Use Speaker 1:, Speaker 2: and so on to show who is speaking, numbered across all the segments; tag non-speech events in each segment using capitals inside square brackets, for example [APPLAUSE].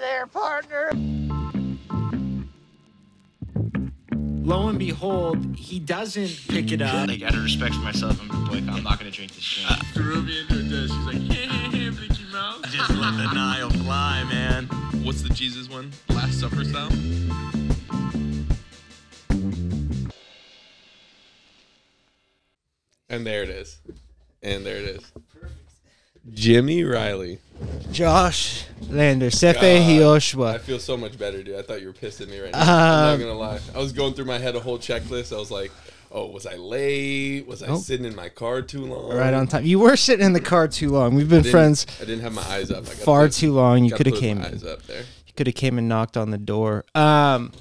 Speaker 1: there, partner.
Speaker 2: Lo and behold, he doesn't pick it up.
Speaker 3: Like out of respect for myself, I'm gonna boycott. I'm not gonna drink this shit.
Speaker 4: Threw me into a dish. She's like, hey, hey, hey, Mickey Mouse.
Speaker 5: Just let the Nile fly, man.
Speaker 4: What's the Jesus one? Last Supper style? And there it is. And there it is. Jimmy Riley.
Speaker 6: Josh Lander, Sefe
Speaker 4: I
Speaker 6: Hioshua.
Speaker 4: feel so much better, dude. I thought you were pissing me right now. I'm not
Speaker 6: Um,
Speaker 4: gonna lie. I was going through my head a whole checklist. I was like, oh, was I late? Was I
Speaker 6: Nope.
Speaker 4: sitting in my car too long?
Speaker 6: Right on time. You were sitting in the car too long. We've been
Speaker 4: Didn't-
Speaker 6: friends
Speaker 4: I didn't have my eyes up. I got
Speaker 6: far
Speaker 4: pissed.
Speaker 6: too long. You
Speaker 4: Gotta
Speaker 6: could have
Speaker 4: put
Speaker 6: came
Speaker 4: my
Speaker 6: in.
Speaker 4: eyes up there.
Speaker 6: [LAUGHS] could have came and knocked on the door. Um,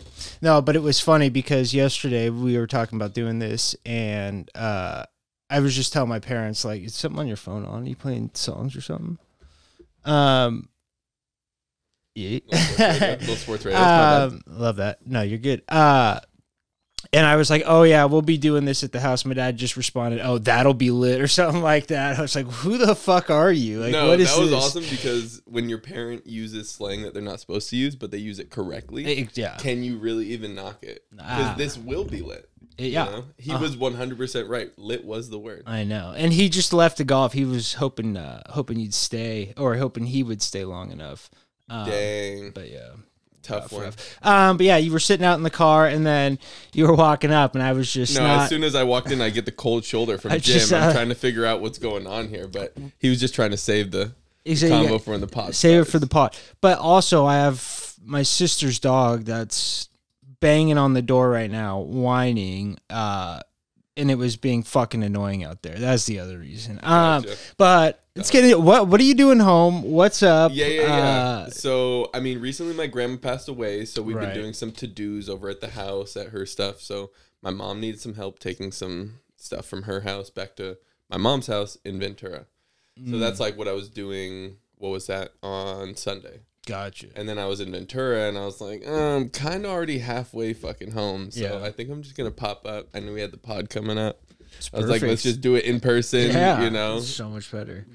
Speaker 6: no, but it was funny because yesterday we were talking about doing this, and uh, I was just telling my parents like, "Is something on your phone on? Are you playing songs or something?" Um, yeah.
Speaker 4: Little sports radio.
Speaker 6: Um, love that. No, you're good. Uh, and I was like, "Oh yeah, we'll be doing this at the house." My dad just responded, "Oh, that'll be lit" or [LAUGHS] something like that. I was like, "Who the fuck are you? Like,
Speaker 4: no,
Speaker 6: what is
Speaker 4: that was
Speaker 6: this?"
Speaker 4: awesome because when your parent uses slang that they're not supposed to use, but they use it correctly,
Speaker 6: It- yeah,
Speaker 4: can you really even knock it? Because
Speaker 6: Nah.
Speaker 4: this will be lit. you
Speaker 6: Ah. yeah. Uh-huh.
Speaker 4: know? he was 100 percent right. Lit was the word.
Speaker 6: I know. And he just left the golf. He was hoping uh hoping you'd stay or hoping he would stay long enough. Um,
Speaker 4: Dang,
Speaker 6: But yeah.
Speaker 4: tough one.
Speaker 6: Um but yeah, you were sitting out in the car and then you were walking up and I was just
Speaker 4: No,
Speaker 6: not
Speaker 4: as soon as I walked in, I get the cold shoulder from
Speaker 6: [LAUGHS] I
Speaker 4: Jim.
Speaker 6: just,
Speaker 4: I'm
Speaker 6: uh,
Speaker 4: trying to figure out what's going on here, but he was just trying to save the
Speaker 6: Exactly.
Speaker 4: combo for when the pot.
Speaker 6: save it for
Speaker 4: starts.
Speaker 6: the pot. But also, I have my sister's dog that's banging on the door right now, whining. Uh, and it was being fucking annoying out there. That's the other reason. Um,
Speaker 4: Gotcha.
Speaker 6: but it's getting what? What are you doing home? What's up?
Speaker 4: Yeah, yeah, yeah.
Speaker 6: Uh,
Speaker 4: so, I mean, recently my grandma passed away, so we've been
Speaker 6: Right.
Speaker 4: doing some to dos over at the house at her stuff. So, my mom needed some help taking some stuff from her house back to my mom's house in Ventura. So,
Speaker 6: Mm.
Speaker 4: that's like what I was doing. What was that on Sunday?
Speaker 6: gotcha.
Speaker 4: And then I was in Ventura and I was like, "Uh, I'm kind of already halfway fucking home. So,
Speaker 6: Yeah.
Speaker 4: I think I'm just going to pop up. I knew we had the pod coming up.
Speaker 6: It's
Speaker 4: I was like, let's
Speaker 6: perfect.
Speaker 4: just do it in person,
Speaker 6: yeah,
Speaker 4: you know,
Speaker 6: so much better.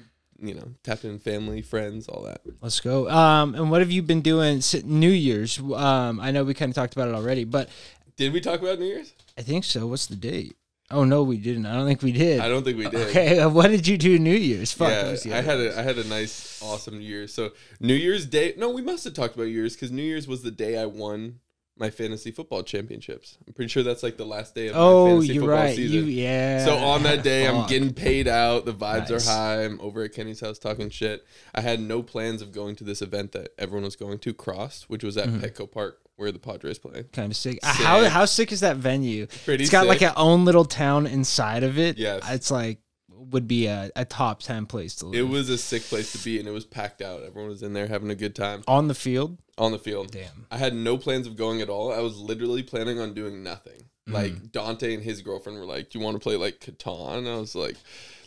Speaker 4: you know, tap in family, friends, all that.
Speaker 6: Let's go. Um, and what have you been doing since New Year's? Um, I know we kind of talked about it already, but
Speaker 4: Did we talk about New Year's?
Speaker 6: I think so. What's the date? Oh no, we didn't. I don't think we did.
Speaker 4: I don't think
Speaker 6: [LAUGHS]
Speaker 4: we did.
Speaker 6: Okay, uh, what did you do New Year's? Fuck, it was the
Speaker 4: yeah, I
Speaker 6: other
Speaker 4: had
Speaker 6: one.
Speaker 4: a I had a nice awesome New Year's. So New Year's Day. No, we must have talked about years because New Year's was the day I won my fantasy football championships. I'm pretty sure that's like the last day of my
Speaker 6: Oh,
Speaker 4: fantasy
Speaker 6: you're
Speaker 4: football
Speaker 6: right. You
Speaker 4: season.
Speaker 6: yeah.
Speaker 4: So on that day, I'm
Speaker 6: Fuck.
Speaker 4: getting paid out. The vibes
Speaker 6: Nice.
Speaker 4: are high. I'm over at Kenny's house talking shit. I had no plans of going to this event that everyone was going to, Cross, which was at
Speaker 6: Mm-hmm.
Speaker 4: Petco Park where the Padres play.
Speaker 6: kind of sick. Uh, How
Speaker 4: Sick.
Speaker 6: how sick is that venue?
Speaker 4: Pretty
Speaker 6: it's got like
Speaker 4: sick.
Speaker 6: a own little town inside of it.
Speaker 4: Yes.
Speaker 6: it's like would be a, a top ten place to live.
Speaker 4: It was a sick place to be, and it was packed out. Everyone was in there having a good time.
Speaker 6: on the field.
Speaker 4: on the field.
Speaker 6: Damn.
Speaker 4: I had no plans of going at all. I was literally planning on doing nothing.
Speaker 6: Mm-hmm.
Speaker 4: Like Dante and his girlfriend were like, "Do you want to play like Catan?" And I was like,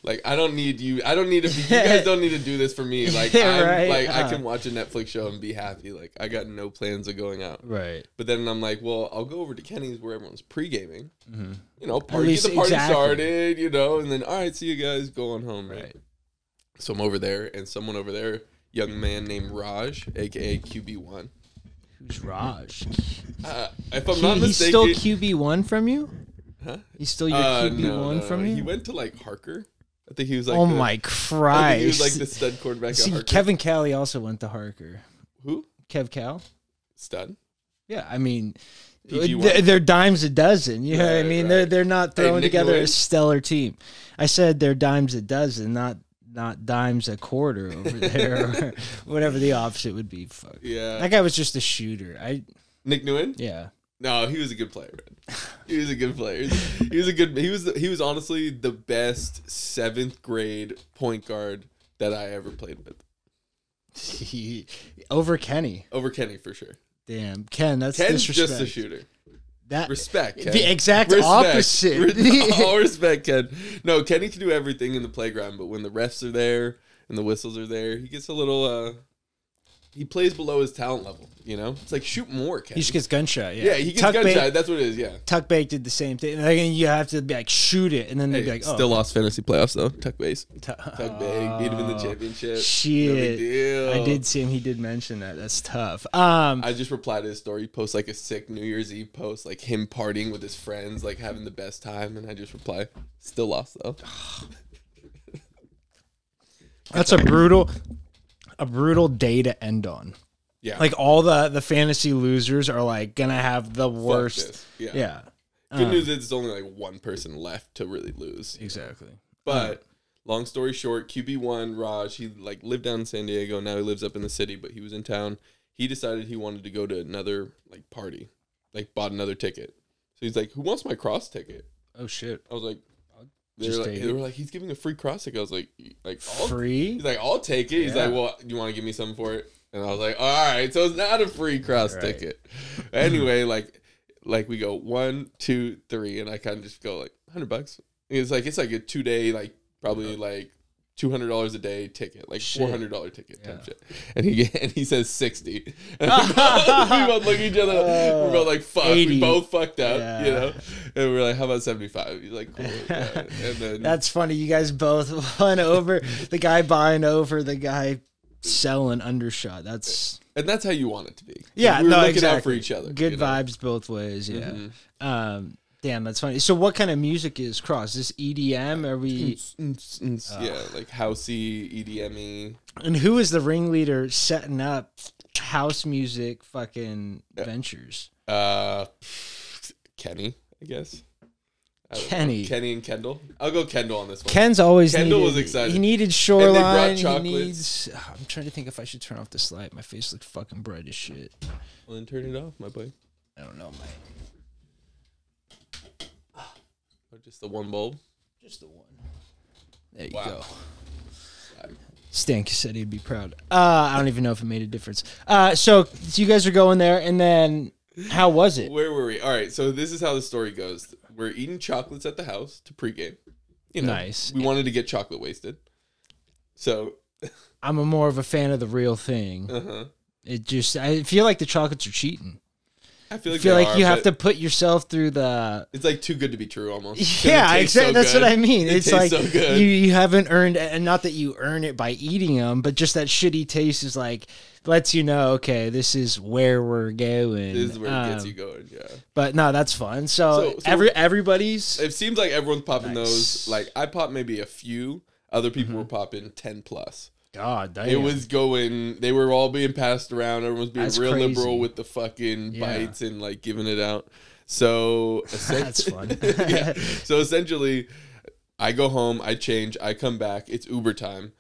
Speaker 4: "Like I don't need you. I don't need to. Be, you
Speaker 6: [LAUGHS]
Speaker 4: guys don't need to do this for me. Like
Speaker 6: Yeah,
Speaker 4: I'm,
Speaker 6: right,
Speaker 4: like I
Speaker 6: uh.
Speaker 4: can watch a Netflix show and be happy. Like I got no plans of going out.
Speaker 6: Right.
Speaker 4: But then I'm like, well, I'll go over to Kenny's where everyone's pre gaming. You know, party
Speaker 6: Mm-hmm. least-
Speaker 4: get the party
Speaker 6: exactly.
Speaker 4: started. You know, and then all right, see you guys going home. Right.
Speaker 6: Right.
Speaker 4: So I'm over there, and someone over there, young man named Raj, aka QB One.
Speaker 6: Who's Raj?
Speaker 4: Uh, if I'm
Speaker 6: He-
Speaker 4: not
Speaker 6: he's
Speaker 4: mistaken,
Speaker 6: still QB one from you.
Speaker 4: Huh?
Speaker 6: He's still your
Speaker 4: Uh,
Speaker 6: QB
Speaker 4: no,
Speaker 6: one
Speaker 4: no, no,
Speaker 6: from
Speaker 4: no.
Speaker 6: you.
Speaker 4: He went to like Harker. I think [LAUGHS] he was like.
Speaker 6: oh
Speaker 4: the-
Speaker 6: my
Speaker 4: I think
Speaker 6: Christ!
Speaker 4: he was like the stud quarterback. at
Speaker 6: See,
Speaker 4: Harker.
Speaker 6: Kevin Callie also went to Harker.
Speaker 4: Who?
Speaker 6: Kev Cal.
Speaker 4: Stud.
Speaker 6: Yeah, I mean,
Speaker 4: PG1.
Speaker 6: they're, they're dimes a dozen. You know what I
Speaker 4: Right,
Speaker 6: mean? They're
Speaker 4: right.
Speaker 6: they're not
Speaker 4: Hey,
Speaker 6: throwing
Speaker 4: Nick
Speaker 6: together a
Speaker 4: Lloyd?
Speaker 6: stellar team. I said they're dimes a dozen, not not dimes a
Speaker 4: [LAUGHS]
Speaker 6: quarter over there, or whatever the opposite would be. Fuck.
Speaker 4: Yeah.
Speaker 6: That guy was just a shooter. I
Speaker 4: Nick Nguyen.
Speaker 6: yeah.
Speaker 4: No, he was a good player.
Speaker 6: [LAUGHS]
Speaker 4: Man. He was a good player. He was a good. He was. He was honestly the best seventh grade point guard that I ever played with.
Speaker 6: over Kenny.
Speaker 4: Over Kenny for sure.
Speaker 6: Damn, Ken, that's
Speaker 4: Ken's
Speaker 6: disrespect.
Speaker 4: just a shooter.
Speaker 6: That
Speaker 4: Respect. Ken.
Speaker 6: the exact opposite. [LAUGHS]
Speaker 4: Re- [LAUGHS] all respect, Ken. No, Kenny can do everything in the playground, but when the refs are there and the whistles are there, he gets a little uh he plays below his talent level. You know, it's like shoot more, Ken.
Speaker 6: He just gets gunshot. Yeah,
Speaker 4: yeah, he gets
Speaker 6: Tuck
Speaker 4: gunshot.
Speaker 6: Bait-
Speaker 4: That's what it is. Yeah.
Speaker 6: Tuck Bake did the same thing. And then you have to be like shoot it, and then they'd be like, oh,
Speaker 4: still lost fantasy playoffs though. Tuck base.
Speaker 6: tu-
Speaker 4: Tuck big. Beat him in the championship. No big
Speaker 6: Oh, Shit,
Speaker 4: deal.
Speaker 6: I did see him. He did mention that. That's tough. Um,
Speaker 4: I just replied to his story. He posts like a sick New Year's Eve post, like him partying with his friends, like having the best time. And I just reply, still lost though.
Speaker 6: that's a brutal, a brutal day to end on.
Speaker 4: Yeah.
Speaker 6: Like all the the fantasy losers are like gonna have the
Speaker 4: fuck
Speaker 6: worst.
Speaker 4: this. Yeah.
Speaker 6: Yeah,
Speaker 4: Good news is it's only like one person left to really lose.
Speaker 6: exactly.
Speaker 4: But long story short, QB one Raj, he like lived down in San Diego. Now he lives up in the city, but he was in town. He decided he wanted to go to another like party, like bought another ticket. So he's like, "Who wants my cross ticket?"
Speaker 6: Oh shit.
Speaker 4: I was like, they were
Speaker 6: Just
Speaker 4: like,
Speaker 6: take
Speaker 4: they
Speaker 6: it.
Speaker 4: were like, "He's giving a free cross ticket." I was like, "Y- "Like I'll-
Speaker 6: Free?
Speaker 4: He's like, "I'll take it." He's
Speaker 6: Yeah.
Speaker 4: like, "Well, you want to give me something for it?" And I was like, "All right." So it's not a free cross
Speaker 6: Right.
Speaker 4: ticket. [LAUGHS] Anyway, like, like we go one, two, three, and I kind of just go like hundred bucks. And It's like it's like a two day like probably like. Two hundred dollars a day ticket, like
Speaker 6: Shit.
Speaker 4: four hundred dollar ticket, type
Speaker 6: Yeah.
Speaker 4: shit. And he [LAUGHS] and he says
Speaker 6: [LAUGHS]
Speaker 4: sixty. [LAUGHS] And we both look at each other. we're both like, "Fuck!"
Speaker 6: 80.
Speaker 4: We both fucked up, you
Speaker 6: Yeah.
Speaker 4: know. And we're like, how about 75? He's
Speaker 6: [LAUGHS]
Speaker 4: like, cool. yeah. And then
Speaker 6: That's funny. You guys both [LAUGHS] won over the guy buying over the guy selling undershot. That's
Speaker 4: and that's how you want it to be.
Speaker 6: yeah.
Speaker 4: we were
Speaker 6: no,
Speaker 4: looking
Speaker 6: exactly.
Speaker 4: out for each other.
Speaker 6: Good
Speaker 4: you know? Mm-hmm.
Speaker 6: vibes both ways. Yeah. Um, damn, that's funny. So, what kind of music is cross? Is this EDM? Are we?
Speaker 4: Mm, mm, mm, Yeah, like housey, E EDME.
Speaker 6: And who is the ringleader setting up house music fucking ventures?
Speaker 4: Uh, Kenny, I guess. I don't know.
Speaker 6: Kenny.
Speaker 4: Kenny and Kendall. I'll go Kendall on this one.
Speaker 6: Ken's always
Speaker 4: Kendall
Speaker 6: needed-
Speaker 4: was excited.
Speaker 6: He needed
Speaker 4: brought
Speaker 6: shoreline. He
Speaker 4: chocolates.
Speaker 6: needs. I'm trying to think if I should turn off this light. My face looks fucking bright as shit.
Speaker 4: well, then turn it off, my boy.
Speaker 6: I don't know, man.
Speaker 4: Or Oh, just the one bulb.
Speaker 6: Just the one. There you
Speaker 4: Wow.
Speaker 6: go.
Speaker 4: Sorry.
Speaker 6: Stan Cassetti would be proud. Uh, I don't even know if it made a difference. Uh, so, so you guys are going there, and then how was it?
Speaker 4: Where were we? All right, so this is how the story goes. We're eating chocolates at the house to pregame. You know,
Speaker 6: Nice.
Speaker 4: We wanted to get chocolate wasted. So,
Speaker 6: I'm a more of a fan of the real thing.
Speaker 4: uh huh.
Speaker 6: It just I feel like the chocolates are cheating.
Speaker 4: I feel
Speaker 6: I
Speaker 4: like,
Speaker 6: feel
Speaker 4: they
Speaker 6: like
Speaker 4: are,
Speaker 6: you have
Speaker 4: but-
Speaker 6: to put yourself through the
Speaker 4: It's like too good to be true,
Speaker 6: [LAUGHS]
Speaker 4: almost. 'Cause it
Speaker 6: yeah,
Speaker 4: tastes so
Speaker 6: exactly. That's what
Speaker 4: good.
Speaker 6: I mean.
Speaker 4: It
Speaker 6: it's like
Speaker 4: tastes so good.
Speaker 6: you you haven't earned, and not that you earn it by eating them, but just that shitty taste is like lets you know, okay, this is where we're going.
Speaker 4: this is where it gets
Speaker 6: Um,
Speaker 4: you going. Yeah,
Speaker 6: But no, that's fun.
Speaker 4: So-
Speaker 6: So,
Speaker 4: so-
Speaker 6: every everybody's
Speaker 4: it seems like everyone's popping
Speaker 6: Nice.
Speaker 4: those. Like I popped maybe a few. Other people were popping ten plus.
Speaker 6: God, damn.
Speaker 4: It was going. They were all being passed around. Everyone was being
Speaker 6: That's
Speaker 4: real
Speaker 6: crazy.
Speaker 4: liberal with the fucking
Speaker 6: Yeah.
Speaker 4: bites and like giving it out.
Speaker 6: [LAUGHS]
Speaker 4: So essen- [LAUGHS]
Speaker 6: That's fun.
Speaker 4: yeah. So essentially, I go home. I change. I come back. It's Uber time.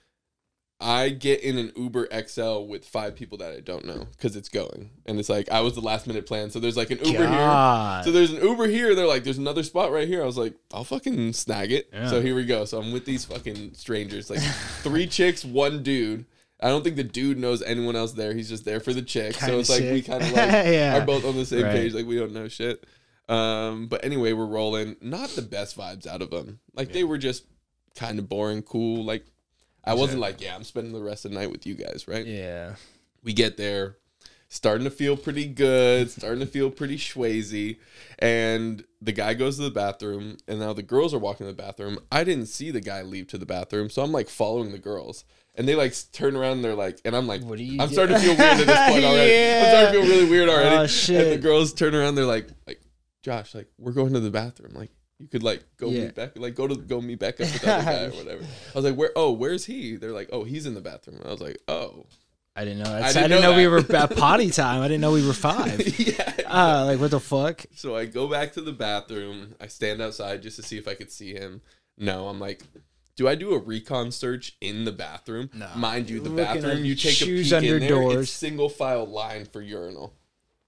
Speaker 4: I get in an Uber XL with five people that I don't know because it's going, and it's like I was the last minute plan. So there's like an Uber here.
Speaker 6: God.
Speaker 4: So there's an Uber here. They're like, there's another spot right here. I was like, I'll fucking snag it.
Speaker 6: Yeah.
Speaker 4: So here we go. So I'm with these fucking strangers, like three [LAUGHS] chicks, one dude. I don't think the dude knows anyone else there. He's just there for the chick.
Speaker 6: Kinda
Speaker 4: so it's like we
Speaker 6: sick.
Speaker 4: kind of
Speaker 6: [LAUGHS]
Speaker 4: like
Speaker 6: Yeah.
Speaker 4: are both on the same
Speaker 6: Right.
Speaker 4: page. Like we don't know shit. Um, but anyway, we're rolling. Not the best vibes out of them. Like they were just kind of boring, cool. Like I wasn't like, yeah, I'm spending the rest of the night with you guys, right?
Speaker 6: yeah,
Speaker 4: we get there, starting to feel pretty good, starting to feel pretty schwazy. And the guy goes to the bathroom, and now the girls are walking to the bathroom. I didn't see the guy leave to the bathroom, so I'm like following the girls. And they like turn around and they're like, and I'm like,
Speaker 6: What do you
Speaker 4: I'm
Speaker 6: do?
Speaker 4: starting to feel weird at this point already. I'm starting to feel really weird already.
Speaker 6: Oh,
Speaker 4: And the
Speaker 6: shit.
Speaker 4: girls turn around, they're like, like, Josh, like, we're going to the bathroom. Like, you could like go
Speaker 6: Yeah.
Speaker 4: meet back, like go to go meet back up with the other guy
Speaker 6: [LAUGHS]
Speaker 4: or whatever. I was like, where? Oh, where's he? They're like, oh, he's in the bathroom. I was like, oh,
Speaker 6: I didn't know. That's, I
Speaker 4: didn't
Speaker 6: didn't know,
Speaker 4: know
Speaker 6: we were
Speaker 4: that.
Speaker 6: at potty time. I didn't know we were [LAUGHS] five.
Speaker 4: [LAUGHS] yeah.
Speaker 6: Uh, like what the fuck?
Speaker 4: So I go back to the bathroom. I stand outside just to see if I could see him. No, I'm like, do I do a recon search in the bathroom?
Speaker 6: No.
Speaker 4: Mind you, the
Speaker 6: Looking at
Speaker 4: bathroom you take a
Speaker 6: shoes
Speaker 4: peek
Speaker 6: under
Speaker 4: in there.
Speaker 6: doors.
Speaker 4: It's single file line for urinal,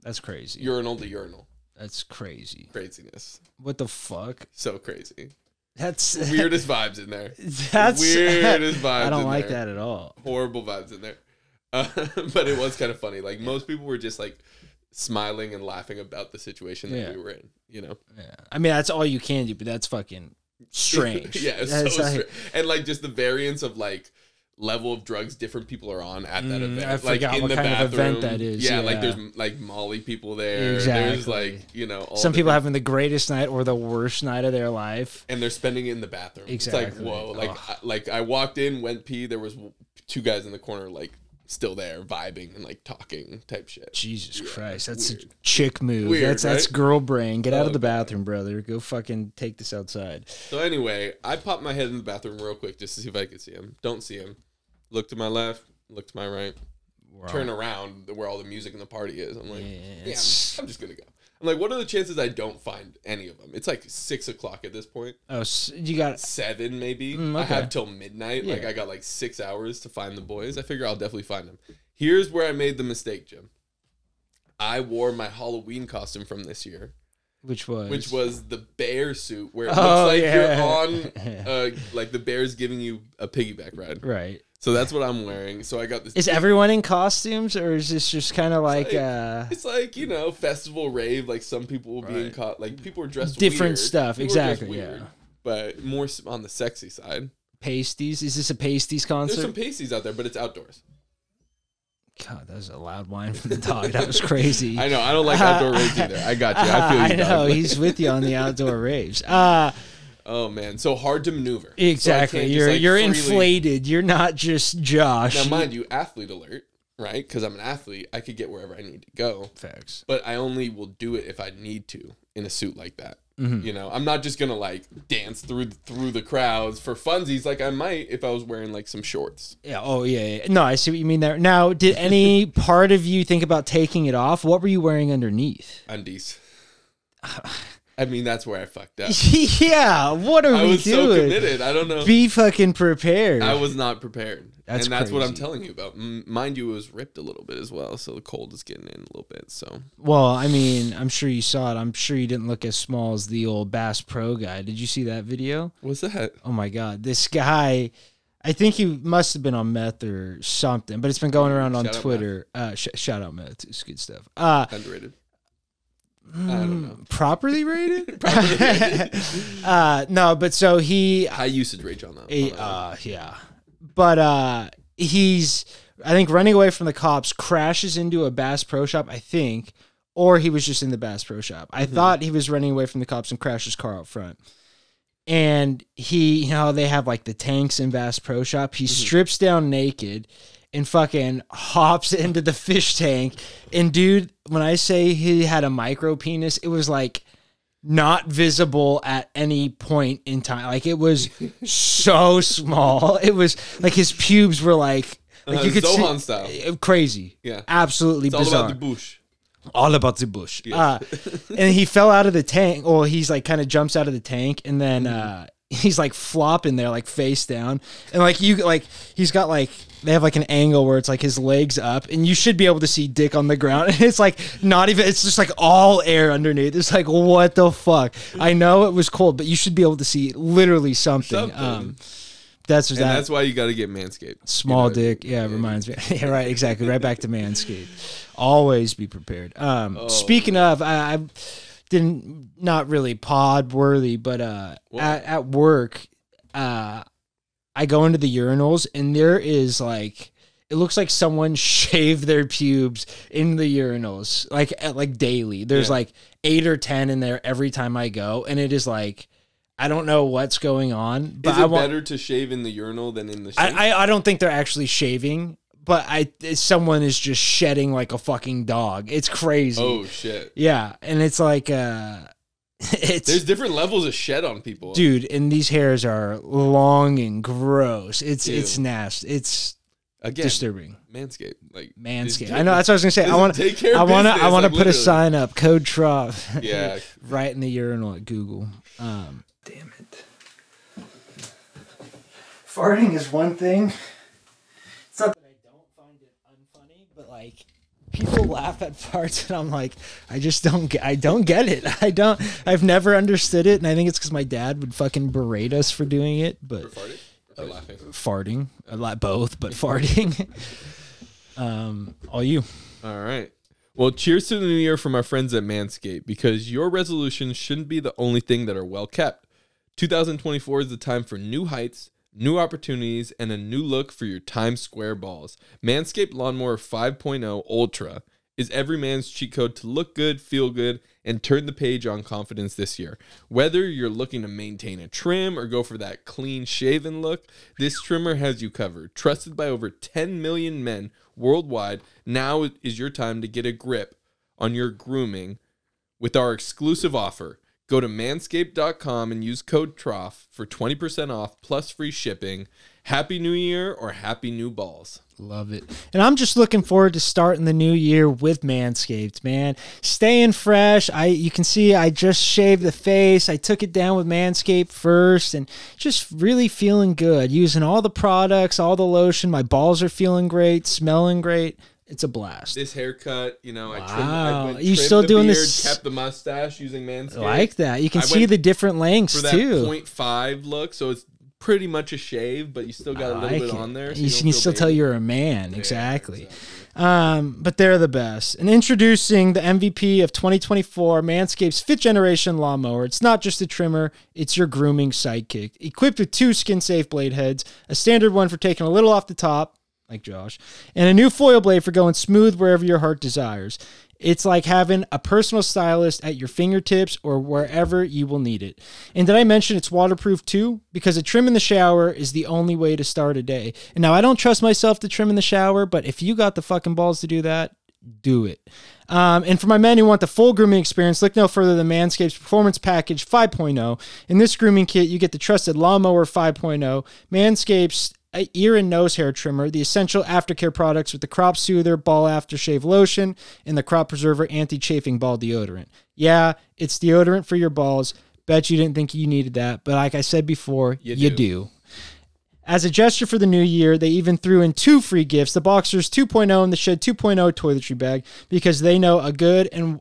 Speaker 6: That's crazy.
Speaker 4: urinal to urinal.
Speaker 6: That's crazy.
Speaker 4: Craziness,
Speaker 6: What the fuck?
Speaker 4: so crazy.
Speaker 6: That's
Speaker 4: Weirdest vibes in there.
Speaker 6: That's
Speaker 4: Weirdest vibes.
Speaker 6: [LAUGHS] I don't
Speaker 4: in
Speaker 6: like
Speaker 4: there.
Speaker 6: that at all.
Speaker 4: horrible vibes in there. Uh, [LAUGHS] but it was kind of funny. Like most people were just like smiling and laughing about the situation that
Speaker 6: Yeah.
Speaker 4: we were in. You know,
Speaker 6: Yeah. I mean, that's all you can do, but that's fucking strange.
Speaker 4: [LAUGHS] yeah, it's
Speaker 6: That's
Speaker 4: so
Speaker 6: like-
Speaker 4: strange. And like just the variance of like level of drugs different people are on at that
Speaker 6: Mm,
Speaker 4: event.
Speaker 6: I forgot what kind of event that is,
Speaker 4: Yeah, like
Speaker 6: yeah.
Speaker 4: there's like Molly people there. There's
Speaker 6: Exactly.
Speaker 4: like you know all
Speaker 6: Some people
Speaker 4: different-
Speaker 6: having the greatest night or the worst night of their life.
Speaker 4: and they're spending it in the bathroom. It's
Speaker 6: Exactly.
Speaker 4: like whoa, like
Speaker 6: Ugh.
Speaker 4: I, like I walked in, went pee. There was two guys in the corner, like still there, vibing and like talking type shit.
Speaker 6: Jesus Christ, that's
Speaker 4: weird.
Speaker 6: a chick move.
Speaker 4: Weird,
Speaker 6: that's that's
Speaker 4: right?
Speaker 6: girl brain. Get out of
Speaker 4: Oh,
Speaker 6: the bathroom, brother. Go fucking take this outside.
Speaker 4: So anyway, I popped my head in the bathroom real quick just to see if I could see him. Don't see him. Look to my left. Look to my right. Turn around where all the music and the party is. I'm like, yeah,
Speaker 6: Yes.
Speaker 4: I'm, I'm just gonna go. I'm like, what are the chances I don't find any of them? It's like six o'clock at this point,
Speaker 6: Oh, s you got
Speaker 4: seven maybe.
Speaker 6: Mm,
Speaker 4: I
Speaker 6: okay.
Speaker 4: have till midnight. Like
Speaker 6: Yeah.
Speaker 4: I got like six hours to find the boys. I figure I'll definitely find them. Here's where I made the mistake, Jim. I wore my Halloween costume from this year,
Speaker 6: which was
Speaker 4: which was the bear suit, where it
Speaker 6: Oh,
Speaker 4: looks like
Speaker 6: yeah. [LAUGHS]
Speaker 4: you're on, uh, like the bear's giving you a piggyback ride.
Speaker 6: right.
Speaker 4: So that's what I'm wearing. So I got this.
Speaker 6: Is everyone in costumes, or is this just kind of like
Speaker 4: like-
Speaker 6: uh,
Speaker 4: [LAUGHS] It's like you know, festival rave. Like some people will be in
Speaker 6: Right.
Speaker 4: caught. Like people are dressed
Speaker 6: Different
Speaker 4: weird.
Speaker 6: stuff,
Speaker 4: People are dressed
Speaker 6: exactly, yeah.
Speaker 4: But more s- on the sexy side.
Speaker 6: pasties? Is this a pasties
Speaker 4: There's some
Speaker 6: concert?
Speaker 4: pasties out there, but it's outdoors.
Speaker 6: God, that was a loud whine from the dog. Oh, That was
Speaker 4: [LAUGHS]
Speaker 6: crazy.
Speaker 4: I know. I don't like
Speaker 6: [LAUGHS]
Speaker 4: outdoor raves either. I got you. I feel you.
Speaker 6: I know
Speaker 4: dog. [LAUGHS]
Speaker 6: he's with you on the outdoor raves. Uh
Speaker 4: oh man, so hard to maneuver. So I
Speaker 6: exactly.
Speaker 4: can't just,
Speaker 6: you're
Speaker 4: like,
Speaker 6: you're
Speaker 4: freely-
Speaker 6: inflated. You're not just Josh.
Speaker 4: Now, mind you, athlete alert, right? Because I'm an athlete, I could get wherever I need to go.
Speaker 6: Facts.
Speaker 4: but I only will do it if I need to in a suit like that.
Speaker 6: Mm-hmm.
Speaker 4: You know, I'm not just gonna like dance through through the crowds for funsies like I might if I was wearing like some shorts.
Speaker 6: Yeah. Oh yeah, yeah. No, I see what you mean there. Now,
Speaker 4: [LAUGHS]
Speaker 6: did any part of you think about taking it off? What were you wearing underneath? [LAUGHS] [SIGHS]
Speaker 4: Undies. I mean, that's where I fucked up.
Speaker 6: [LAUGHS] yeah. What are
Speaker 4: I
Speaker 6: we
Speaker 4: was
Speaker 6: doing?
Speaker 4: so committed. I don't know.
Speaker 6: Be fucking prepared.
Speaker 4: I was not prepared,
Speaker 6: That's
Speaker 4: and that's what I'm
Speaker 6: crazy.
Speaker 4: telling you about. M- mind you, it was ripped a little bit as well, so the cold is getting in a little bit. So
Speaker 6: well, I mean, I'm sure you saw it. I'm sure you didn't look as small as the old Bass Pro guy. Did you see that video?
Speaker 4: what's that?
Speaker 6: Oh my god, this guy. I think he must have been on meth or something, but it's been going around on
Speaker 4: Shout out
Speaker 6: Twitter. Uh, sh- shout out meth, it's good stuff. Uh,
Speaker 4: Underrated. I
Speaker 6: Mm.
Speaker 4: don't know.
Speaker 6: properly rated? [LAUGHS] uh, no, but so he,
Speaker 4: High usage rate on that.
Speaker 6: he
Speaker 4: on that.
Speaker 6: uh, yeah, but uh, he's I think running away from the cops crashes into a Bass Pro Shop, I think, or he was just in the Bass Pro Shop. I
Speaker 4: Mm-hmm.
Speaker 6: thought he was running away from the cops and crashed his car out front. And he, you know, how they have like the tanks in Bass Pro Shop. He
Speaker 4: Mm-hmm.
Speaker 6: strips down naked and fucking hops [LAUGHS] into the fish tank. And dude, when I say he had a micro penis, it was like not visible at any point in time. Like it was
Speaker 4: [LAUGHS]
Speaker 6: so small. It was like his pubes were like like
Speaker 4: Uh,
Speaker 6: you could
Speaker 4: Zohan
Speaker 6: see
Speaker 4: style.
Speaker 6: uh, crazy.
Speaker 4: Yeah.
Speaker 6: Absolutely
Speaker 4: It's all
Speaker 6: bizarre.
Speaker 4: about the bush.
Speaker 6: all about the bush. Uh, and he fell out of the tank. Well, he's like kind of jumps out of the tank and then
Speaker 4: Mm-hmm.
Speaker 6: uh, he's like flopping there, like face down. And like you, like he's got like, they have like an angle where it's like his legs up and you should be able to see dick on the ground. [LAUGHS] And it's like not even, it's just like all air underneath. It's like, what the fuck? I know it was cold, but you should be able to see literally something.
Speaker 4: Something.
Speaker 6: Um, that's that,
Speaker 4: And that's why you got to get manscaped.
Speaker 6: small
Speaker 4: You know?
Speaker 6: dick yeah, it reminds me [LAUGHS] yeah right exactly right back to
Speaker 4: [LAUGHS]
Speaker 6: manscaped always be prepared um
Speaker 4: Oh,
Speaker 6: speaking of i, I didn't not really pod worthy but uh at, at work uh i go into the urinals and there is like it looks like someone [LAUGHS] shaved their pubes in the urinals like at, like daily there's
Speaker 4: Yeah.
Speaker 6: like eight or ten in there every time i go and it is like i don't know what's going on but
Speaker 4: Is
Speaker 6: i
Speaker 4: it
Speaker 6: want
Speaker 4: better to shave in the urinal than in the sink?
Speaker 6: I, I I don't think they're actually shaving, but I someone is just shedding like a fucking dog. It's crazy.
Speaker 4: oh shit.
Speaker 6: Yeah, and it's like uh [LAUGHS] it's
Speaker 4: There's different levels of shed on people.
Speaker 6: dude, and these hairs are long and gross. It's
Speaker 4: Ew.
Speaker 6: it's nasty. It's
Speaker 4: Again,
Speaker 6: disturbing.
Speaker 4: manscaped. Like
Speaker 6: Manscaped.
Speaker 4: this-
Speaker 6: I know that's what I was gonna say.
Speaker 4: this
Speaker 6: I
Speaker 4: is
Speaker 6: want
Speaker 4: take care
Speaker 6: I
Speaker 4: of
Speaker 6: want to
Speaker 4: business,
Speaker 6: I want to
Speaker 4: like,
Speaker 6: put a
Speaker 4: literally.
Speaker 6: sign up code trough.
Speaker 4: [LAUGHS] Yeah.
Speaker 6: right in the urinal at Google. Um damn it. Farting is one thing. It's not that I don't find it unfunny, but like people laugh at [LAUGHS] farts and I'm like I just don't get I don't get it. [LAUGHS] I don't I've never understood it and I think it's cuz my dad would fucking berate us for doing it, but
Speaker 4: Farted? Or laughing.
Speaker 6: farting, a lot both, but farting. [LAUGHS] um all you.
Speaker 4: All right. Well, cheers to the new year from our friends at Manscaped because your resolutions shouldn't be the only thing that are well kept. 2024 is the time for new heights, New opportunities and a new look for your Times Square balls. Manscaped Lawnmower 5.0 Ultra is every man's cheat code to look good, feel good, and turn the page on confidence this year. Whether you're looking to maintain a trim or go for that clean shaven look, this trimmer has you covered. Trusted by over 10 million men worldwide, now is your time to get a grip on your grooming with our exclusive offer. Go to manscaped.com and use code TROF for 20% off plus free shipping. Happy New Year or Happy New Balls.
Speaker 6: Love it. And I'm just looking forward to starting the new year with Manscaped, man. Staying fresh. I you can see I just shaved the face. I took it down with Manscaped first and just really feeling good. Using all the products, all the lotion. My balls are feeling great, smelling great. It's a blast.
Speaker 4: This haircut, you know, I trimmed,
Speaker 6: Wow.
Speaker 4: I went,
Speaker 6: You
Speaker 4: trimmed
Speaker 6: still
Speaker 4: the
Speaker 6: doing
Speaker 4: beard,
Speaker 6: this-
Speaker 4: Kept the mustache using Manscaped.
Speaker 6: I like that. You can
Speaker 4: I
Speaker 6: see
Speaker 4: went
Speaker 6: the different lengths
Speaker 4: for that
Speaker 6: too.
Speaker 4: 0.5 look, so it's pretty much a shave, but you still got a
Speaker 6: I
Speaker 4: little
Speaker 6: like
Speaker 4: bit
Speaker 6: it.
Speaker 4: on there. so
Speaker 6: you,
Speaker 4: don't
Speaker 6: can you
Speaker 4: feel
Speaker 6: still tell
Speaker 4: bad.
Speaker 6: you're a man. exactly. Um, but they're the best. And introducing the MVP of 2024 Manscaped's fifth generation lawnmower. It's not just a trimmer, it's your grooming sidekick. Equipped with two skin safe blade heads, a standard one for taking a little off the top, like Josh, and a new foil blade for going smooth wherever your heart desires. It's like having a personal stylist at your fingertips or wherever you will need it. And did I mention it's waterproof too? Because a trim in the shower is the only way to start a day. And now I don't trust myself to trim in the shower, but if you got the fucking balls to do that, do it. Um, and for my men who want the full grooming experience, look no further than Manscaped's Performance Package 5.0. In this grooming kit, you get the trusted Lawnmower 5.0, Manscaped's uh, ear and nose hair trimmer, the essential aftercare products with the Crop Soother Ball Aftershave Lotion, and the Crop Preserver Anti Chafing Ball Deodorant. Yeah, it's deodorant for your balls. Bet you didn't think you needed that, but like I said before, you,
Speaker 4: do.
Speaker 6: do. As a gesture for the new year, they even threw in two free gifts the Boxers 2.0 and the Shed 2.0 toiletry bag because they know a good and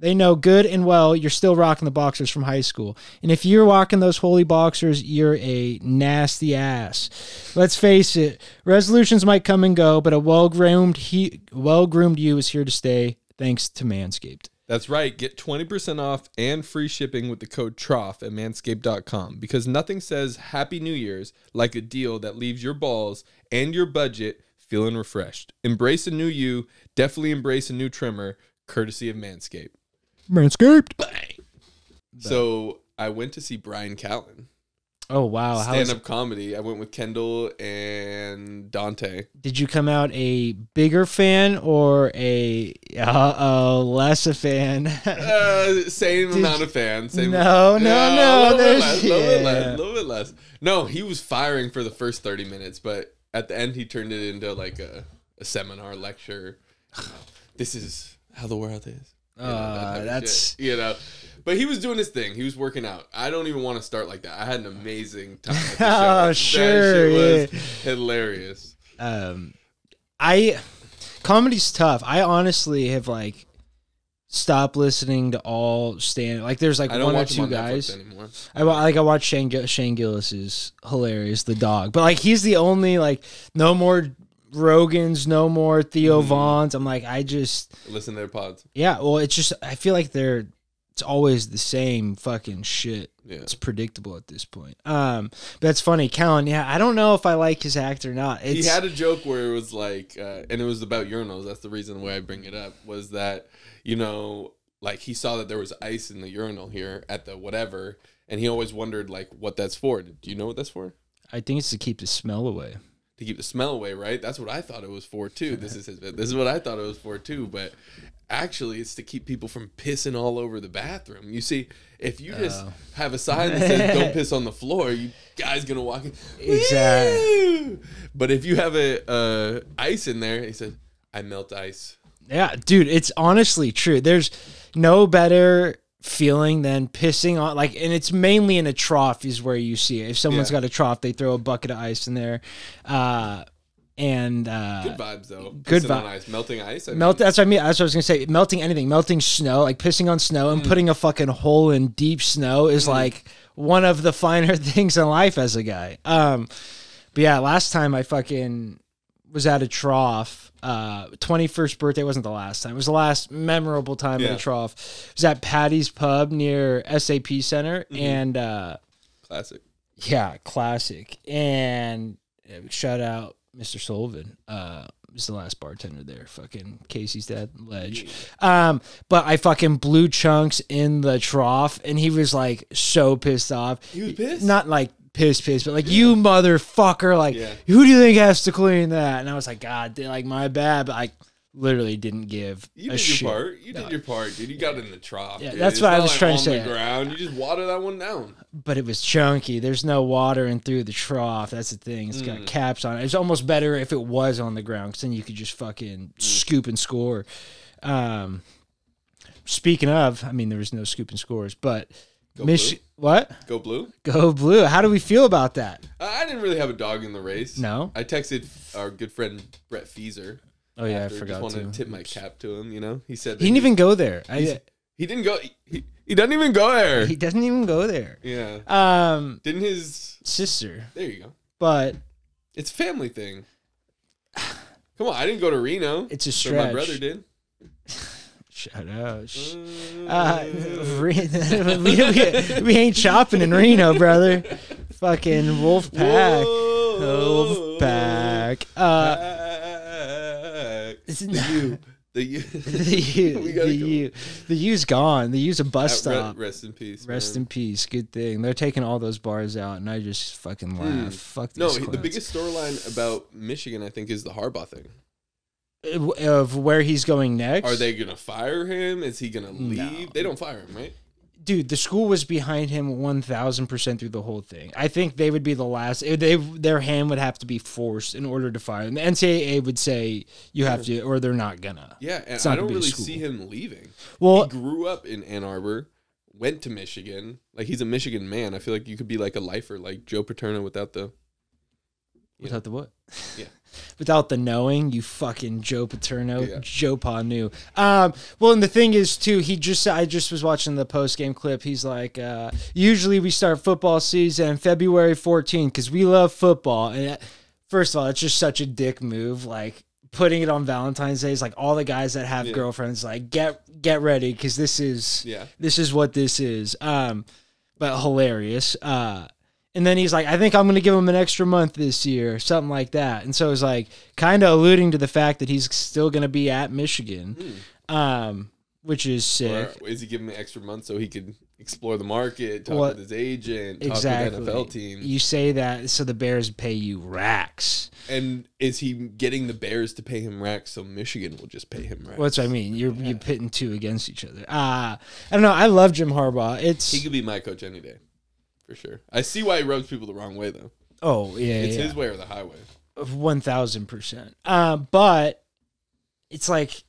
Speaker 6: they know good and well you're still rocking the boxers from high school. And if you're rocking those holy boxers, you're a nasty ass. Let's face it, resolutions might come and go, but a well-groomed he- well-groomed you is here to stay thanks to Manscaped.
Speaker 4: That's right. Get 20% off and free shipping with the code TROF at manscaped.com because nothing says Happy New Year's like a deal that leaves your balls and your budget feeling refreshed. Embrace a new you, definitely embrace a new trimmer, courtesy of Manscaped.
Speaker 6: Manscaped.
Speaker 4: So I went to see Brian Callen,
Speaker 6: Oh wow, how
Speaker 4: stand
Speaker 6: is,
Speaker 4: up comedy. I went with Kendall and
Speaker 6: [LAUGHS]
Speaker 4: Dante.
Speaker 6: did you come out a bigger fan or a uh-oh, less a fan?
Speaker 4: Uh, same
Speaker 6: Did
Speaker 4: amount
Speaker 6: you-
Speaker 4: of fans. [LAUGHS] Same
Speaker 6: Oh, No, no, no,
Speaker 4: A little bit
Speaker 6: there's-
Speaker 4: less. A little bit
Speaker 6: yeah.
Speaker 4: less. little bit less. No, he was firing for the first thirty minutes, but at the end he turned it into like a, a seminar lecture. [SIGHS] this is how the world is. You know, that
Speaker 6: Uh,
Speaker 4: type of
Speaker 6: that's-
Speaker 4: shit, you know. But he was doing his thing. He was working out. I don't even want to start like that. I had an amazing time.
Speaker 6: [LAUGHS]
Speaker 4: At the show.
Speaker 6: Oh,
Speaker 4: That
Speaker 6: sure,
Speaker 4: shit was hilarious.
Speaker 6: um i comedy's tough i honestly have like stopped listening to all stand like there's like
Speaker 4: I don't
Speaker 6: one or
Speaker 4: watch him
Speaker 6: two
Speaker 4: on Netflix
Speaker 6: guys
Speaker 4: anymore.
Speaker 6: i wa- like i watched shane, Gil- shane gillis is hilarious the dog but like he's the only like no more rogan's no more theo
Speaker 4: Mm-hmm.
Speaker 6: vaughn's i'm like i just
Speaker 4: Listen to their pods.
Speaker 6: yeah well it's just i feel like they're it's always the same fucking shit
Speaker 4: Yeah.
Speaker 6: it's predictable at this point um but that's funny callan yeah i don't know if i like his act or not it's
Speaker 4: he had a joke where it was like, uh, and it was about urinals. That's the reason why I bring it up was that, you know, like he saw that there was ice in the urinal here at the whatever, and he always wondered like what that's for. Do you know what that's for?
Speaker 6: i think it's to keep the smell away
Speaker 4: To keep the smell away, right? That's what I thought it was for too. This is his, this is what I thought it was for too, but actually it's to keep people from pissing all over the bathroom. You see, if you
Speaker 6: Oh.
Speaker 4: just have a sign that says
Speaker 6: [LAUGHS]
Speaker 4: "Don't piss on the floor," you guys gonna walk in.
Speaker 6: Exactly.
Speaker 4: Woo! But if you have a uh, ice in there, he said, "I melt ice."
Speaker 6: Yeah, dude, it's honestly true. There's no better feeling than pissing on like and it's mainly in a trough is where you see it. If someone's
Speaker 4: Yeah.
Speaker 6: got a trough, they throw a bucket of ice in there. Uh and uh
Speaker 4: Good vibes though.
Speaker 6: good
Speaker 4: Pissing on
Speaker 6: vi-
Speaker 4: ice, melting ice. I
Speaker 6: Melt.
Speaker 4: mean,
Speaker 6: That's what I mean. That's what I was gonna say. Melting anything, melting snow, like pissing on snow
Speaker 4: Mm.
Speaker 6: and putting a fucking hole in deep snow is like one of the finer [LAUGHS] things in life as a guy. Um, but yeah, last time I fucking was at a trough. Uh, 21st birthday wasn't the last time. It was the last memorable time at
Speaker 4: Yeah.
Speaker 6: a trough.
Speaker 4: Mm-hmm.
Speaker 6: It was at Patty's Pub near SAP Center, and uh,
Speaker 4: classic.
Speaker 6: Yeah, classic. And uh, shout out Mr. Sullivan. Uh was the last bartender there. Fucking Casey's dad, Ledge. Um, but I fucking blew chunks in the trough and he was like so pissed off. He
Speaker 4: was pissed?
Speaker 6: Not like pissed pissed, but like you motherfucker, like
Speaker 4: Yeah.
Speaker 6: who do you think has to clean that? And I was like, God damn, like my bad, but I literally didn't give
Speaker 4: You
Speaker 6: a
Speaker 4: did
Speaker 6: shit.
Speaker 4: your part. You did your part, dude. You got in the trough.
Speaker 6: Yeah,
Speaker 4: dude.
Speaker 6: that's
Speaker 4: It's
Speaker 6: what I
Speaker 4: not,
Speaker 6: was
Speaker 4: like,
Speaker 6: trying to
Speaker 4: on
Speaker 6: say.
Speaker 4: the ground, you just water that one down.
Speaker 6: but it was chunky. There's no water in through the trough. That's the thing. It's
Speaker 4: Mm.
Speaker 6: got caps on it. It's almost better if it was on the ground because then you could just fucking
Speaker 4: Mm.
Speaker 6: scoop and score. Um, speaking of, I mean, there was no scoop and scores, but Mich-
Speaker 4: blue.
Speaker 6: what?
Speaker 4: Go blue.
Speaker 6: Go blue. How do we feel about that?
Speaker 4: I I didn't really have a dog in the race.
Speaker 6: No?
Speaker 4: I texted our good friend Brett Feezer.
Speaker 6: Oh yeah, I
Speaker 4: after. Just
Speaker 6: forgot
Speaker 4: wanted
Speaker 6: to.
Speaker 4: to tip my cap to him. You know, he said that
Speaker 6: He didn't even go there. I,
Speaker 4: He didn't go. He, he doesn't even go there.
Speaker 6: he doesn't even go there.
Speaker 4: yeah.
Speaker 6: Um,
Speaker 4: Didn't his?
Speaker 6: sister,
Speaker 4: There you go.
Speaker 6: but
Speaker 4: It's a family thing. Come on, I didn't go to Reno.
Speaker 6: It's a
Speaker 4: but My
Speaker 6: stretch.
Speaker 4: brother did.
Speaker 6: shout out. Sh- Uh, [LAUGHS] Re- we, we, we ain't shopping in Reno, brother. Fucking Wolfpack.
Speaker 4: Whoa.
Speaker 6: Wolfpack. Uh, [LAUGHS]
Speaker 4: Back.
Speaker 6: it's
Speaker 4: The U. The U.
Speaker 6: [LAUGHS] the U.
Speaker 4: [LAUGHS] We gotta
Speaker 6: The
Speaker 4: go.
Speaker 6: U. The U's gone. The U's a
Speaker 4: Uh,
Speaker 6: bus
Speaker 4: re-
Speaker 6: stop.
Speaker 4: Rest in peace.
Speaker 6: Rest
Speaker 4: man.
Speaker 6: in peace. Good thing. They're taking all those bars out, and I just fucking laugh. Fuck these
Speaker 4: Hmm. No, he-
Speaker 6: clowns.
Speaker 4: the biggest storyline about Michigan, I think, is the Harbaugh thing.
Speaker 6: Uh, Of where he's going next.
Speaker 4: Are they gonna fire him? Is he gonna leave? They don't fire him, right?
Speaker 6: dude, the school was behind him one thousand percent through the whole thing. I think they would be the last. eh, They their hand would have to be forced in order to fire him. The NCAA would say you have to, or they're not gonna.
Speaker 4: Yeah, and
Speaker 6: not
Speaker 4: I
Speaker 6: gonna
Speaker 4: don't
Speaker 6: be a
Speaker 4: really
Speaker 6: school.
Speaker 4: see him leaving.
Speaker 6: Well,
Speaker 4: he grew up in Ann Arbor, went to Michigan. Like he's a Michigan man. I feel like you could be like a lifer, like Joe Paterno, without the.
Speaker 6: without the what?
Speaker 4: Yeah.
Speaker 6: [LAUGHS] without the knowing, you fucking Joe Paterno,
Speaker 4: Yeah.
Speaker 6: Joe Pa knew. Um, well, and the thing is too, he just I just was watching the post game clip. He's like, uh, usually we start football season February 14 because we love football. And that- first of all, it's just such a dick move, like. Putting it on Valentine's Day is like all the guys that have girlfriends like get get ready because this is
Speaker 4: Yeah.
Speaker 6: this is what this is. Um, but hilarious. Uh, and then he's like, I think I'm going to give him an extra month this year, something like that. And so it's like kind of alluding to the fact that he's still going to be at Michigan,
Speaker 4: Hmm.
Speaker 6: um, which is sick.
Speaker 4: Or is he giving him extra months so he could explore the market, talk
Speaker 6: Well,
Speaker 4: with his agent, talk
Speaker 6: exactly.
Speaker 4: with the NFL team?
Speaker 6: You say that so the Bears pay you racks.
Speaker 4: and is he getting the Bears to pay him racks so Michigan will just pay him racks?
Speaker 6: What's I mean? You're you're pitting two against each other. Uh, I don't know. I love Jim Harbaugh. It's
Speaker 4: he could be my coach any day, for sure. I see why he rubs people the wrong way though.
Speaker 6: oh yeah,
Speaker 4: It's
Speaker 6: yeah.
Speaker 4: his way or the highway.
Speaker 6: one thousand percent. Uh, But it's like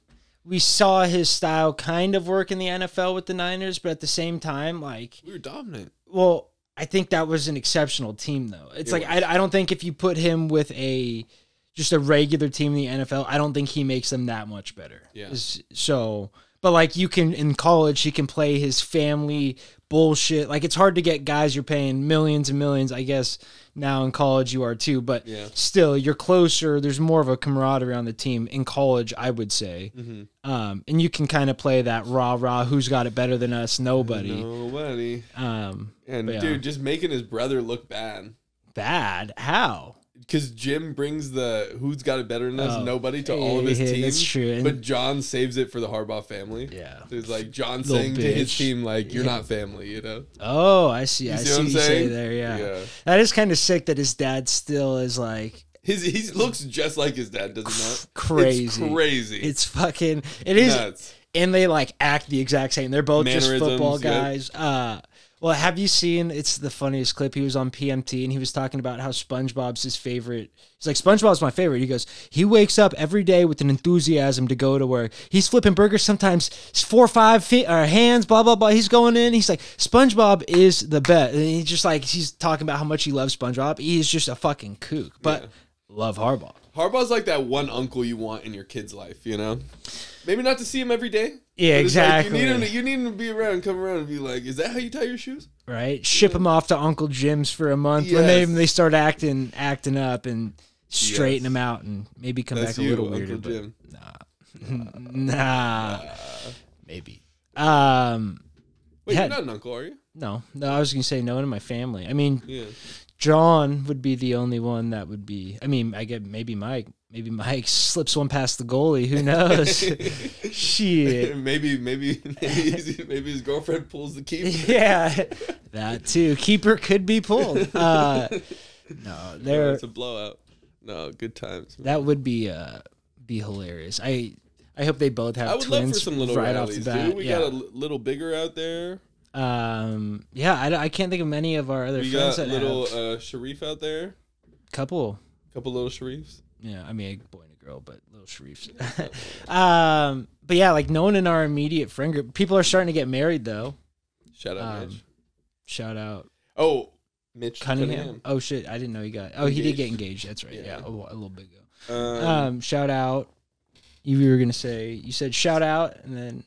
Speaker 6: we saw his style kind of work in the NFL with the Niners, but at the same time, like,
Speaker 4: We were dominant.
Speaker 6: well, I think that was an exceptional team, though. It's like I, I don't think if you put him with a just a regular team in the NFL, I don't think he makes them that much better.
Speaker 4: Yeah.
Speaker 6: Is- So, but like you can in college, he can play his family bullshit. Like it's hard to get guys you're paying millions and millions. I guess now in college you are too, but
Speaker 4: Yeah.
Speaker 6: still you're closer. There's more of a camaraderie on the team in college, I would say.
Speaker 4: Mm-hmm.
Speaker 6: Um, and you can kind of play that rah rah. Who's got it better than us? Nobody.
Speaker 4: Nobody.
Speaker 6: Um,
Speaker 4: And
Speaker 6: Yeah.
Speaker 4: dude, just making his brother look bad.
Speaker 6: bad. How?
Speaker 4: because Jim brings the who's got it better than us
Speaker 6: Oh,
Speaker 4: nobody to all of his
Speaker 6: yeah,
Speaker 4: team.
Speaker 6: that's true, and-
Speaker 4: But John saves it for the Harbaugh family.
Speaker 6: Yeah.
Speaker 4: So it's like John
Speaker 6: Little
Speaker 4: saying to his
Speaker 6: bitch.
Speaker 4: team like you're not family, you know.
Speaker 6: Oh, I see. I
Speaker 4: see
Speaker 6: see
Speaker 4: what
Speaker 6: what
Speaker 4: I'm
Speaker 6: you say
Speaker 4: saying?
Speaker 6: there. Yeah.
Speaker 4: Yeah.
Speaker 6: That is kind of sick that his dad still is like
Speaker 4: His he looks just like his dad, does he not?
Speaker 6: crazy.
Speaker 4: It's crazy.
Speaker 6: It's fucking it is
Speaker 4: Nuts.
Speaker 6: and they like act the exact same. They're both just
Speaker 4: Mannerisms, yep.
Speaker 6: football guys. Uh well, have you seen? It's the funniest clip. He was on PMT and he was talking about how SpongeBob's his favorite. He's like, SpongeBob's my favorite. He goes, he wakes up every day with an enthusiasm to go to work. He's flipping burgers sometimes it's four or five feet or hands, blah blah blah. He's going in. He's like, SpongeBob is the best. And he's just like, he's talking about how much he loves SpongeBob. He's just a fucking kook, but love Harbaugh.
Speaker 4: Harbaugh's like that one uncle you want in your kid's life, you know. Maybe not to see him every day.
Speaker 6: Yeah,
Speaker 4: but it's like,
Speaker 6: exactly.
Speaker 4: you need him. To, you need him to be around, come around, and be like, "Is that how you tie your shoes?"
Speaker 6: right? Ship them off to Uncle Jim's for a month, and then
Speaker 4: Yes.
Speaker 6: they start acting acting up and
Speaker 4: Yes.
Speaker 6: straighten them out, and maybe come
Speaker 4: That's
Speaker 6: back a
Speaker 4: you,
Speaker 6: little
Speaker 4: Uncle
Speaker 6: weirder. but
Speaker 4: Jim.
Speaker 6: nah, maybe. Um,
Speaker 4: Wait,
Speaker 6: Yeah.
Speaker 4: you're not an uncle, are you?
Speaker 6: No, no, I was gonna say no one in my family. I mean,
Speaker 4: Yeah.
Speaker 6: John would be the only one that would be. I mean, I get maybe Mike. Maybe Mike [LAUGHS] slips one past the goalie.
Speaker 4: [LAUGHS]
Speaker 6: Who knows? Shit.
Speaker 4: maybe, maybe, [LAUGHS] maybe, he's- maybe his girlfriend pulls the keeper.
Speaker 6: Yeah, that too. Keeper could be pulled. Uh, no,
Speaker 4: Oh,
Speaker 6: there.
Speaker 4: it's a blowout. No, good times. man.
Speaker 6: That would be uh, be hilarious. I I hope they both have
Speaker 4: I would
Speaker 6: uh, twins
Speaker 4: love for some little
Speaker 6: right
Speaker 4: rallies,
Speaker 6: off the bat.
Speaker 4: dude. We
Speaker 6: yeah.
Speaker 4: got a l- little bigger out there.
Speaker 6: um, yeah, I, I can't think of many of our other
Speaker 4: We
Speaker 6: friends
Speaker 4: got
Speaker 6: that
Speaker 4: little
Speaker 6: have
Speaker 4: uh, Sharif out there.
Speaker 6: couple.
Speaker 4: couple little Sharifs.
Speaker 6: Yeah, I mean, a boy and a girl, but
Speaker 4: [LAUGHS]
Speaker 6: little Sharifs. [LAUGHS] um, but yeah, like no one in our immediate friend group. People are starting to get married though.
Speaker 4: Shout out
Speaker 6: Um,
Speaker 4: Mitch.
Speaker 6: Shout out
Speaker 4: Oh, Mitch
Speaker 6: Cunningham.
Speaker 4: Cunningham.
Speaker 6: Oh shit, I didn't know he got. Oh, he did get engaged. That's right.
Speaker 4: Yeah.
Speaker 6: Yeah, a, wh- a little bit ago.
Speaker 4: Um,
Speaker 6: Um, shout out. You were gonna say you said shout out, and then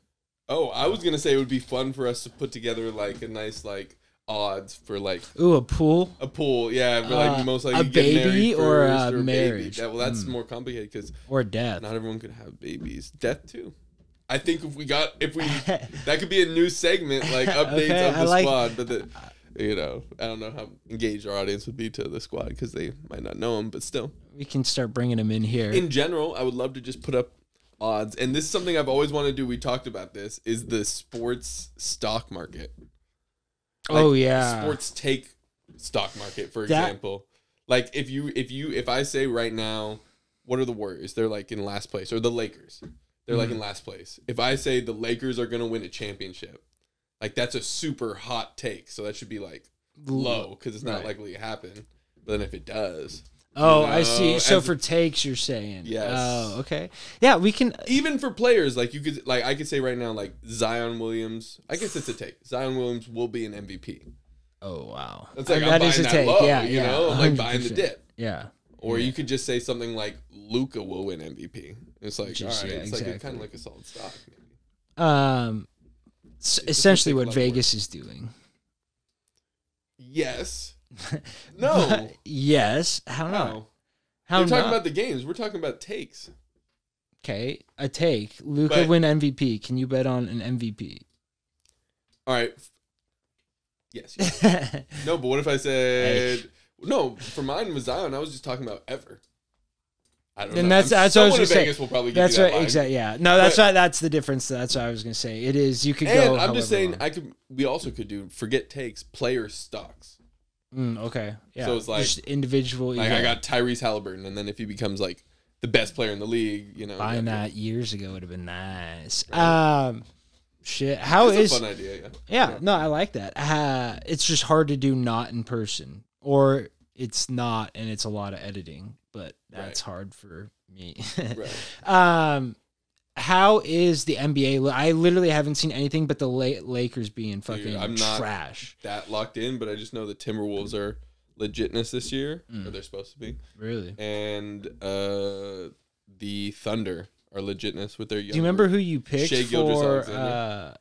Speaker 4: oh, I was gonna say it would be fun for us to put together like a nice like odds for like
Speaker 6: ooh a pool.
Speaker 4: a pool. Yeah, for like
Speaker 6: Uh,
Speaker 4: most
Speaker 6: a
Speaker 4: likely get
Speaker 6: baby
Speaker 4: married
Speaker 6: or a
Speaker 4: first, or
Speaker 6: marriage? Hmm.
Speaker 4: Baby. That, well, that's more complicated because
Speaker 6: or death.
Speaker 4: not everyone could have babies. Death too. I think if we got if
Speaker 6: [LAUGHS]
Speaker 4: we that could be a new segment like updates
Speaker 6: Okay,
Speaker 4: of
Speaker 6: I
Speaker 4: the
Speaker 6: like-
Speaker 4: squad, but
Speaker 6: [LAUGHS]
Speaker 4: the. You know, I don't know how engaged our audience would be to the squad because they might not know him, but still.
Speaker 6: We can start bringing him in here.
Speaker 4: in general, I would love to just put up odds. And this is something I've always wanted to do. We talked about this is the sports stock market. Like,
Speaker 6: oh yeah,
Speaker 4: Sports take stock market, for
Speaker 6: That-
Speaker 4: example. Like if you if you if I say right now, what are the Warriors? They're like in last place or the Lakers. They're like
Speaker 6: Mm-hmm.
Speaker 4: in last place. If I say the Lakers are going to win a championship, like that's a super hot take. So that should be like low cuz it's not
Speaker 6: Right.
Speaker 4: likely to happen. But then if it does,
Speaker 6: Oh, I see.
Speaker 4: No,
Speaker 6: So
Speaker 4: as-
Speaker 6: for takes, you're saying.
Speaker 4: Yes.
Speaker 6: Oh, okay. Yeah, we can.
Speaker 4: even for players, like you could, like I could say right now, like Zion Williams. I guess it's a take. Zion Williams will be an MVP.
Speaker 6: Oh, wow.
Speaker 4: That's like
Speaker 6: Uh,
Speaker 4: I'm buying that low, you know, I'm, like
Speaker 6: 100%.
Speaker 4: buying the dip.
Speaker 6: Yeah.
Speaker 4: Or you could just say something like Luca will win MVP. It's like
Speaker 6: Just-
Speaker 4: all right,
Speaker 6: yeah,
Speaker 4: it's like
Speaker 6: exactly.
Speaker 4: kind of like a solid stock. Maybe.
Speaker 6: Um, s essentially,
Speaker 4: take a
Speaker 6: what
Speaker 4: lot of work.
Speaker 6: Vegas is doing. [LAUGHS]
Speaker 4: Yes. No.
Speaker 6: yes. How not?
Speaker 4: No.
Speaker 6: How
Speaker 4: We're
Speaker 6: not?
Speaker 4: talking about the games. We're talking about takes.
Speaker 6: okay, a take. Luca
Speaker 4: But-
Speaker 6: win MVP. Can you bet on an [LAUGHS] MVP?
Speaker 4: All right. Yes. yes.
Speaker 6: [LAUGHS]
Speaker 4: No, but what if I said no? For mine was Zion. I was just talking about ever. I don't
Speaker 6: Then
Speaker 4: know.
Speaker 6: that's-
Speaker 4: I'm-
Speaker 6: that's what I
Speaker 4: someone
Speaker 6: was
Speaker 4: in
Speaker 6: gonna say.
Speaker 4: Vegas will probably give you
Speaker 6: That's
Speaker 4: that
Speaker 6: right.
Speaker 4: line.
Speaker 6: Exactly. Yeah. No, that's
Speaker 4: But-
Speaker 6: right. That's the difference. That's what I was gonna say. It is. You could go.
Speaker 4: And I'm just
Speaker 6: however
Speaker 4: saying,
Speaker 6: long.
Speaker 4: I could. We also could do forget takes player stocks.
Speaker 6: Mm, okay. Yeah.
Speaker 4: So it's like-
Speaker 6: Just individual.
Speaker 4: Like
Speaker 6: yeah.
Speaker 4: I got Tyrese Halliburton, and then if he becomes like the best player in the league, you know,
Speaker 6: buying
Speaker 4: Oh, yeah.
Speaker 6: that years ago would have been nice. Um, shit. How
Speaker 4: That's
Speaker 6: Oh, is?
Speaker 4: a fun idea. Yeah.
Speaker 6: yeah, no, I like that. Uh, it's just hard to do not in person, or it's not, and it's a lot of editing. But that's hard for me.
Speaker 4: Right.
Speaker 6: [LAUGHS] um, how is the NBA? li- I literally haven't seen anything but the La- Lakers being fucking
Speaker 4: I'm not-
Speaker 6: trash.
Speaker 4: That locked in, but I just know the Timberwolves are legitness this year,
Speaker 6: Mm.
Speaker 4: or they're supposed to be,
Speaker 6: Really.
Speaker 4: and uh, the Thunder are legitness with their.
Speaker 6: Do you remember who you picked
Speaker 4: Shea
Speaker 6: for
Speaker 4: Gilgeous-Alexander.
Speaker 6: uh,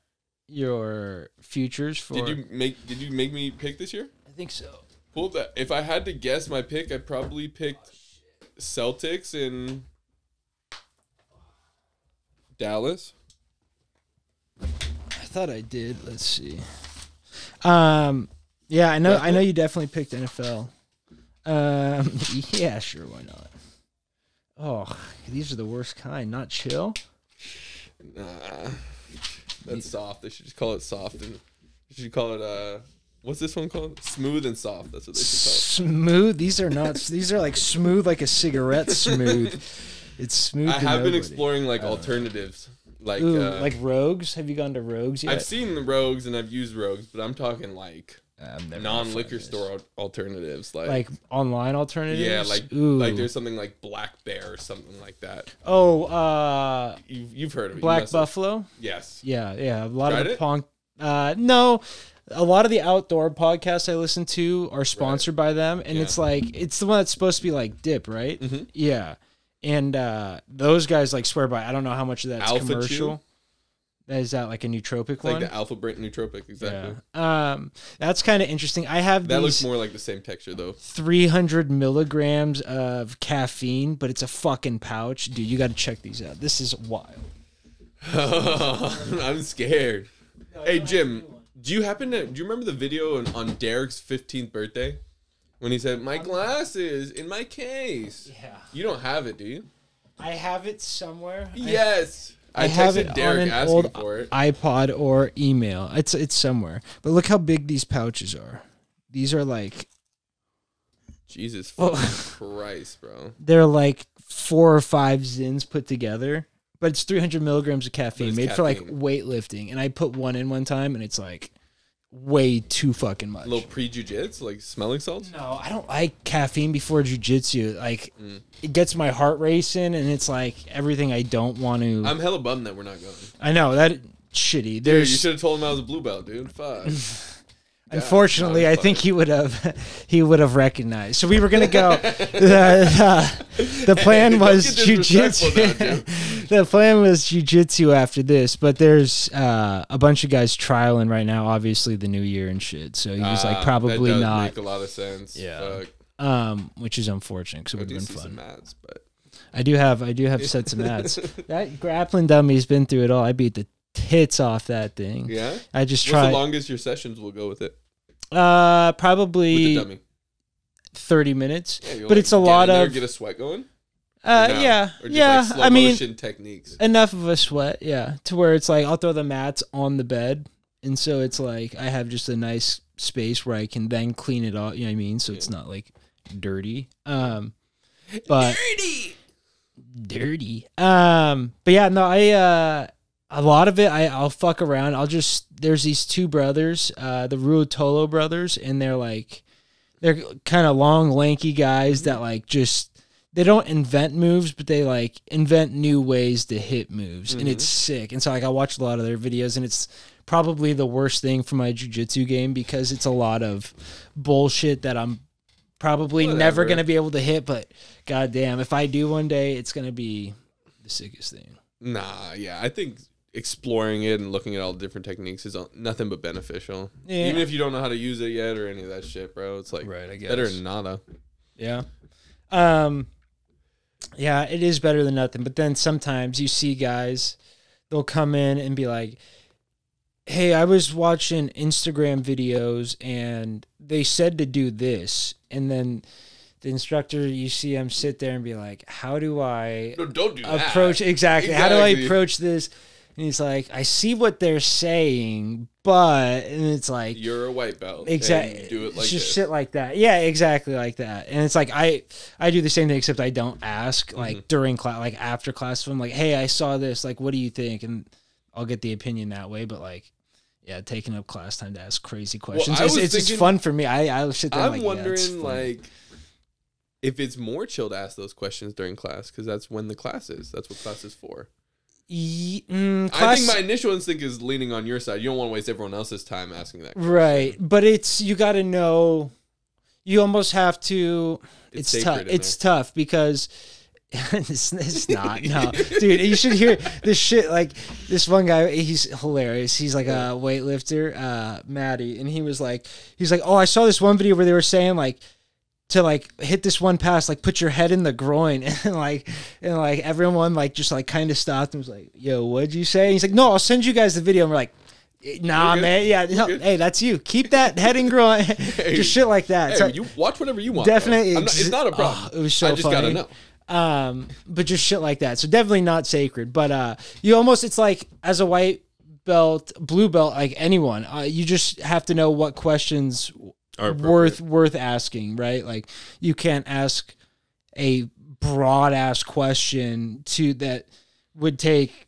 Speaker 6: your futures? For
Speaker 4: Did you make? Did you make me pick this year?
Speaker 6: I think so.
Speaker 4: Pull that. If I had to guess my pick, I probably picked Celtics in Dallas.
Speaker 6: I thought I did. Let's see. Um, yeah, I know. I know you definitely picked NFL. Um, [LAUGHS] yeah, sure. Why not? Oh, these are the worst kind. Not chill.
Speaker 4: Nah,
Speaker 6: Uh,
Speaker 4: that's soft. They should just call it soft and they should call it uh, what's this one called? Smooth and soft. That's what they should call it.
Speaker 6: Smooth. These are
Speaker 4: [LAUGHS]
Speaker 6: not. These are like smooth, like a cigarette. Smooth. It's smooth.
Speaker 4: I
Speaker 6: to
Speaker 4: have been
Speaker 6: nobody.
Speaker 4: exploring like alternatives, like
Speaker 6: Ooh,
Speaker 4: uh,
Speaker 6: like rogues. Have you gone to rogues yet?
Speaker 4: I've seen the Rogues and I've used Rogues, but I'm talking like
Speaker 6: I'm never gonna
Speaker 4: non-liquor
Speaker 6: find this.
Speaker 4: store al- alternatives, like.
Speaker 6: Like online alternatives.
Speaker 4: yeah, like
Speaker 6: Ooh.
Speaker 4: like there's something like Black Bear or something like that.
Speaker 6: oh uh,
Speaker 4: You've, you've heard of it. You
Speaker 6: black
Speaker 4: must have.
Speaker 6: buffalo.
Speaker 4: Yes.
Speaker 6: Yeah, yeah. A lot
Speaker 4: Tried
Speaker 6: of the
Speaker 4: it?
Speaker 6: punk. Uh, no, a lot of the outdoor podcasts I listen to are sponsored by them, and it's like it's the one that's supposed to be like dip, right?
Speaker 4: Mm-hmm.
Speaker 6: Yeah, and uh, those guys like swear by. I don't know how much of that's
Speaker 4: Alpha Chew?
Speaker 6: commercial. That Is that like a nootropic
Speaker 4: Like
Speaker 6: one?
Speaker 4: the alpha brent nootropic, exactly.
Speaker 6: yeah. Um, that's kind of interesting. I have
Speaker 4: That looks
Speaker 6: these
Speaker 4: more like the same texture though.
Speaker 6: 300 milligrams of caffeine, but it's a fucking pouch, dude. You got to check these out.
Speaker 4: [LAUGHS]
Speaker 6: This is wild.
Speaker 4: I'm scared. hey Jim, Do you happen to do you remember the video on, on Derek's fifteenth birthday when he said, "My glasses in my case"?
Speaker 6: Yeah.
Speaker 4: You don't have it, do you?
Speaker 6: I have it somewhere.
Speaker 4: yes. I,
Speaker 6: I
Speaker 4: texted
Speaker 6: have it
Speaker 4: Derek
Speaker 6: on an
Speaker 4: asking
Speaker 6: old
Speaker 4: for it.
Speaker 6: iPod or email. It's it's somewhere. But look how big these pouches are. These are like
Speaker 4: Jesus
Speaker 6: [LAUGHS] Well-
Speaker 4: fucking Christ, bro.
Speaker 6: they're like four or five zins put together. But it's 300 milligrams of
Speaker 4: But
Speaker 6: caffeine,
Speaker 4: it's
Speaker 6: made for like
Speaker 4: caffeine.
Speaker 6: weightlifting. And I put one in one time, and it's like way too fucking much.
Speaker 4: little pre jujits, like smelling salts.
Speaker 6: No, I don't like caffeine before jujitsu. Like,
Speaker 4: Mm.
Speaker 6: it gets my heart racing, and it's like everything I don't want to. i
Speaker 4: I'm hella bummed that we're not going.
Speaker 6: know that shitty.
Speaker 4: Dude, you
Speaker 6: There's
Speaker 4: should have told him I was a blue belt, dude.
Speaker 6: [LAUGHS]
Speaker 4: Fuck.
Speaker 6: unfortunately,
Speaker 4: God,
Speaker 6: I
Speaker 4: fuck.
Speaker 6: think he would have [LAUGHS] he would have recognized. So we were gonna
Speaker 4: [LAUGHS]
Speaker 6: go. the, the, the plan
Speaker 4: Don't
Speaker 6: was
Speaker 4: get disrespectful now,
Speaker 6: jujitsu. [LAUGHS] the plan was jujitsu after this, but there's uh, a bunch of guys trialing right now. Obviously, the new year and shit. So he was
Speaker 4: Ah,
Speaker 6: like probably
Speaker 4: that does
Speaker 6: not,
Speaker 4: Make a lot of sense.
Speaker 6: Yeah.
Speaker 4: Fuck.
Speaker 6: um, which is unfortunate because it
Speaker 4: I
Speaker 6: would
Speaker 4: do
Speaker 6: have
Speaker 4: see
Speaker 6: been fun.
Speaker 4: some ads, but
Speaker 6: I do have I do
Speaker 4: [LAUGHS]
Speaker 6: have sets of mats. that grappling dummy's been through it all. I beat the tits off that thing.
Speaker 4: yeah. What's
Speaker 6: I just
Speaker 4: the
Speaker 6: tried
Speaker 4: longest your sessions will go with it? With
Speaker 6: uh
Speaker 4: the
Speaker 6: probably
Speaker 4: dummy.
Speaker 6: thirty minutes.
Speaker 4: Yeah, you'll,
Speaker 6: but
Speaker 4: like,
Speaker 6: it's a
Speaker 4: get in
Speaker 6: lot
Speaker 4: there,
Speaker 6: of
Speaker 4: get a sweat going.
Speaker 6: uh
Speaker 4: No.
Speaker 6: yeah.
Speaker 4: Or just
Speaker 6: Yeah.
Speaker 4: like slow
Speaker 6: I mean
Speaker 4: motion techniques.
Speaker 6: enough of a sweat, yeah. To where it's like I'll throw the mats on the bed and so it's like I have just a nice space where I can then clean it off, you know what I mean? So it's not like dirty. Um but dirty. Um, but yeah, no, I uh a lot of it I, I'll fuck around. I'll just there's these two brothers, uh the Ruotolo brothers, and they're like they're kind of long, lanky guys that like just they don't invent moves, but they like invent new ways to hit moves, and it's sick. And so like I watched a lot of their videos, and it's probably the worst thing for my jujitsu game because it's a lot of bullshit that I'm probably never
Speaker 4: Whatever.
Speaker 6: gonna be able to hit. But goddamn, if I do one day, it's gonna be the sickest thing.
Speaker 4: Nah, yeah. I think exploring it and looking at all different techniques is all, nothing but beneficial.
Speaker 6: Yeah.
Speaker 4: Even if you don't know how to use it yet or any of that shit, bro. It's like
Speaker 6: Right, I guess.
Speaker 4: better than nada.
Speaker 6: Yeah. Um yeah, it is better than nothing. But then sometimes you see guys, they'll come in and be like, Hey, I was watching Instagram videos and they said to do this. And then the instructor, you see him sit there and be like, How do I
Speaker 4: No, don't do that.
Speaker 6: approach exactly. How do I
Speaker 4: Exactly.
Speaker 6: approach this? And he's like, I see what they're saying, but and it's like
Speaker 4: You're a white belt.
Speaker 6: exactly
Speaker 4: and Do it like
Speaker 6: just
Speaker 4: this.
Speaker 6: shit like that yeah exactly like that and it's like i i do the same thing except i don't ask
Speaker 4: Mm-hmm.
Speaker 6: like during class like after class if i'm like hey i saw this like what do you think and i'll get the opinion that way but like yeah taking up class time to ask crazy questions
Speaker 4: I
Speaker 6: it's,
Speaker 4: was
Speaker 6: it's just
Speaker 4: thinking-
Speaker 6: fun for me i i sit there
Speaker 4: I'm
Speaker 6: like, yeah, it's
Speaker 4: wondering
Speaker 6: fun.
Speaker 4: like if it's more chill to ask those questions during class because that's when the class is. That's what class is for.
Speaker 6: Ye- mm,
Speaker 4: I
Speaker 6: class
Speaker 4: think my initial instinct is leaning on your side. You don't want to waste everyone else's time asking that.
Speaker 6: right but it's you got to know you almost have to
Speaker 4: It's
Speaker 6: it's, tough
Speaker 4: sacred in
Speaker 6: it's tough because [LAUGHS]
Speaker 4: [LAUGHS]
Speaker 6: it's, it's not no dude you should hear this shit like this one guy he's hilarious he's like a weightlifter uh maddie and he was like he's like oh i saw this one video where they were saying like to like hit this one pass like put your head in the groin [LAUGHS] and like and like everyone like just like kind of stopped and was like yo what'd you say and he's like no i'll send you guys the video and we're like eh, nah
Speaker 4: You're good.
Speaker 6: man yeah no,
Speaker 4: good.
Speaker 6: hey that's you keep that head in groin [LAUGHS] just shit like that
Speaker 4: Hey,
Speaker 6: So-
Speaker 4: you watch whatever you want. bro.
Speaker 6: definitely
Speaker 4: I'm not- it's
Speaker 6: exi-
Speaker 4: not a problem.
Speaker 6: Oh, it was so
Speaker 4: I just gotta
Speaker 6: funny.
Speaker 4: know.
Speaker 6: um but just shit like that so definitely not sacred but uh you almost it's like as a white belt blue belt like anyone uh, you just have to know what questions worth worth asking right like you can't ask a broad ass question to that would take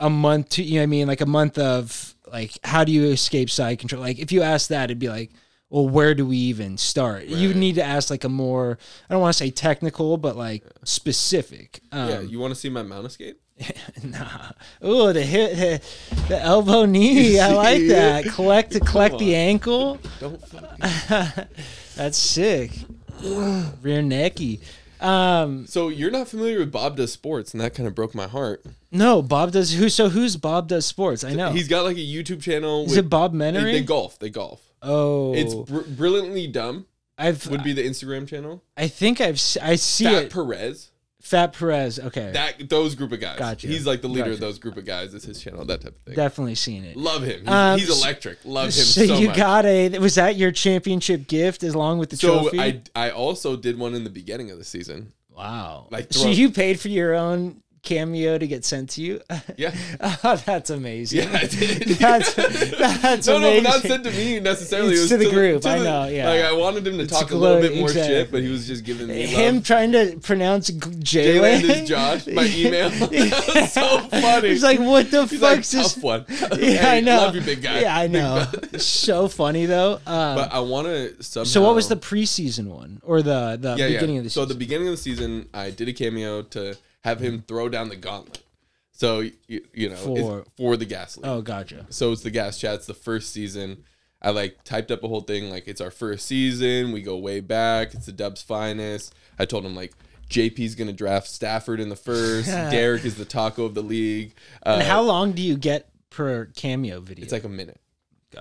Speaker 6: a month to you know what I mean like a month of like how do you escape side control like if you ask that it'd be like well where do we even start you
Speaker 4: Right.
Speaker 6: need to ask like a more I don't want to say technical but like specific um,
Speaker 4: yeah, you want to see my mount escape?
Speaker 6: [LAUGHS] nah oh the hip the, the elbow knee I
Speaker 4: [LAUGHS]
Speaker 6: like that collect to collect the ankle
Speaker 4: Don't. fucking-
Speaker 6: that's sick rear necky um
Speaker 4: So you're not familiar with Bob does sports, and that kind of broke my heart.
Speaker 6: no Bob does who so who's Bob does sports I know
Speaker 4: He's got like a YouTube channel.
Speaker 6: is
Speaker 4: with-
Speaker 6: it Bob
Speaker 4: They,
Speaker 6: Menery
Speaker 4: they golf. They golf.
Speaker 6: oh
Speaker 4: It's br- brilliantly dumb.
Speaker 6: I've
Speaker 4: Would be the Instagram channel.
Speaker 6: I think I've s- I see
Speaker 4: Fat
Speaker 6: it.
Speaker 4: Perez.
Speaker 6: Fat Perez. Okay,
Speaker 4: That those group of guys.
Speaker 6: Gotcha.
Speaker 4: He's like the leader of
Speaker 6: Gotcha.
Speaker 4: those group of guys. It's his channel, that type of thing.
Speaker 6: definitely seen it.
Speaker 4: Love him. He's,
Speaker 6: Um,
Speaker 4: he's electric. Love him
Speaker 6: [LAUGHS] So,
Speaker 4: so,
Speaker 6: you
Speaker 4: much.
Speaker 6: got a was that your championship gift as along with the
Speaker 4: so
Speaker 6: trophy?
Speaker 4: I I also did one in the beginning of the season.
Speaker 6: wow.
Speaker 4: like
Speaker 6: so
Speaker 4: throw-
Speaker 6: you paid for your own cameo to get sent to you. [LAUGHS]
Speaker 4: Yeah.
Speaker 6: oh, that's amazing.
Speaker 4: Yeah, I did.
Speaker 6: [LAUGHS] That's
Speaker 4: [LAUGHS]
Speaker 6: that's
Speaker 4: no,
Speaker 6: amazing.
Speaker 4: no, not sent to me necessarily.
Speaker 6: It's
Speaker 4: it was
Speaker 6: to the group, I know, yeah.
Speaker 4: like I wanted him to talk a
Speaker 6: glo-
Speaker 4: little bit more shit,
Speaker 6: exactly.
Speaker 4: but he was just giving me [LAUGHS]
Speaker 6: him
Speaker 4: love.
Speaker 6: trying to pronounce G- Jalen
Speaker 4: Jayland is
Speaker 6: [LAUGHS]
Speaker 4: Josh by email. [LAUGHS] that was so funny.
Speaker 6: He's like, what the
Speaker 4: He's like,
Speaker 6: fuck's this?
Speaker 4: tough one.
Speaker 6: [LAUGHS]
Speaker 4: [LAUGHS]
Speaker 6: Yeah,
Speaker 4: Hey,
Speaker 6: I know.
Speaker 4: Love you, big guy. [LAUGHS]
Speaker 6: Yeah, I know. [LAUGHS] so funny though. Um,
Speaker 4: But I want to somehow.
Speaker 6: so what was the preseason one or the the
Speaker 4: yeah,
Speaker 6: beginning
Speaker 4: yeah.
Speaker 6: of the
Speaker 4: so
Speaker 6: season?
Speaker 4: the beginning of the season, I did a cameo to have him throw down the gauntlet. So you, you know it's
Speaker 6: For-
Speaker 4: for the gas leak.
Speaker 6: oh, gotcha.
Speaker 4: so it's the gas chats the first season i like typed up a whole thing like it's our first season we go way back it's the dub's finest i told him like jp's gonna draft stafford in the
Speaker 6: [LAUGHS]
Speaker 4: first derek is the taco of the league uh,
Speaker 6: And how long do you get per cameo video?
Speaker 4: it's like a minute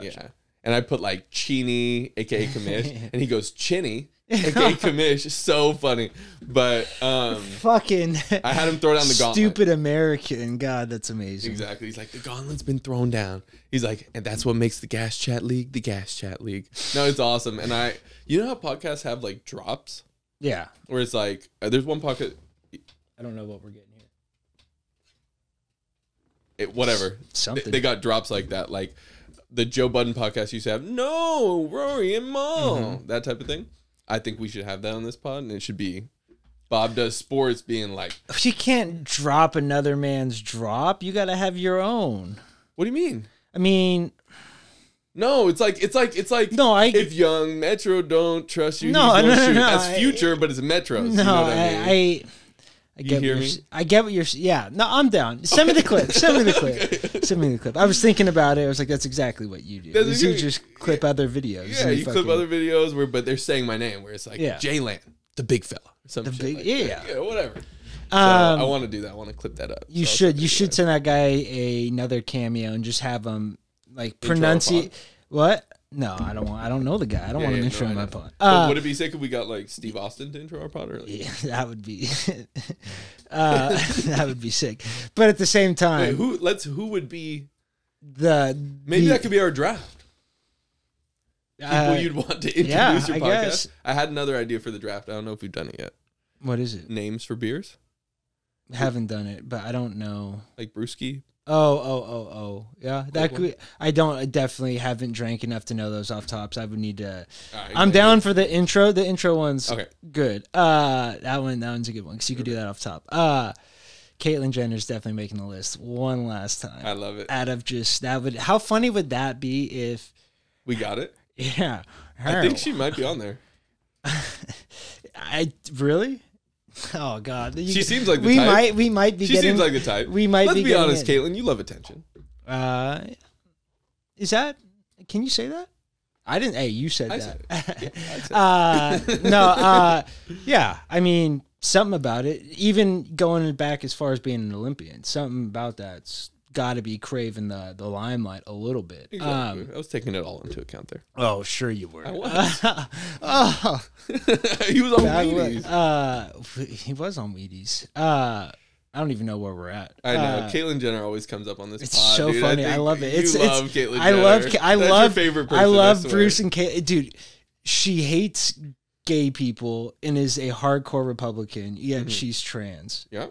Speaker 4: yeah and i put like chini aka
Speaker 6: [LAUGHS]
Speaker 4: kamish and he goes chinny aka kamish so funny but um
Speaker 6: fucking
Speaker 4: i had him throw down the gauntlet
Speaker 6: stupid American. God, that's amazing.
Speaker 4: Exactly. He's like, the gauntlet's been thrown down. He's like, and that's what makes the gas chat league the gas chat league. No, it's awesome. And I, you know how podcasts have like drops
Speaker 6: Yeah,
Speaker 4: where it's like, uh, there's one pocket,
Speaker 6: I don't know what we're getting here.
Speaker 4: it, whatever.
Speaker 6: Something.
Speaker 4: They, they got drops like that. Like the Joe Budden podcast used to have, no, Rory and Mo, that type of thing. I think we should have that on this pod and it should be Bob Does Sports being like,
Speaker 6: You can't drop another man's drop. You got to have your own.
Speaker 4: what do you mean?
Speaker 6: I mean,
Speaker 4: No, it's like it's like it's like
Speaker 6: No, I-
Speaker 4: if young Metro don't trust you,
Speaker 6: No,
Speaker 4: he's gonna
Speaker 6: no, no,
Speaker 4: shoot.
Speaker 6: no, I-
Speaker 4: That's future, but it's Metro. so you
Speaker 6: no,
Speaker 4: know what
Speaker 6: I,
Speaker 4: I,
Speaker 6: I,
Speaker 4: mean?
Speaker 6: I get
Speaker 4: hear
Speaker 6: what you're,
Speaker 4: me?
Speaker 6: s- I get what you're. s- Yeah, no, I'm down. Send me the clip.
Speaker 4: [LAUGHS]
Speaker 6: Send me the clip. Send me the clip. I was thinking about it. I was like, that's exactly what you do.
Speaker 4: That's
Speaker 6: Is you
Speaker 4: exactly-
Speaker 6: just clip other videos.
Speaker 4: yeah,
Speaker 6: and
Speaker 4: you clip
Speaker 6: fucking- Um,
Speaker 4: other videos where but they're saying my name, where it's like
Speaker 6: Yeah.
Speaker 4: Jay Land, the big fella, or some
Speaker 6: The
Speaker 4: shit
Speaker 6: big-
Speaker 4: like
Speaker 6: yeah.
Speaker 4: that. yeah, whatever. So
Speaker 6: Um,
Speaker 4: I want to do that. I want to clip that up.
Speaker 6: You
Speaker 4: So I'll
Speaker 6: should.
Speaker 4: send
Speaker 6: You
Speaker 4: it to
Speaker 6: should send that guy a, another cameo and just have him like pronunciate.
Speaker 4: pod.
Speaker 6: What? No, I don't want. I don't know the guy. I don't
Speaker 4: Yeah,
Speaker 6: want
Speaker 4: yeah,
Speaker 6: him
Speaker 4: no,
Speaker 6: intro
Speaker 4: I
Speaker 6: in my
Speaker 4: know.
Speaker 6: pod.
Speaker 4: But
Speaker 6: Uh, [LAUGHS]
Speaker 4: would it be sick if we got like Steve Austin to intro our pod? Or like,
Speaker 6: that would be. [LAUGHS] uh, [LAUGHS] that would be sick. But at the same
Speaker 4: Wait,
Speaker 6: time,
Speaker 4: who? Let's. Who would be?
Speaker 6: the
Speaker 4: Maybe
Speaker 6: the,
Speaker 4: that could be our draft. People
Speaker 6: uh,
Speaker 4: you'd want to introduce
Speaker 6: yeah,
Speaker 4: your
Speaker 6: I
Speaker 4: podcast.
Speaker 6: guess.
Speaker 4: I had another idea for the draft. I don't know if we've done it yet.
Speaker 6: what is it?
Speaker 4: Names for beers
Speaker 6: Haven't done it, but I don't know.
Speaker 4: like Brewski,
Speaker 6: Oh, oh, oh, oh. Yeah, that
Speaker 4: Quick one.
Speaker 6: could. I don't. I definitely haven't drank enough to know those off tops. I would need to.
Speaker 4: All right,
Speaker 6: I'm
Speaker 4: yeah,
Speaker 6: down for the intro. The intro one's
Speaker 4: Okay.
Speaker 6: good. Uh, that one. That one's a good one because you could do that off top. Uh, Caitlyn Jenner's definitely making the list one last time.
Speaker 4: I love it.
Speaker 6: Out of just that would. How funny would that be if? [LAUGHS]
Speaker 4: We got it.
Speaker 6: Yeah. Her,
Speaker 4: I think she might be on there.
Speaker 6: [LAUGHS] I really. Oh God. You-
Speaker 4: She seems like the
Speaker 6: we
Speaker 4: type.
Speaker 6: might. We might be
Speaker 4: She
Speaker 6: getting.
Speaker 4: seems like the type.
Speaker 6: we might
Speaker 4: Let's
Speaker 6: be
Speaker 4: be,
Speaker 6: getting
Speaker 4: honest,
Speaker 6: in.
Speaker 4: Caitlin. You love attention.
Speaker 6: Uh, is that? Can you say that? I didn't. Hey, you said
Speaker 4: I
Speaker 6: that. [LAUGHS]
Speaker 4: said it. Yeah, I said it.
Speaker 6: uh, no. Uh, yeah. I mean, something about it. Even going back as far as being an Olympian, something about that's got to be craving the the limelight a little bit.
Speaker 4: Exactly.
Speaker 6: Um,
Speaker 4: I was taking it all into account there. [LAUGHS]
Speaker 6: oh, sure you were.
Speaker 4: I was.
Speaker 6: [LAUGHS] oh,
Speaker 4: he was on
Speaker 6: that
Speaker 4: Wheaties.
Speaker 6: was- uh, he was on Wheaties. Uh, I don't even know where we're at.
Speaker 4: I know.
Speaker 6: Uh,
Speaker 4: Caitlyn Jenner always comes up on this.
Speaker 6: It's
Speaker 4: pod,
Speaker 6: so
Speaker 4: dude.
Speaker 6: funny. I,
Speaker 4: think
Speaker 6: love it.
Speaker 4: You
Speaker 6: It's,
Speaker 4: love
Speaker 6: it's,
Speaker 4: Caitlyn.
Speaker 6: I love.
Speaker 4: Jenner.
Speaker 6: I
Speaker 4: That's
Speaker 6: love.
Speaker 4: Your favorite person,
Speaker 6: I love
Speaker 4: swear.
Speaker 6: Bruce and Kate. Dude, she hates gay people and is a hardcore Republican. Yet
Speaker 4: Mm-hmm.
Speaker 6: she's trans.
Speaker 4: Yeah.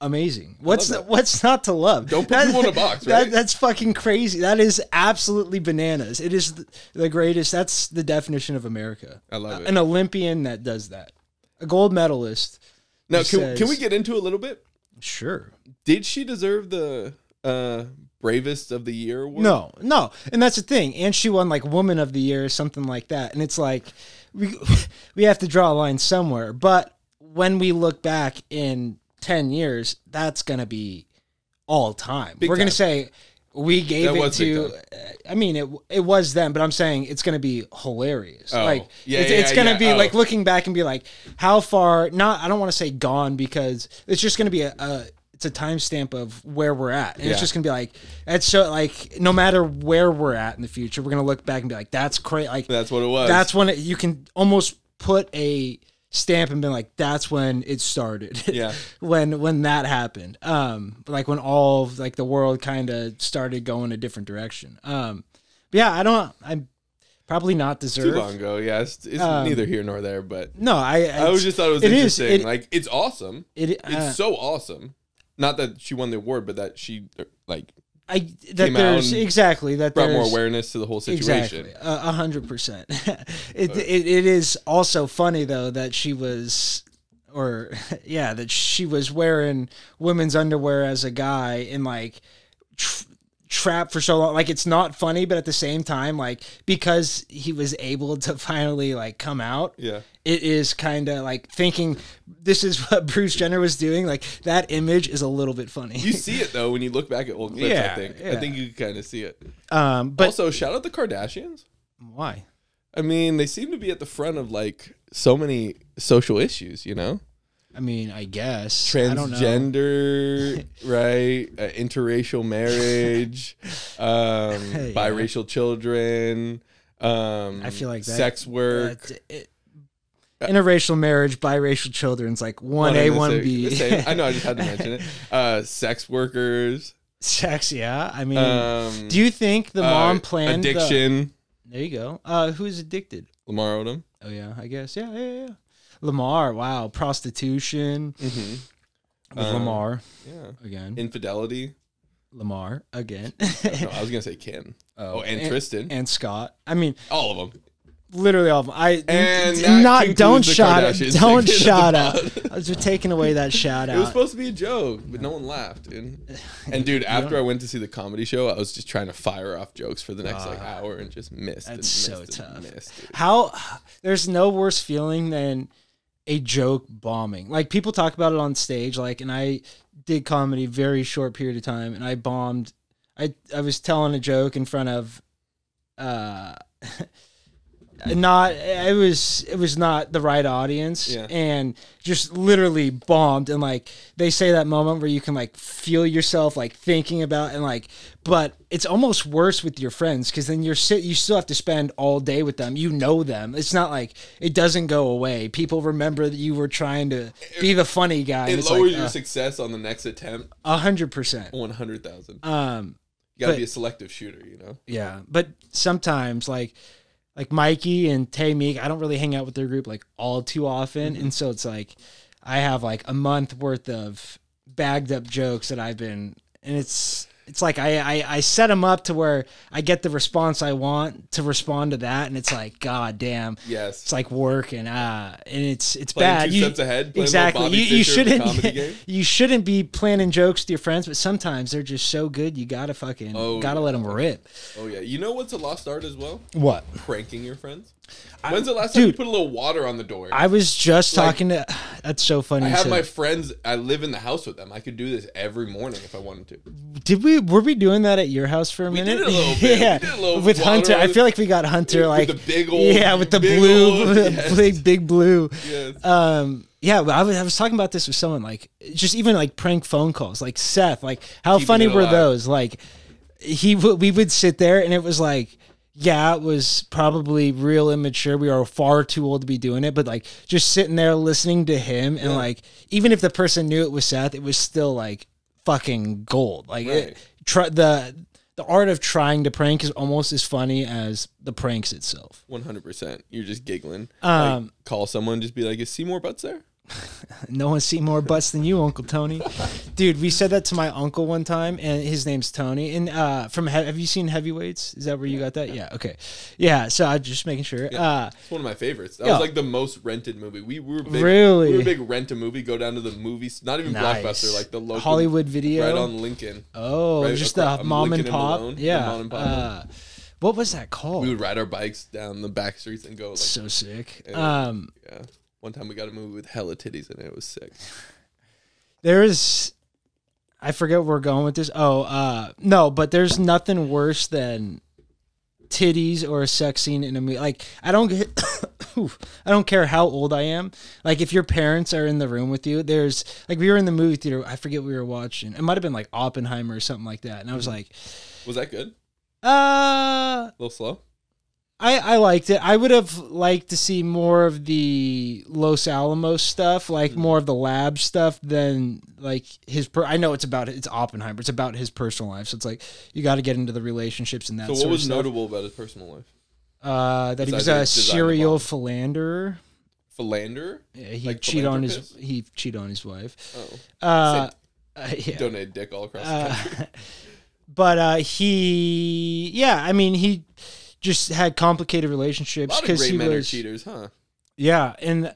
Speaker 6: Amazing. What's
Speaker 4: love
Speaker 6: the,
Speaker 4: that.
Speaker 6: what's not to love?
Speaker 4: Don't put people in
Speaker 6: [LAUGHS]
Speaker 4: a box,
Speaker 6: that-
Speaker 4: right?
Speaker 6: that's fucking crazy. That is absolutely bananas. It is th- the greatest. That's the definition of America.
Speaker 4: I love it.
Speaker 6: An Olympian that does that. A gold medalist.
Speaker 4: Now,
Speaker 6: He
Speaker 4: can, can we
Speaker 6: says-
Speaker 4: get into a little bit?
Speaker 6: Sure.
Speaker 4: Did she deserve the uh, bravest of the year award?
Speaker 6: No, no, and that's the thing. And she won like Woman of the Year or something like that. And it's like we [LAUGHS] we have to draw a line somewhere. But when we look back in ten years, that's gonna be all time.
Speaker 4: Big
Speaker 6: We're gonna
Speaker 4: time.
Speaker 6: say we gave
Speaker 4: That
Speaker 6: it
Speaker 4: was big
Speaker 6: to. I mean, it it was them, but I'm saying it's gonna be hilarious.
Speaker 4: Oh,
Speaker 6: Like
Speaker 4: yeah,
Speaker 6: it's,
Speaker 4: yeah,
Speaker 6: it's gonna
Speaker 4: yeah,
Speaker 6: be
Speaker 4: oh.
Speaker 6: like looking back and be like, how far? Not I don't want to say gone because it's just gonna be a. a it's a timestamp of where we're at, and it's
Speaker 4: Yeah.
Speaker 6: just gonna be like that's so like no matter where we're at in the future, we're gonna look back and be like, that's crazy. Like
Speaker 4: That's what it was.
Speaker 6: that's when it, you can almost put a stamp and been like, that's when it started.
Speaker 4: Yeah.
Speaker 6: [LAUGHS] when when that happened. Um, like when all of, like the world kind of started going a different direction. Um, but yeah, I don't. I'm probably not
Speaker 4: Too
Speaker 6: deserve.
Speaker 4: long ago, yeah. It's, it's
Speaker 6: Um,
Speaker 4: neither here nor there, but
Speaker 6: No, I.
Speaker 4: I always just thought it was
Speaker 6: it is,
Speaker 4: interesting.
Speaker 6: it-
Speaker 4: like it's awesome.
Speaker 6: it.
Speaker 4: It's
Speaker 6: uh,
Speaker 4: so awesome. Not that she won the award, but that she er, like
Speaker 6: I that
Speaker 4: came out
Speaker 6: there's
Speaker 4: and
Speaker 6: exactly that
Speaker 4: brought more
Speaker 6: there's-
Speaker 4: awareness to the whole situation.
Speaker 6: Exactly, a a hundred percent. [LAUGHS] It it it is also funny though that she was, or [LAUGHS] yeah, that she was wearing women's underwear as a guy and like tr trap for so long. Like it's not funny, but at the same time, like because he was able to [LAUGHS] finally like come out,
Speaker 4: Yeah.
Speaker 6: it is kind of like thinking this is [LAUGHS] what Bruce Jenner was doing. Like that image is a little bit funny.
Speaker 4: You see it though when you look back at old clips.
Speaker 6: Yeah,
Speaker 4: I think
Speaker 6: yeah.
Speaker 4: I think you kind of see it.
Speaker 6: um, but
Speaker 4: also, shout out the Kardashians.
Speaker 6: why?
Speaker 4: I mean, they seem to be at the front of like so many social issues. You know,
Speaker 6: I mean, I guess I don't know.
Speaker 4: transgender, [LAUGHS] right? Uh, interracial
Speaker 6: [LAUGHS]
Speaker 4: marriage, um,
Speaker 6: Yeah.
Speaker 4: biracial children. Um,
Speaker 6: I feel like that-
Speaker 4: sex work.
Speaker 6: That's it. Interracial marriage, biracial children's like one A,
Speaker 4: and Uh, the
Speaker 6: one
Speaker 4: same- the
Speaker 6: B.
Speaker 4: same- I know.
Speaker 6: [LAUGHS]
Speaker 4: I just had to mention it. Uh, sex workers.
Speaker 6: Sex, yeah. I mean,
Speaker 4: Um,
Speaker 6: Mm. do you think the
Speaker 4: uh,
Speaker 6: mom planned the-
Speaker 4: addiction?
Speaker 6: there you go. Uh, who's addicted?
Speaker 4: Lamar Odom.
Speaker 6: Oh yeah, I guess. Yeah, yeah, yeah. Lamar. Wow, prostitution.
Speaker 4: Mm-hmm.
Speaker 6: With
Speaker 4: Um,
Speaker 6: Lamar
Speaker 4: Yeah.
Speaker 6: again.
Speaker 4: Infidelity.
Speaker 6: Lamar again.
Speaker 4: No, [LAUGHS] I was gonna say Ken. Oh, and, Tristan.
Speaker 6: [LAUGHS] and Scott. I mean,
Speaker 4: all of them.
Speaker 6: literally all of them. I
Speaker 4: And
Speaker 6: n-
Speaker 4: that
Speaker 6: not
Speaker 4: concludes
Speaker 6: don't
Speaker 4: the
Speaker 6: shout out.
Speaker 4: Kardashian [LAUGHS]
Speaker 6: Don't
Speaker 4: section of
Speaker 6: shout
Speaker 4: the
Speaker 6: out.
Speaker 4: pod.
Speaker 6: I was taking away that shout
Speaker 4: It was
Speaker 6: out.
Speaker 4: supposed to be a joke, but no one laughed.
Speaker 6: [LAUGHS]
Speaker 4: And, and dude, after I went to see the comedy show, I was just trying to fire off jokes for the next like hour and just missed. and
Speaker 6: Ah, That's so
Speaker 4: missed and
Speaker 6: tough.
Speaker 4: missed.
Speaker 6: How there's no worse feeling than a joke bombing. Like people talk about it on stage, like and I did comedy very short period of time and I bombed I I was telling a joke in front of uh [LAUGHS] not it was it was not the right audience
Speaker 4: Yeah.
Speaker 6: and just literally bombed and like they say that moment where you can like feel yourself like thinking about and like but it's almost worse with your friends because then you're sit you still have to spend all day with them you know them it's not like it doesn't go away people remember that you were trying to be the funny guy
Speaker 4: It
Speaker 6: it's
Speaker 4: lowers
Speaker 6: like
Speaker 4: your
Speaker 6: uh,
Speaker 4: success on the next attempt
Speaker 6: a hundred percent
Speaker 4: one hundred thousand.
Speaker 6: um
Speaker 4: You gotta
Speaker 6: but-
Speaker 4: be a selective shooter, you know.
Speaker 6: Yeah, but sometimes like like Mikey and Tay Meek, I don't really hang out with their group like all too often, and so it's like I have like a month worth of bagged up jokes that I've been, and it's it's like I I, I set them up to where I get the response I want to respond to that, and it's like God damn.
Speaker 4: Yes.
Speaker 6: It's like work and uh and it's it's
Speaker 4: Playing
Speaker 6: bad.
Speaker 4: two steps ahead, playing little
Speaker 6: exactly.
Speaker 4: Bobby
Speaker 6: You, you
Speaker 4: Fischer of the
Speaker 6: shouldn't
Speaker 4: comedy
Speaker 6: [LAUGHS]
Speaker 4: game.
Speaker 6: you shouldn't be planning jokes with your friends, but sometimes they're just so good you gotta fucking
Speaker 4: Oh,
Speaker 6: gotta let 'em let them rip.
Speaker 4: oh yeah. You know what's a lost art as well?
Speaker 6: What?
Speaker 4: Pranking your friends. When's the last time
Speaker 6: dude.
Speaker 4: you put a little water on the door?
Speaker 6: I was just
Speaker 4: Like-
Speaker 6: talking to. [SIGHS] That's so funny.
Speaker 4: I
Speaker 6: you
Speaker 4: have
Speaker 6: said
Speaker 4: my
Speaker 6: that.
Speaker 4: friends. I live in the house with them. I could do this every morning if I wanted to.
Speaker 6: did we were we doing that at your house for a
Speaker 4: We did it
Speaker 6: minute?
Speaker 4: a
Speaker 6: [LAUGHS]
Speaker 4: little bit. We
Speaker 6: yeah,
Speaker 4: did a little
Speaker 6: with
Speaker 4: water
Speaker 6: Hunter. I
Speaker 4: on it.
Speaker 6: feel like we got Hunter
Speaker 4: With
Speaker 6: like
Speaker 4: the big old-
Speaker 6: yeah with the
Speaker 4: big
Speaker 6: blue
Speaker 4: old- yes.
Speaker 6: [LAUGHS] big big blue.
Speaker 4: Yes.
Speaker 6: Um, yeah, but I was, I was talking about this with someone like just even like prank phone calls like Seth like how
Speaker 4: Keeping
Speaker 6: funny
Speaker 4: it
Speaker 6: were
Speaker 4: alive.
Speaker 6: those like he w- we would sit there and it was like yeah it was probably real immature we are far too old to be doing it but like just sitting there listening to him and like even if the person knew it was Seth it was still like fucking gold like it,
Speaker 4: Right.
Speaker 6: try, the the art of trying to prank is almost as funny as the pranks itself
Speaker 4: One hundred percent. You're just giggling.
Speaker 6: Um,
Speaker 4: like, call someone. Just be like, "Is Seymour Butts there?"
Speaker 6: No one's seen more butts than you, Uncle Tony. Dude, we said that to my uncle one time, and his name's Tony. And uh, from he- have you seen Heavyweights? Is that where you got that? Yeah. Okay. Yeah. So I just making sure. Uh,
Speaker 4: It's one of my favorites. That
Speaker 6: Yeah.
Speaker 4: was like the most rented movie. We, we were big,
Speaker 6: Really?
Speaker 4: We were big rent a movie. Go down to the movies. Not even
Speaker 6: Nice.
Speaker 4: blockbuster. Like the local
Speaker 6: Hollywood Video.
Speaker 4: right on Lincoln.
Speaker 6: oh,
Speaker 4: right
Speaker 6: just
Speaker 4: across-
Speaker 6: the
Speaker 4: um,
Speaker 6: mom and
Speaker 4: Lincoln and
Speaker 6: pop.
Speaker 4: Malone, the
Speaker 6: yeah.
Speaker 4: mom and pop.
Speaker 6: Uh, what was that called?
Speaker 4: We would ride our bikes down the back streets and go. Like,
Speaker 6: so sick.
Speaker 4: Yeah.
Speaker 6: Um,
Speaker 4: yeah. One time we got a movie with hella titties in it. It was sick.
Speaker 6: there's I forget where we're going with this. Oh, uh no, but there's nothing worse than titties or a sex scene in a movie. Like I don't get [COUGHS] oof, I don't care how old I am. Like if your parents are in the room with you, there's like we were in the movie theater, I forget what we were watching. It might have been like Oppenheimer or something like that. And I was like,
Speaker 4: Was that good? A
Speaker 6: uh
Speaker 4: little slow.
Speaker 6: I, I liked it. I would have liked to see more of the Los Alamos stuff,
Speaker 4: Hmm.
Speaker 6: like more of the lab stuff than like his. Per- I know it's about it's Oppenheimer. It's about his personal life, so it's like you got to get into the relationships and that.
Speaker 4: So
Speaker 6: sort
Speaker 4: what was
Speaker 6: of stuff.
Speaker 4: notable about his personal life?
Speaker 6: Uh, that he
Speaker 4: Besides
Speaker 6: was
Speaker 4: that
Speaker 6: a
Speaker 4: he's designed the
Speaker 6: serial
Speaker 4: bomb.
Speaker 6: philanderer.
Speaker 4: Philander?
Speaker 6: Yeah, he
Speaker 4: Like
Speaker 6: cheat on his
Speaker 4: philanthropist?
Speaker 6: he cheat on his wife.
Speaker 4: Oh.
Speaker 6: Uh,
Speaker 4: Sick.
Speaker 6: uh, [LAUGHS] yeah.
Speaker 4: Donated dick all across the
Speaker 6: Uh,
Speaker 4: country.
Speaker 6: [LAUGHS]
Speaker 4: [LAUGHS]
Speaker 6: but uh, he, yeah, I mean, he just had complicated
Speaker 4: A
Speaker 6: relationships
Speaker 4: lot of
Speaker 6: because
Speaker 4: great
Speaker 6: he
Speaker 4: men are
Speaker 6: was,
Speaker 4: cheaters,
Speaker 6: [LAUGHS]
Speaker 4: huh?
Speaker 6: yeah, and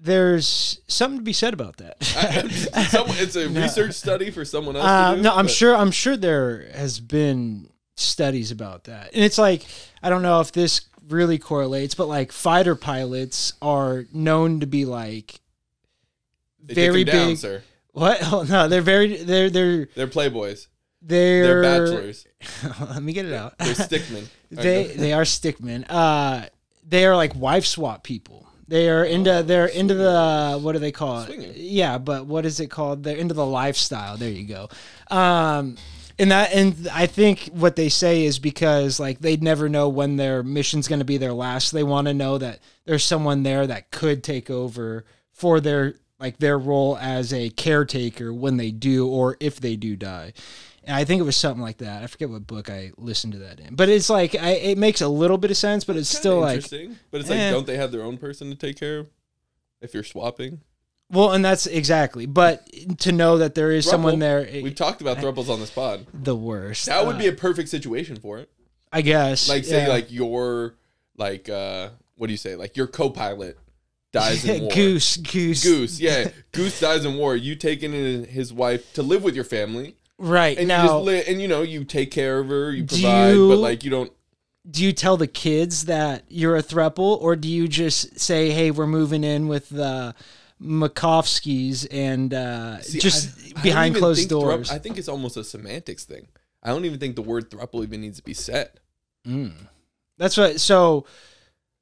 Speaker 6: there's something to be said
Speaker 4: [LAUGHS]
Speaker 6: about that. [LAUGHS]
Speaker 4: Some- it's a research study for someone else.
Speaker 6: Uh,
Speaker 4: to do,
Speaker 6: no, I'm
Speaker 4: but
Speaker 6: sure. I'm sure there has been studies about that, and it's like I don't know if this really correlates, but like fighter pilots are known to be like
Speaker 4: they take
Speaker 6: very
Speaker 4: them down,
Speaker 6: big.
Speaker 4: sir.
Speaker 6: [LAUGHS] What? Oh no, they're very they're they're
Speaker 4: They're playboys. They're
Speaker 6: they're,
Speaker 4: bachelors.
Speaker 6: [LAUGHS] Let me get it out. [LAUGHS]
Speaker 4: They're stickmen. All right,
Speaker 6: they
Speaker 4: go.
Speaker 6: they are stickmen. Uh, they are like wife swap people. They are into they're into the what do they call it?
Speaker 4: Oh, Swingers.
Speaker 6: Yeah, but what is it called? They're into the lifestyle. There you go. Um, and that and I think what they say is because like they'd never know when their mission's going to be their last. They want to know that there's someone there that could take over for their like their role as a caretaker when they do or if they do die. And I think it was something like that. I forget what book I listened to that in, but it's like I, it makes a little bit of sense, but it's
Speaker 4: Kinda
Speaker 6: still like
Speaker 4: interesting. But it's like,
Speaker 6: eh.
Speaker 4: don't they have their own person to take care of? If you're swapping,
Speaker 6: well, and that's exactly. But to know that there is someone
Speaker 4: Thruple.
Speaker 6: there,
Speaker 4: We've
Speaker 6: it,
Speaker 4: talked about thruples on this pod.
Speaker 6: the worst.
Speaker 4: That would
Speaker 6: Uh,
Speaker 4: be a perfect situation for it.
Speaker 6: I guess,
Speaker 4: Like say
Speaker 6: yeah.
Speaker 4: like your like uh what do you say? Like your co-pilot dies
Speaker 6: [LAUGHS]
Speaker 4: in war.
Speaker 6: goose, goose,
Speaker 4: Goose, yeah. Goose dies in war. You take in his wife to live with your family,
Speaker 6: Right
Speaker 4: and you
Speaker 6: now,
Speaker 4: just li- and you know you take care of her, you
Speaker 6: Do
Speaker 4: provide,
Speaker 6: you-
Speaker 4: but like you don't.
Speaker 6: do you tell the kids that you're a thruple, or do you just say, "Hey, we're moving in with the Makovskys and uh,
Speaker 4: See, I- I
Speaker 6: just
Speaker 4: don't
Speaker 6: behind
Speaker 4: even
Speaker 6: closed
Speaker 4: think thrup-
Speaker 6: doors"?
Speaker 4: I think it's almost a semantics thing. I don't even think the word thruple even needs to be said.
Speaker 6: That's what. So,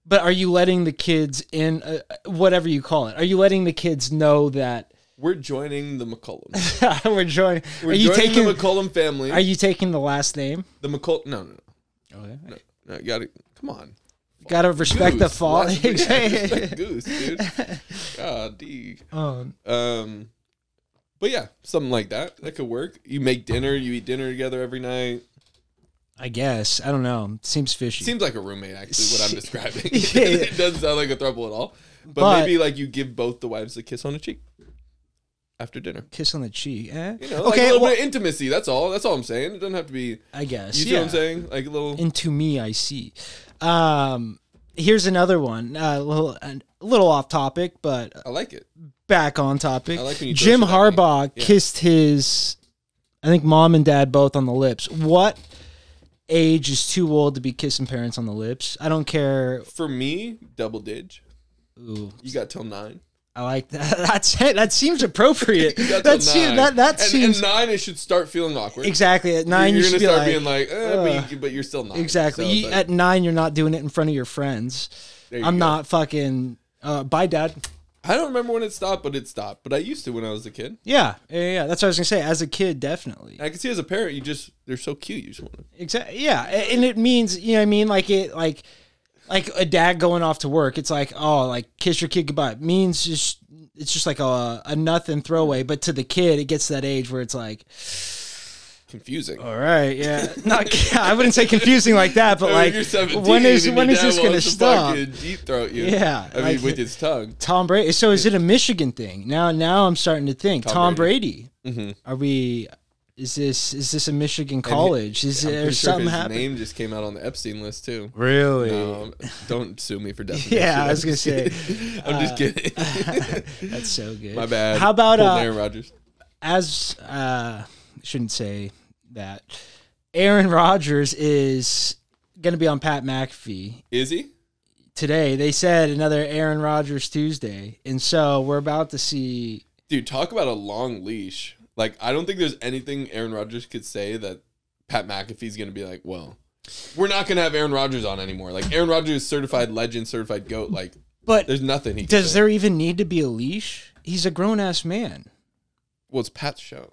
Speaker 6: but are you letting the kids in? Uh, whatever you call it, are you letting the kids know that [LAUGHS]
Speaker 4: We're joining the McCollum.
Speaker 6: we're joining?
Speaker 4: We're
Speaker 6: are you
Speaker 4: joining
Speaker 6: taking?
Speaker 4: the McCollum family.
Speaker 6: are you taking the last name?
Speaker 4: the McCollum? No, no,
Speaker 6: Okay.
Speaker 4: no, no. You gotta come on.
Speaker 6: Got to respect the
Speaker 4: Goose.
Speaker 6: fall. [LAUGHS]
Speaker 4: Last- yeah, [LAUGHS] respect Goose, dude. God, D.
Speaker 6: um,
Speaker 4: Um, but yeah, something like that. That could work. You make dinner. You eat dinner together every night.
Speaker 6: I guess I don't know. Seems fishy.
Speaker 4: Seems like a roommate, actually, what I'm describing. [LAUGHS]
Speaker 6: [LAUGHS] Yeah.
Speaker 4: it doesn't sound like a throuple at all. But,
Speaker 6: But-
Speaker 4: maybe like you give both the wives a kiss on the cheek after dinner.
Speaker 6: Kiss on the cheek. Eh?
Speaker 4: You know, like a
Speaker 6: okay.
Speaker 4: little
Speaker 6: well,
Speaker 4: bit of intimacy. That's all. That's all I'm saying. It doesn't have to be.
Speaker 6: I guess.
Speaker 4: You see
Speaker 6: yeah.
Speaker 4: what I'm saying? Like a little.
Speaker 6: Into me, I see. Um, here's another one. Uh, a little, a little off topic, but
Speaker 4: I like it.
Speaker 6: back on topic.
Speaker 4: I like when you
Speaker 6: Jim
Speaker 4: throw shit at me.
Speaker 6: Harbaugh
Speaker 4: Yeah.
Speaker 6: kissed his, I think, mom and dad both on the lips. What age is too old to be kissing parents on the lips? I don't care.
Speaker 4: For me, double dig.
Speaker 6: Ooh,
Speaker 4: You got till nine.
Speaker 6: I like [LAUGHS] that. That's it. That
Speaker 4: [LAUGHS]
Speaker 6: seems appropriate.
Speaker 4: You got
Speaker 6: that
Speaker 4: till
Speaker 6: seems
Speaker 4: nine.
Speaker 6: that that
Speaker 4: and,
Speaker 6: seems
Speaker 4: and nine, it should start feeling awkward.
Speaker 6: exactly at nine.
Speaker 4: You're,
Speaker 6: you
Speaker 4: you're
Speaker 6: should
Speaker 4: gonna
Speaker 6: be
Speaker 4: start
Speaker 6: like,
Speaker 4: being like, eh,
Speaker 6: "Ugh."
Speaker 4: but, you, but you're still nine.
Speaker 6: exactly.
Speaker 4: So,
Speaker 6: you,
Speaker 4: but
Speaker 6: at nine, you're not doing it in front of your friends.
Speaker 4: there you
Speaker 6: I'm
Speaker 4: go.
Speaker 6: not fucking. Uh, bye, dad.
Speaker 4: I don't remember when it stopped, but it stopped. But I used to when I was a kid.
Speaker 6: Yeah, yeah, yeah. That's what I was gonna say. As a kid, definitely.
Speaker 4: And I can see as a parent, you just they're so cute. You just want to
Speaker 6: Exactly. Yeah, a- and it means you know what I mean like it like like a dad going off to work. It's like oh like kiss your kid goodbye It means just it's just like a a nothing throwaway. But to the kid, it gets to that age where it's like
Speaker 4: confusing.
Speaker 6: all
Speaker 4: [LAUGHS]
Speaker 6: right [LAUGHS] yeah not I wouldn't say confusing like that, but
Speaker 4: I mean,
Speaker 6: like
Speaker 4: Oh, you're 17
Speaker 6: when is
Speaker 4: and
Speaker 6: when
Speaker 4: your
Speaker 6: is
Speaker 4: dad
Speaker 6: this gonna
Speaker 4: wants to
Speaker 6: stop?
Speaker 4: fucking Deep throat you.
Speaker 6: Yeah,
Speaker 4: I
Speaker 6: like-
Speaker 4: mean with his tongue.
Speaker 6: Tom Brady. So is it a Michigan thing? Now now I'm starting to think Tom, Brady.
Speaker 4: Mm-hmm.
Speaker 6: Are we? Is this is this a Michigan college? Is
Speaker 4: I'm
Speaker 6: there
Speaker 4: pretty sure
Speaker 6: something
Speaker 4: his
Speaker 6: happening?
Speaker 4: name just came out on the Epstein list too.
Speaker 6: Really?
Speaker 4: No, don't sue
Speaker 6: [LAUGHS]
Speaker 4: me for defamation.
Speaker 6: Yeah, I was gonna say
Speaker 4: I'm just kidding. [LAUGHS]
Speaker 6: that's so good.
Speaker 4: My bad.
Speaker 6: [LAUGHS] How about
Speaker 4: Quoting
Speaker 6: uh,
Speaker 4: Aaron Rodgers?
Speaker 6: as uh shouldn't say that Aaron Rodgers is going to be on Pat McAfee
Speaker 4: Is he?
Speaker 6: today. They said another Aaron Rodgers Tuesday, and so we're about to see.
Speaker 4: Dude, talk about a long leash. Like I don't think there's anything Aaron Rodgers could say that Pat McAfee's gonna be like, well, we're not gonna have Aaron Rodgers on anymore. Like Aaron Rodgers is certified legend, certified goat. Like
Speaker 6: But
Speaker 4: there's nothing he can
Speaker 6: does
Speaker 4: say.
Speaker 6: there even need to be a leash? He's a grown ass man.
Speaker 4: Well, it's Pat's show.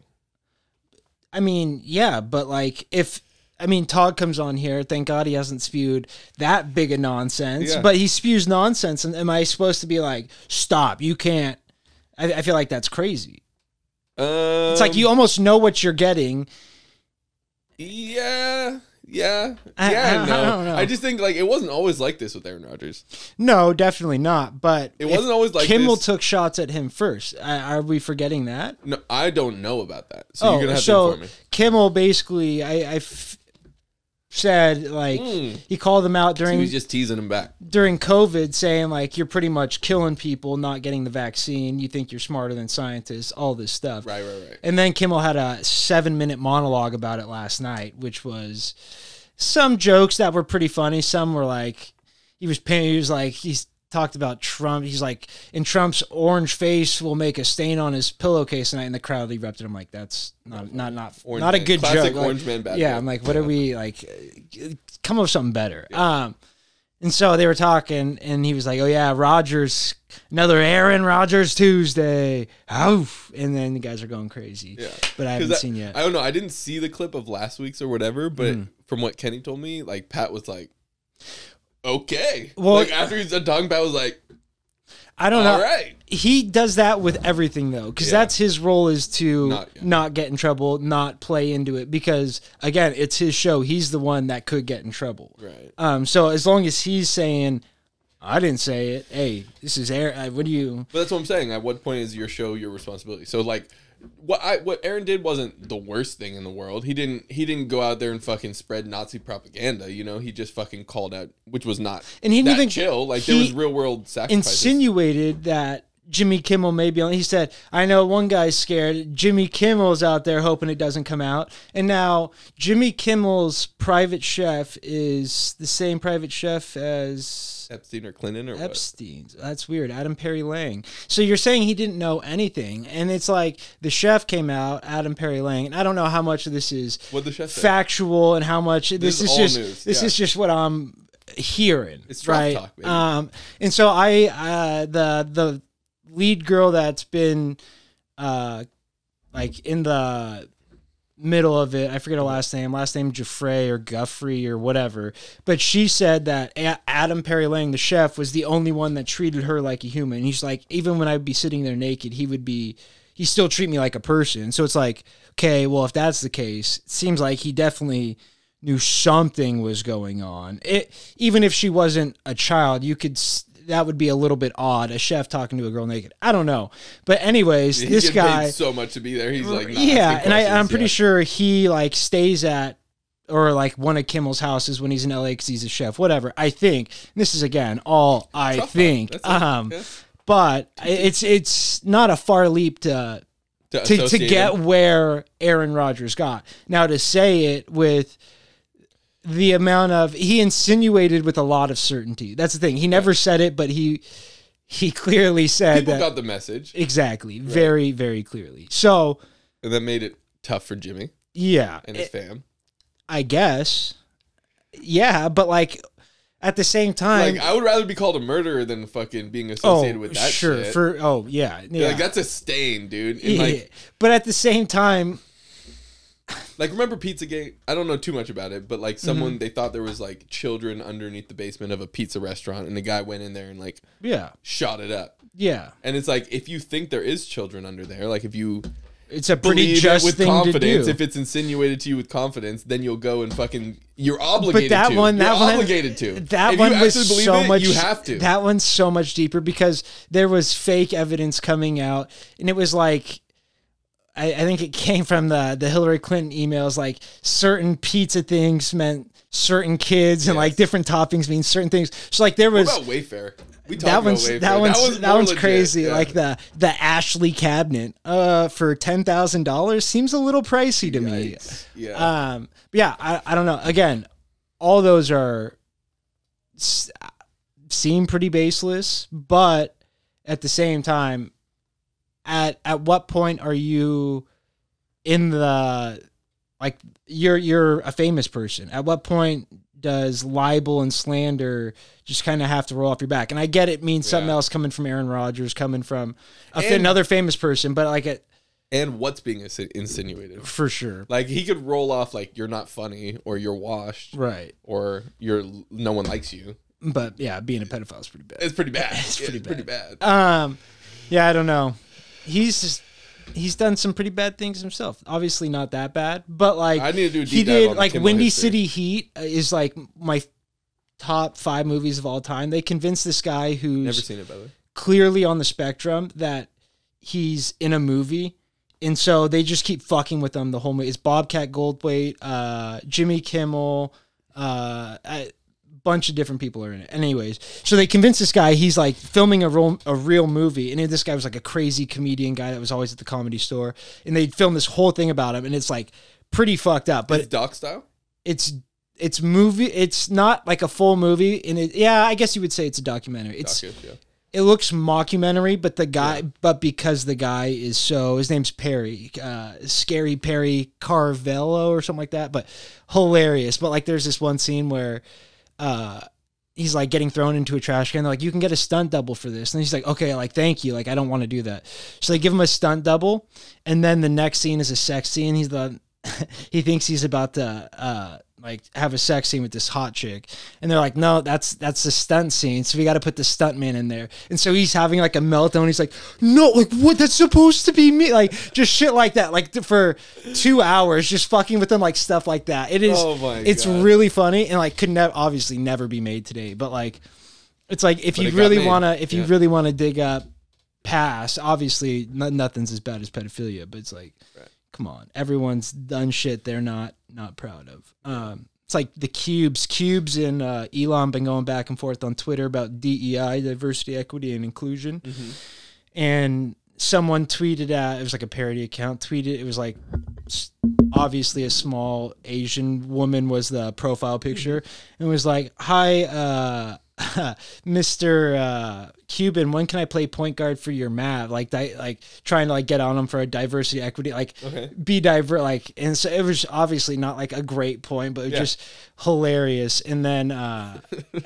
Speaker 6: I mean, yeah, but like if I mean, Todd comes on here. Thank God he hasn't spewed that big of nonsense,
Speaker 4: Yeah.
Speaker 6: but he spews nonsense. And am I supposed to be like, stop? You can't. I, I feel like that's crazy. It's like
Speaker 4: Um,
Speaker 6: you almost know what you're getting.
Speaker 4: Yeah. Yeah.
Speaker 6: I-
Speaker 4: yeah.
Speaker 6: I- I
Speaker 4: no. I,
Speaker 6: don't know.
Speaker 4: just think like it wasn't always like this with Aaron Rodgers.
Speaker 6: No, definitely not. But
Speaker 4: It
Speaker 6: if
Speaker 4: wasn't always like
Speaker 6: Kimmel
Speaker 4: this.
Speaker 6: took shots at him first. I, are we forgetting that?
Speaker 4: No, I don't know about that. So
Speaker 6: Oh,
Speaker 4: you're gonna have to inform me.
Speaker 6: Kimmel basically, I, I f- said like
Speaker 4: Mm.
Speaker 6: he called them out
Speaker 4: So
Speaker 6: during
Speaker 4: he's just teasing him back.
Speaker 6: during COVID, saying like you're pretty much killing people, not getting the vaccine. You think you're smarter than scientists, all this stuff.
Speaker 4: Right, right, right.
Speaker 6: And then Kimmel had a seven minute monologue about it last night, which was some jokes that were pretty funny. Some were like, he was paying, he was like, he's talked about Trump. He's like, and Trump's orange face will make a stain on his pillowcase tonight. And the crowd erupted. I'm like, that's not, not, not,
Speaker 4: Orange
Speaker 6: not a
Speaker 4: man.
Speaker 6: good
Speaker 4: Classic
Speaker 6: joke. Like,
Speaker 4: orange man bad
Speaker 6: yeah.
Speaker 4: joke.
Speaker 6: I'm like, what are we like? uh, Come up with something better. Um, and so they were talking, and he was like, "Oh yeah, Rogers, another Aaron Rodgers Tuesday." Oof. And then the guys are going crazy.
Speaker 4: Yeah.
Speaker 6: but I
Speaker 4: 'Cause
Speaker 6: haven't seen yet. Hmm.
Speaker 4: I don't know. I didn't see the clip of last week's or whatever, but from what Kenny told me, like Pat was like, "Okay."
Speaker 6: Well-
Speaker 4: like after he's done talking, Pat was
Speaker 6: [LAUGHS]
Speaker 4: like,
Speaker 6: I don't know.
Speaker 4: "All right."
Speaker 6: He does that with everything though, because
Speaker 4: Yeah.
Speaker 6: that's his role is to
Speaker 4: Not-
Speaker 6: not,
Speaker 4: yeah.
Speaker 6: get in trouble, not play into it. Because again, it's his show. He's the one that could get in trouble.
Speaker 4: Right.
Speaker 6: Um. So as long as he's saying, "I didn't say it," hey, this is air. I- What do you?
Speaker 4: But that's what I'm saying. At what point is your show your responsibility? So like, what I what Aaron did wasn't the worst thing in the world. He didn't he didn't go out there and fucking spread Nazi propaganda. You know, he just fucking called out, which was not
Speaker 6: And he didn't
Speaker 4: that
Speaker 6: even-
Speaker 4: chill. Like
Speaker 6: he
Speaker 4: there was real world sacrifices.
Speaker 6: insinuated that Jimmy Kimmel may be on. He said, "I know one guy's scared. Jimmy Kimmel's out there hoping it doesn't come out." And now Jimmy Kimmel's private chef is the same private chef as
Speaker 4: Epstein or Clinton or what?
Speaker 6: Epstein's. That's weird. Adam Perry Lang. So you're saying he didn't know anything, and it's like the chef came out, Adam Perry Lang, and I don't know how much of this is
Speaker 4: What the chef say?
Speaker 6: factual and how much this,
Speaker 4: is
Speaker 6: is,
Speaker 4: all
Speaker 6: just
Speaker 4: news,
Speaker 6: this
Speaker 4: yeah.
Speaker 6: is just what I'm hearing.
Speaker 4: It's drop
Speaker 6: right.
Speaker 4: talk, baby.
Speaker 6: Um, and so I uh, the the lead girl that's been uh like in the middle of it. I forget her last name, last name Jeffrey or Guffrey or whatever. But she said that A- Adam Perry Lang, the chef, was the only one that treated her like a human. He's like, even when I'd be sitting there naked, he would be, he still treat me like a person. So it's like, okay, well, if that's the case, it seems like he definitely knew something was going on. It even if she wasn't a child, you could. s- That would be a little bit odd, a chef talking to a girl naked. I don't know, but anyways,
Speaker 4: [LAUGHS] He
Speaker 6: this
Speaker 4: get paid
Speaker 6: guy
Speaker 4: so much to be there. He's like,
Speaker 6: yeah, and I, I'm pretty
Speaker 4: sure.
Speaker 6: sure he like stays at or like one of Kimmel's houses when he's in LA because he's a chef, whatever. I think this is again all I
Speaker 4: Tough
Speaker 6: think,
Speaker 4: one. That's it.
Speaker 6: um,
Speaker 4: Yeah.
Speaker 6: but it's it's not a far leap to to, to
Speaker 4: associate
Speaker 6: get
Speaker 4: him.
Speaker 6: where Aaron Rodgers got. Now to say it with the amount of he insinuated with a lot of certainty. That's the thing. He never said it, but he he clearly said
Speaker 4: people
Speaker 6: that
Speaker 4: got the message,
Speaker 6: exactly, very very clearly. So.
Speaker 4: and that made it tough for Jimmy
Speaker 6: Yeah,
Speaker 4: and his fam.
Speaker 6: I guess. Yeah, but like at the same time,
Speaker 4: Like I would rather be called a murderer than fucking being associated with that
Speaker 6: Oh, sure
Speaker 4: shit.
Speaker 6: for oh yeah, yeah.
Speaker 4: Like that's a stain, dude. And
Speaker 6: Yeah.
Speaker 4: like,
Speaker 6: [LAUGHS] but at the same time,
Speaker 4: like remember Pizzagate? I don't know too much about it, but like
Speaker 6: Mm-hmm.
Speaker 4: someone they thought there was like children underneath the basement of a pizza restaurant, and the guy went in there and like
Speaker 6: yeah,
Speaker 4: shot it up.
Speaker 6: yeah,
Speaker 4: And it's like if you think there is children under there, like if you
Speaker 6: it's a pretty
Speaker 4: believe
Speaker 6: just
Speaker 4: it with
Speaker 6: thing
Speaker 4: confidence,
Speaker 6: to do.
Speaker 4: if it's insinuated to you with confidence, then you'll go and fucking you're obligated.
Speaker 6: that
Speaker 4: to.
Speaker 6: one-
Speaker 4: You're
Speaker 6: that one-
Speaker 4: obligated to. If
Speaker 6: that
Speaker 4: you
Speaker 6: one was
Speaker 4: actually believe
Speaker 6: so
Speaker 4: it,
Speaker 6: much.
Speaker 4: You have to.
Speaker 6: That one's so much deeper because there was fake evidence coming out, and it was like, I, I think it came from the the Hillary Clinton emails. Like certain pizza things meant certain kids, and like different toppings mean certain things. So like there was
Speaker 4: What about Wayfair? We talked
Speaker 6: that
Speaker 4: about
Speaker 6: one's
Speaker 4: Wayfair.
Speaker 6: that one's that one's,
Speaker 4: more legit,
Speaker 6: crazy.
Speaker 4: yeah.
Speaker 6: Like the the Ashley cabinet uh for ten thousand dollars seems a little pricey to me.
Speaker 4: Yikes. Yeah.
Speaker 6: Um, but yeah, I I don't know. Again, all those are s- seem pretty baseless, but at the same time, at at what point are you in the like you're you're a famous person? At what point does libel and slander just kind of have to roll off your back? And I get it means something
Speaker 4: Yeah.
Speaker 6: else coming from Aaron Rodgers, coming from a,
Speaker 4: And-
Speaker 6: another famous person, but like at
Speaker 4: and what's being insi- insinuated.
Speaker 6: for sure.
Speaker 4: Like he could roll off like you're not funny or you're washed
Speaker 6: Right.
Speaker 4: or you're no one likes you.
Speaker 6: But yeah, being a pedophile is pretty bad.
Speaker 4: It's pretty bad. It's
Speaker 6: pretty
Speaker 4: bad.
Speaker 6: Um, yeah, I don't know. He's just, he's done some pretty bad things himself. Obviously, not that bad, but like
Speaker 4: I need to do a deep
Speaker 6: he
Speaker 4: dive
Speaker 6: did.
Speaker 4: on
Speaker 6: Like
Speaker 4: Kimmel
Speaker 6: Windy
Speaker 4: history.
Speaker 6: City Heat is like my top five movies of all time. They convinced this guy who's
Speaker 4: Never seen it by the way.
Speaker 6: clearly on the spectrum that he's in a movie. And so they just keep fucking with them the whole movie. It's Bobcat Goldthwait, uh, Jimmy Kimmel, uh, a bunch of different people are in it. Anyways, so they convince this guy he's like filming a real, a real movie. And this guy was like a crazy comedian guy that was always at the comedy store. And they filmed this whole thing about him. And it's like pretty fucked up. But
Speaker 4: It's doc style.
Speaker 6: it's it's movie. It's not like a full movie. And it, yeah, I guess you would say it's a documentary. It's
Speaker 4: Docu, yeah.
Speaker 6: it looks mockumentary, but the guy, but because the guy is so, his name's Perry, uh, Scary Perry Carvello or something like that, but hilarious. But like, there's this one scene where, uh, he's like getting thrown into a trash can. They're like, you can get a stunt double for this. And he's like, okay, like, thank you. Like, I don't want to do that. So they give him a stunt double. And then the next scene is a sex scene. He's the, he thinks he's about to, uh, like have a sex scene with this hot chick and they're like no that's that's the stunt scene so we got to put the stunt man in there and so he's having like a meltdown he's like no like what that's supposed to be me like just shit like that like th- for two hours just fucking with them like stuff like that it is
Speaker 4: Oh my
Speaker 6: it's
Speaker 4: God.
Speaker 6: really funny and like could never obviously never be made today but like it's like if
Speaker 4: But
Speaker 6: you
Speaker 4: it got
Speaker 6: really
Speaker 4: made.
Speaker 6: want to if you
Speaker 4: Yeah.
Speaker 6: really want to dig up past obviously no, nothing's as bad as pedophilia but it's like come on everyone's done shit they're not not proud of um it's like the cubes cubes and uh, elon been going back and forth on twitter about dei diversity equity and inclusion
Speaker 4: Mm-hmm.
Speaker 6: and someone tweeted at it was like a parody account tweeted it was like s- obviously a small asian woman was the profile picture and was like hi uh [LAUGHS] Mr. Uh, Cuban, when can I play point guard for your Mav? Like, di- like trying to like get on him for a diversity equity, like
Speaker 4: Okay.
Speaker 6: be diver, like, and so it was obviously not like a great point, but it was
Speaker 4: Yeah.
Speaker 6: just hilarious. And then, uh,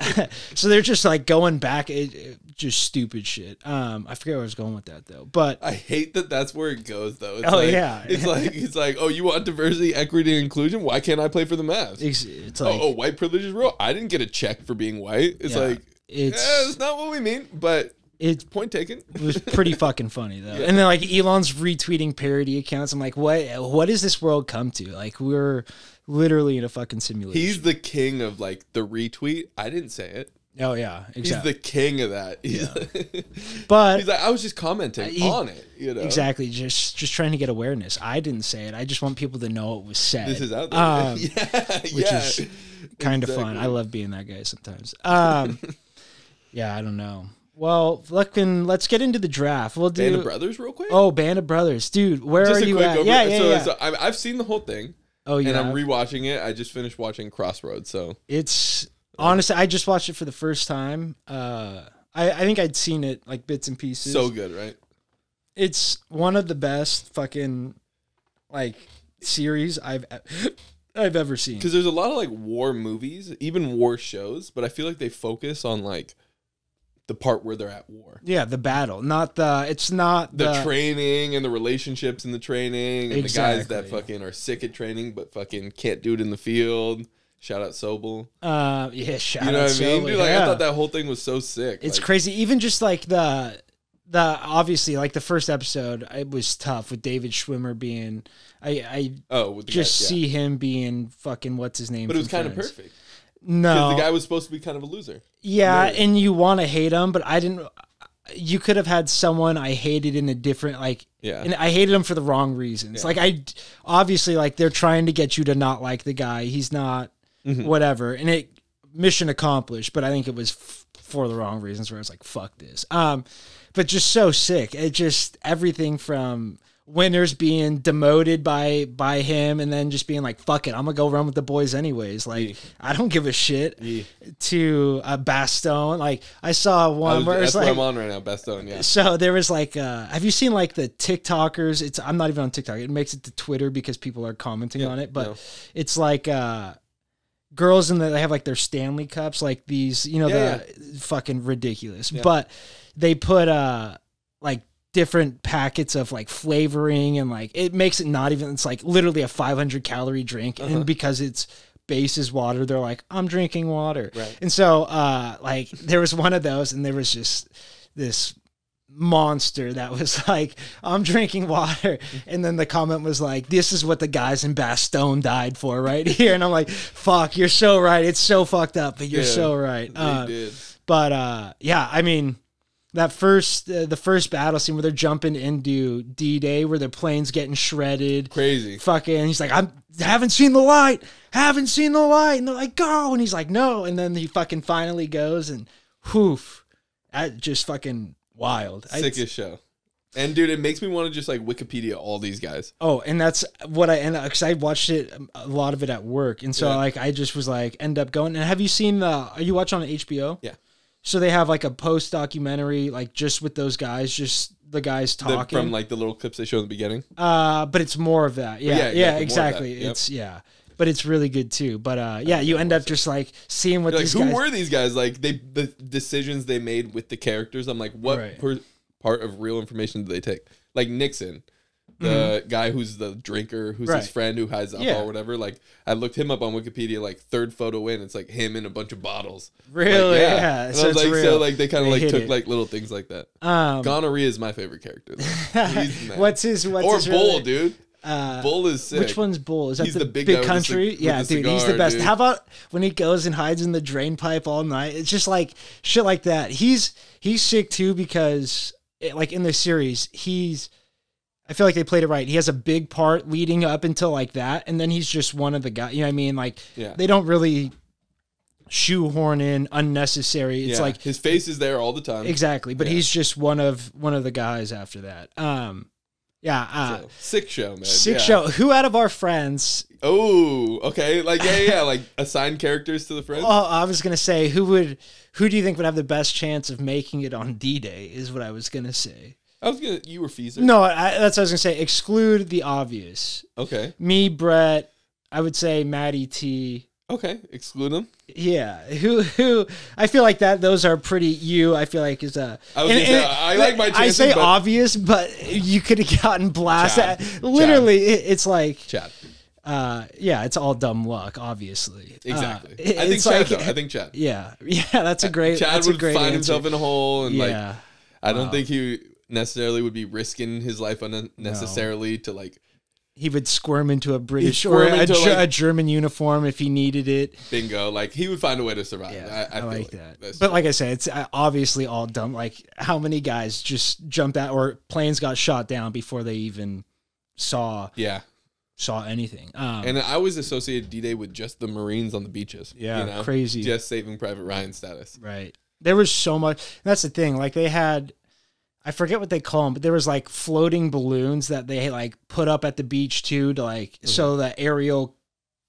Speaker 6: [LAUGHS] so they're just like going back, it, it- just stupid shit. Um, I forget where I was going with that though, but
Speaker 4: I hate that that's where it goes though. It's
Speaker 6: Oh,
Speaker 4: like,
Speaker 6: yeah.
Speaker 4: It's
Speaker 6: [LAUGHS]
Speaker 4: like it's like, oh, you want diversity, equity, and inclusion? Why can't I play for the Mavs?
Speaker 6: it's, it's
Speaker 4: oh,
Speaker 6: like,
Speaker 4: oh, white privilege is real. I didn't get a check for being white. It's
Speaker 6: yeah,
Speaker 4: like yeah,
Speaker 6: it's,
Speaker 4: it's not what we mean, but
Speaker 6: it's
Speaker 4: point
Speaker 6: [LAUGHS]
Speaker 4: taken.
Speaker 6: It
Speaker 4: [LAUGHS]
Speaker 6: was pretty fucking funny though. And then like Elon's retweeting parody accounts. I'm like, what? What does this world come to? Like we're literally in a fucking simulation.
Speaker 4: He's the king of like the retweet. I didn't say it.
Speaker 6: oh yeah,
Speaker 4: He's
Speaker 6: exactly.
Speaker 4: the king of that. He's, [LAUGHS]
Speaker 6: but
Speaker 4: he's like, I was just commenting
Speaker 6: Uh, He-
Speaker 4: on it. You [LAUGHS] know,
Speaker 6: exactly, just just trying to get awareness. I didn't say it. I just want people to know it was said.
Speaker 4: This is out there.
Speaker 6: Um,
Speaker 4: [LAUGHS] yeah,
Speaker 6: which
Speaker 4: yeah.
Speaker 6: is kind of fun. I love being that guy sometimes.
Speaker 4: [LAUGHS]
Speaker 6: Um, yeah, I don't know. Well, looking, let's get into the draft. We'll do.
Speaker 4: Band of Brothers, real quick.
Speaker 6: Oh, Band of Brothers, dude. Where
Speaker 4: just
Speaker 6: are
Speaker 4: a
Speaker 6: you
Speaker 4: quick
Speaker 6: at?
Speaker 4: over.
Speaker 6: yeah, yeah,
Speaker 4: so,
Speaker 6: yeah.
Speaker 4: so I'm, I've seen the whole thing,
Speaker 6: oh, yeah.
Speaker 4: and I'm rewatching it. I just finished watching Crossroads, so
Speaker 6: It's honestly, I just watched it for the first time. Uh, I, I think I'd seen it like bits and pieces.
Speaker 4: so good, right?
Speaker 6: it's one of the best fucking like series I've e- [LAUGHS] I've ever seen.
Speaker 4: Because there's a lot of like war movies, even war shows, but I feel like they focus on like the part where they're at war.
Speaker 6: Yeah, the battle, not the. It's not
Speaker 4: the
Speaker 6: the.
Speaker 4: training and the relationships in the training and the guys that
Speaker 6: Exactly.
Speaker 4: fucking are sick at training but fucking can't do it in the field. Shout out Sobel.
Speaker 6: uh, yeah, shout
Speaker 4: You know
Speaker 6: out
Speaker 4: what I mean?
Speaker 6: Solo,
Speaker 4: Dude, like I
Speaker 6: yeah.
Speaker 4: thought that whole thing was so sick.
Speaker 6: It's
Speaker 4: Like,
Speaker 6: crazy. Even just like the the obviously like the first episode, it was tough with David Schwimmer being. I I
Speaker 4: Oh, with the
Speaker 6: just
Speaker 4: guy, yeah.
Speaker 6: see him being fucking what's his name.
Speaker 4: But it was
Speaker 6: from
Speaker 4: kind of
Speaker 6: Friends.
Speaker 4: perfect
Speaker 6: No,
Speaker 4: because the guy was supposed to be kind of a loser.
Speaker 6: Yeah,
Speaker 4: Nerd.
Speaker 6: and you want to hate him, but I didn't. You could have had someone I hated in a different like.
Speaker 4: Yeah.
Speaker 6: And I hated him for the wrong reasons. Like I, obviously, like they're trying to get you to not like the guy. He's not
Speaker 4: Mm-hmm.
Speaker 6: whatever, and it mission accomplished. But I think it was f- for the wrong reasons. Where I was like, fuck this. Um, but just so sick. It just everything from winners being demoted by by him and then just being like fuck it i'm gonna go run with the boys anyways like i don't give a shit to a Bastone. Like I saw
Speaker 4: I
Speaker 6: one
Speaker 4: was-
Speaker 6: where
Speaker 4: that's
Speaker 6: it's
Speaker 4: what
Speaker 6: like
Speaker 4: I'm on right now, best on. Yeah.
Speaker 6: so there was like uh have you seen like the TikTokers? It's I'm not even on TikTok. It makes it to Twitter because people are commenting [LAUGHS] on it, but
Speaker 4: no.
Speaker 6: it's like uh girls in the they have like their Stanley cups, like these, you know,
Speaker 4: Yeah,
Speaker 6: the fucking ridiculous. But they put uh like different packets of like flavoring and like it makes it not even it's like literally a 500 calorie drink
Speaker 4: Uh-huh.
Speaker 6: and because it's base is water they're like i'm drinking water
Speaker 4: Right.
Speaker 6: and so uh like there was one of those and there was just this monster that was [LAUGHS] like i'm drinking water and then the comment was like this is what the guys in bastogne died for right [LAUGHS] here and i'm like fuck you're so right it's so fucked up but you're
Speaker 4: Yeah,
Speaker 6: so right
Speaker 4: They
Speaker 6: uh,
Speaker 4: did.
Speaker 6: but uh yeah i mean that first uh, the first battle scene where they're jumping into d-day where their plane's getting shredded
Speaker 4: Crazy.
Speaker 6: fucking he's like i'm haven't seen the light haven't seen the light and they're like go and he's like no and then he fucking finally goes and whoof that just fucking wild I-
Speaker 4: Sickest show. And dude, it makes me want to just like Wikipedia all these guys.
Speaker 6: Oh, and that's what I end up because I watched it um, a lot of it at work, and so
Speaker 4: Yeah.
Speaker 6: like I just was like end up going. And have you seen the? Are you watching on HBO?
Speaker 4: Yeah.
Speaker 6: So they have like a post documentary, like just with those guys, just the guys
Speaker 4: The-
Speaker 6: talking.
Speaker 4: from like the little clips they show in the beginning.
Speaker 6: uh, but it's more of that. Yeah,
Speaker 4: yeah,
Speaker 6: yeah,
Speaker 4: yeah, the more of
Speaker 6: exactly.
Speaker 4: that, yep.
Speaker 6: It's yeah, but it's really good too. But uh, yeah, you end up just like seeing what
Speaker 4: You're like,
Speaker 6: these
Speaker 4: who
Speaker 6: guys.
Speaker 4: were these guys? Like they the decisions they made with the characters. I'm like, what
Speaker 6: Right.
Speaker 4: per, part of real information did they take? Like Nixon, the guy who's the drinker, who's
Speaker 6: Mm-hmm. Right.
Speaker 4: his friend who hides alcohol
Speaker 6: Yeah.
Speaker 4: or whatever. Like I looked him up on Wikipedia. Like third photo in, it's like him and a bunch of bottles. Like,
Speaker 6: Really? Yeah,
Speaker 4: And
Speaker 6: so
Speaker 4: I was
Speaker 6: it's
Speaker 4: like,
Speaker 6: real.
Speaker 4: so like they kind
Speaker 6: They
Speaker 4: of like
Speaker 6: hit
Speaker 4: took
Speaker 6: it.
Speaker 4: like little things like that.
Speaker 6: Um,
Speaker 4: Gonorrhea is my favorite character. though.
Speaker 6: [LAUGHS]
Speaker 4: He's mad.
Speaker 6: what's his? What's
Speaker 4: or
Speaker 6: his
Speaker 4: Bull,
Speaker 6: really- Uh,
Speaker 4: dude. Bull is sick.
Speaker 6: Which one's Bull? Is that
Speaker 4: He's
Speaker 6: the,
Speaker 4: the
Speaker 6: big,
Speaker 4: big guy with the
Speaker 6: country?
Speaker 4: cig- with
Speaker 6: yeah,
Speaker 4: the
Speaker 6: dude, he's the
Speaker 4: cigar,
Speaker 6: best.
Speaker 4: dude.
Speaker 6: How about when he goes and hides in the drain pipe all night? It's just like shit like that. He's he's sick too because eh, like in the series, he's I feel like they played it right. He has a big part leading up until like that, and then he's just one of the guys. You know what I mean? Like
Speaker 4: Yeah.
Speaker 6: they don't really shoehorn in unnecessary. It's
Speaker 4: Yeah,
Speaker 6: like
Speaker 4: his face is there all the time.
Speaker 6: exactly, but
Speaker 4: Yeah.
Speaker 6: he's just one of one of the guys after that. Um, yeah, uh,
Speaker 4: So, sick show, man.
Speaker 6: sick
Speaker 4: Yeah.
Speaker 6: show. Who out of our friends
Speaker 4: Oh, okay. Like yeah,
Speaker 6: [LAUGHS]
Speaker 4: yeah. Like assign characters to the friends.
Speaker 6: Oh, I was gonna say who would who do you think would have the best chance of making it on D Day is what I was gonna say.
Speaker 4: I was gonna. You were Feezer.
Speaker 6: No, I, that's what I was gonna say. Exclude the obvious.
Speaker 4: Okay.
Speaker 6: Me, Brett. I would say Maddie T.
Speaker 4: Okay. Exclude them.
Speaker 6: Yeah, who who? I feel like that. Those are pretty. You, I feel like is a.
Speaker 4: I was gonna say, I like my
Speaker 6: I
Speaker 4: chances,
Speaker 6: say
Speaker 4: but-
Speaker 6: obvious, but you could have gotten blasted.
Speaker 4: Chad.
Speaker 6: Literally, it, it's like,
Speaker 4: Chad.
Speaker 6: uh, yeah, it's all dumb luck, obviously. Uh,
Speaker 4: Exactly.
Speaker 6: it-
Speaker 4: I think
Speaker 6: it's
Speaker 4: Chad.
Speaker 6: like-
Speaker 4: though. I think Chad.
Speaker 6: [LAUGHS] Yeah, yeah, that's a great.
Speaker 4: Chad
Speaker 6: that's
Speaker 4: would
Speaker 6: a great
Speaker 4: find
Speaker 6: answer.
Speaker 4: himself in a hole, and
Speaker 6: yeah,
Speaker 4: like I don't think he necessarily would be risking his life unnecessarily to like
Speaker 6: he would squirm into a British
Speaker 4: squirm
Speaker 6: or a,
Speaker 4: into,
Speaker 6: Ge-
Speaker 4: like-
Speaker 6: a German uniform if he needed it.
Speaker 4: bingo. Like he would find a way to survive.
Speaker 6: Yeah, I,
Speaker 4: feel
Speaker 6: like that.
Speaker 4: That's-
Speaker 6: But like I said, it's uh, obviously all dumb. Like how many guys just jumped out or planes got shot down before they even saw
Speaker 4: yeah.
Speaker 6: saw anything. Um,
Speaker 4: And I always associated D Day with just the Marines on the beaches.
Speaker 6: Yeah, crazy.
Speaker 4: Just saving Private Ryan status.
Speaker 6: Right. There was so much. and that's the thing. Like they had, I forget what they call them, but there was like floating balloons that they like put up at the beach too, to like
Speaker 4: Mm-hmm.
Speaker 6: so the aerial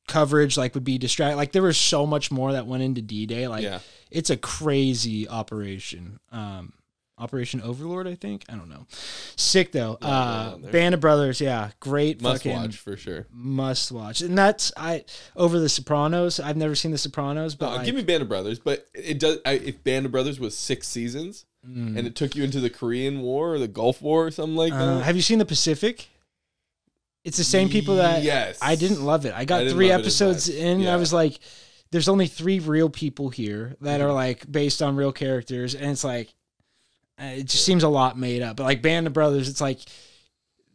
Speaker 6: coverage like would be distracted. Like there was so much more that went into D Day. Like
Speaker 4: Yeah.
Speaker 6: it's a crazy operation. Um, Operation Overlord, I think. I don't know. Sick though.
Speaker 4: Yeah,
Speaker 6: uh,
Speaker 4: yeah, they're-
Speaker 6: Band of Brothers, yeah, great
Speaker 4: Must
Speaker 6: fucking
Speaker 4: watch for sure.
Speaker 6: must watch. And that's I over the Sopranos. I've never seen the Sopranos, but
Speaker 4: Uh,
Speaker 6: like,
Speaker 4: give me Band of Brothers, but it does. I, if Band of Brothers was six seasons
Speaker 6: mm.
Speaker 4: and it took you into the Korean War or the Gulf War or something like
Speaker 6: Uh,
Speaker 4: that,
Speaker 6: have you seen the Pacific? It's the same people that
Speaker 4: Yes.
Speaker 6: I didn't love it. I
Speaker 4: I
Speaker 6: got
Speaker 4: didn't
Speaker 6: three
Speaker 4: love it as
Speaker 6: episodes
Speaker 4: much.
Speaker 6: in. I
Speaker 4: Yeah.
Speaker 6: was like, "There's only three real people here that
Speaker 4: Mm-hmm.
Speaker 6: are like based on real characters," and it's like, uh, it just seems a lot made up. But like Band of Brothers, it's like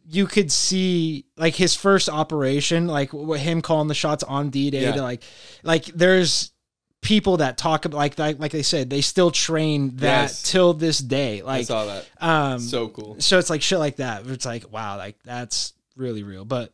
Speaker 6: you could see like his first operation, like wh- him calling the shots on D Day
Speaker 4: Yeah.
Speaker 6: to like, like there's people that talk about like like like they said they still train that
Speaker 4: Yes.
Speaker 6: till this day.
Speaker 4: I
Speaker 6: Like,
Speaker 4: saw that.
Speaker 6: um,
Speaker 4: so cool.
Speaker 6: so it's like shit like that. where It's like wow, like that's really real. But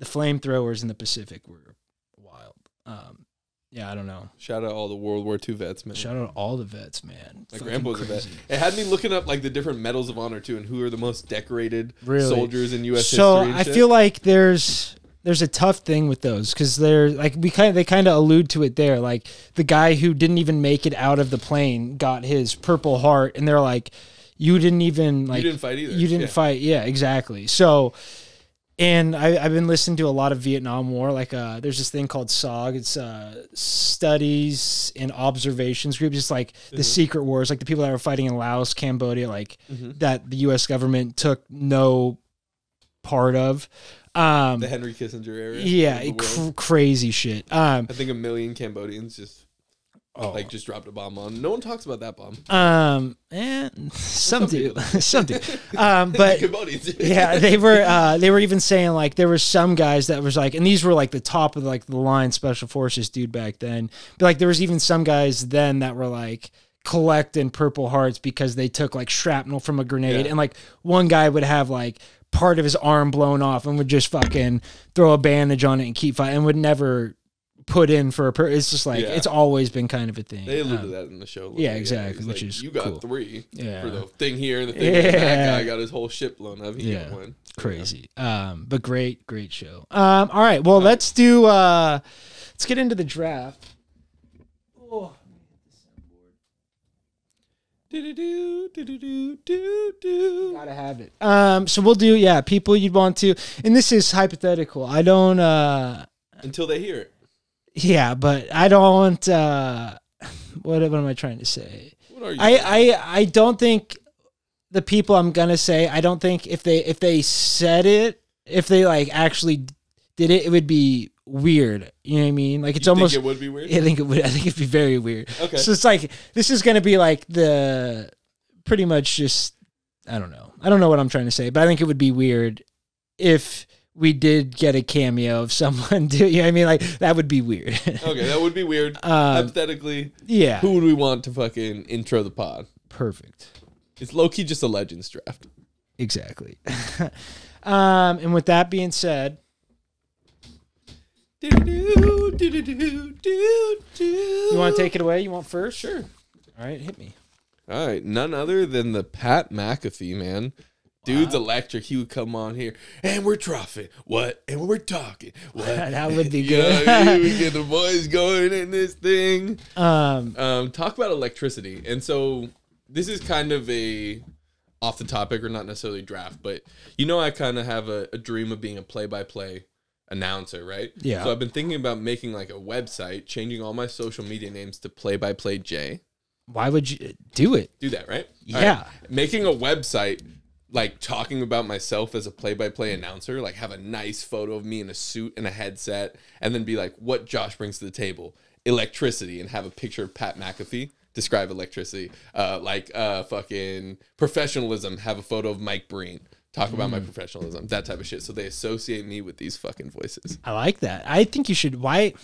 Speaker 6: the flamethrowers in the Pacific were wild. Um, yeah, I don't know.
Speaker 4: Shout out all the World War II vets, man.
Speaker 6: Shout out to all the vets, man.
Speaker 4: My
Speaker 6: Fucking
Speaker 4: grandpa was a vet.
Speaker 6: crazy.
Speaker 4: It had me looking up like the different medals of honor too, and who are the most decorated
Speaker 6: Really?
Speaker 4: soldiers in U.S.
Speaker 6: So
Speaker 4: history. and
Speaker 6: I
Speaker 4: shit.
Speaker 6: feel like there's there's a tough thing with those because they're like we kind of they kind of allude to it there. Like the guy who didn't even make it out of the plane got his Purple Heart, and they're like, you didn't even like
Speaker 4: you didn't fight either.
Speaker 6: You didn't
Speaker 4: Yeah.
Speaker 6: fight. Yeah, exactly. So and I, I've been listening to a lot of Vietnam War. Like, uh, there's this thing called SOG. It's uh, studies and observations groups. It's like
Speaker 4: Mm-hmm.
Speaker 6: the secret wars, like the people that were fighting in Laos, Cambodia, like that the U.S. government took no part of. Um,
Speaker 4: The Henry Kissinger area. of the
Speaker 6: yeah,
Speaker 4: world.
Speaker 6: cr- crazy shit. Um,
Speaker 4: I think a million Cambodians just
Speaker 6: Oh.
Speaker 4: like just dropped a bomb on. No one talks about that bomb. [LAUGHS]
Speaker 6: um, eh, some do, [LAUGHS] some do.
Speaker 4: [LAUGHS]
Speaker 6: Um, but
Speaker 4: Cambodians.
Speaker 6: yeah, they were uh, they were even saying like there were some guys that was like, and these were like the top of like the line special forces dude back then. But like there was even some guys then that were like collecting purple hearts because they took like shrapnel from a grenade,
Speaker 4: Yeah.
Speaker 6: and like one guy would have like part of his arm blown off and would just fucking throw a bandage on it and keep fighting, and would never put in for a. Per- it's just like
Speaker 4: Yeah.
Speaker 6: it's always been kind of a thing.
Speaker 4: They alluded
Speaker 6: Um,
Speaker 4: to that in the show. a little
Speaker 6: yeah,
Speaker 4: bit,
Speaker 6: exactly,
Speaker 4: He's
Speaker 6: which
Speaker 4: like,
Speaker 6: is
Speaker 4: you got
Speaker 6: cool.
Speaker 4: three
Speaker 6: Yeah.
Speaker 4: for the thing here and the thing. Here.
Speaker 6: Yeah.
Speaker 4: That guy got his whole ship blown up. He
Speaker 6: Yeah.
Speaker 4: got one.
Speaker 6: crazy um but great great show um all right well let's do uh let's get into the draft Oh,
Speaker 4: Do-do-do, do-do-do, do-do.
Speaker 6: gotta have it um so we'll do yeah people you'd want to and this is hypothetical i don't uh
Speaker 4: Until they hear it.
Speaker 6: yeah but i don't uh [LAUGHS] what, what am i trying to say
Speaker 4: What are you? doing?
Speaker 6: I, I I don't think the people I'm gonna say I don't think if they if they said it if they like actually did it it would be weird. You know what I mean? Like it's
Speaker 4: You
Speaker 6: almost
Speaker 4: Think it would be weird.
Speaker 6: [LAUGHS] I think it would I think it'd be very weird.
Speaker 4: Okay.
Speaker 6: So it's like this is gonna be like the pretty much just I don't know. I don't know what I'm trying to say, but I think it would be weird if we did get a cameo of [LAUGHS] someone do you know what I mean? Like that would be weird.
Speaker 4: [LAUGHS]
Speaker 6: [LAUGHS]
Speaker 4: okay, that would be weird.
Speaker 6: um,
Speaker 4: Hypothetically,
Speaker 6: yeah.
Speaker 4: who would we want to fucking intro the pod?
Speaker 6: Perfect.
Speaker 4: It's low key just a legends draft.
Speaker 6: Exactly. [LAUGHS] um, and with that being said,
Speaker 4: Do-do-do, do-do-do, do-do.
Speaker 6: you want to take it away? You want first? Sure. All right, hit me.
Speaker 4: All right, none other than the Pat McAfee man. Dude's electric. He would come on here, and we're troughing. What? And we're talking. What?
Speaker 6: [LAUGHS] [LAUGHS] That would be
Speaker 4: You know what I mean?
Speaker 6: good.
Speaker 4: we
Speaker 6: [LAUGHS]
Speaker 4: get the boys going in this thing.
Speaker 6: um,
Speaker 4: Um, talk about electricity. And so this is kind of a off the topic or not necessarily draft, but you know I kind of have a, a dream of being a play by play announcer, right?
Speaker 6: Yeah.
Speaker 4: So I've been thinking about making like a website, changing all my social media names to play by play J.
Speaker 6: why would you do it?
Speaker 4: Do that, right? All right.
Speaker 6: Yeah.
Speaker 4: Making a website like talking about myself as a play-by-play announcer, like have a nice photo of me in a suit and a headset, and then be like, "What Josh brings to the table: electricity," and have a picture of Pat McAfee describe electricity, uh, like uh, fucking professionalism. Have a photo of Mike Breen talk about my professionalism, that type of shit. So they associate me with these fucking voices.
Speaker 6: I like that. I think you should. Why?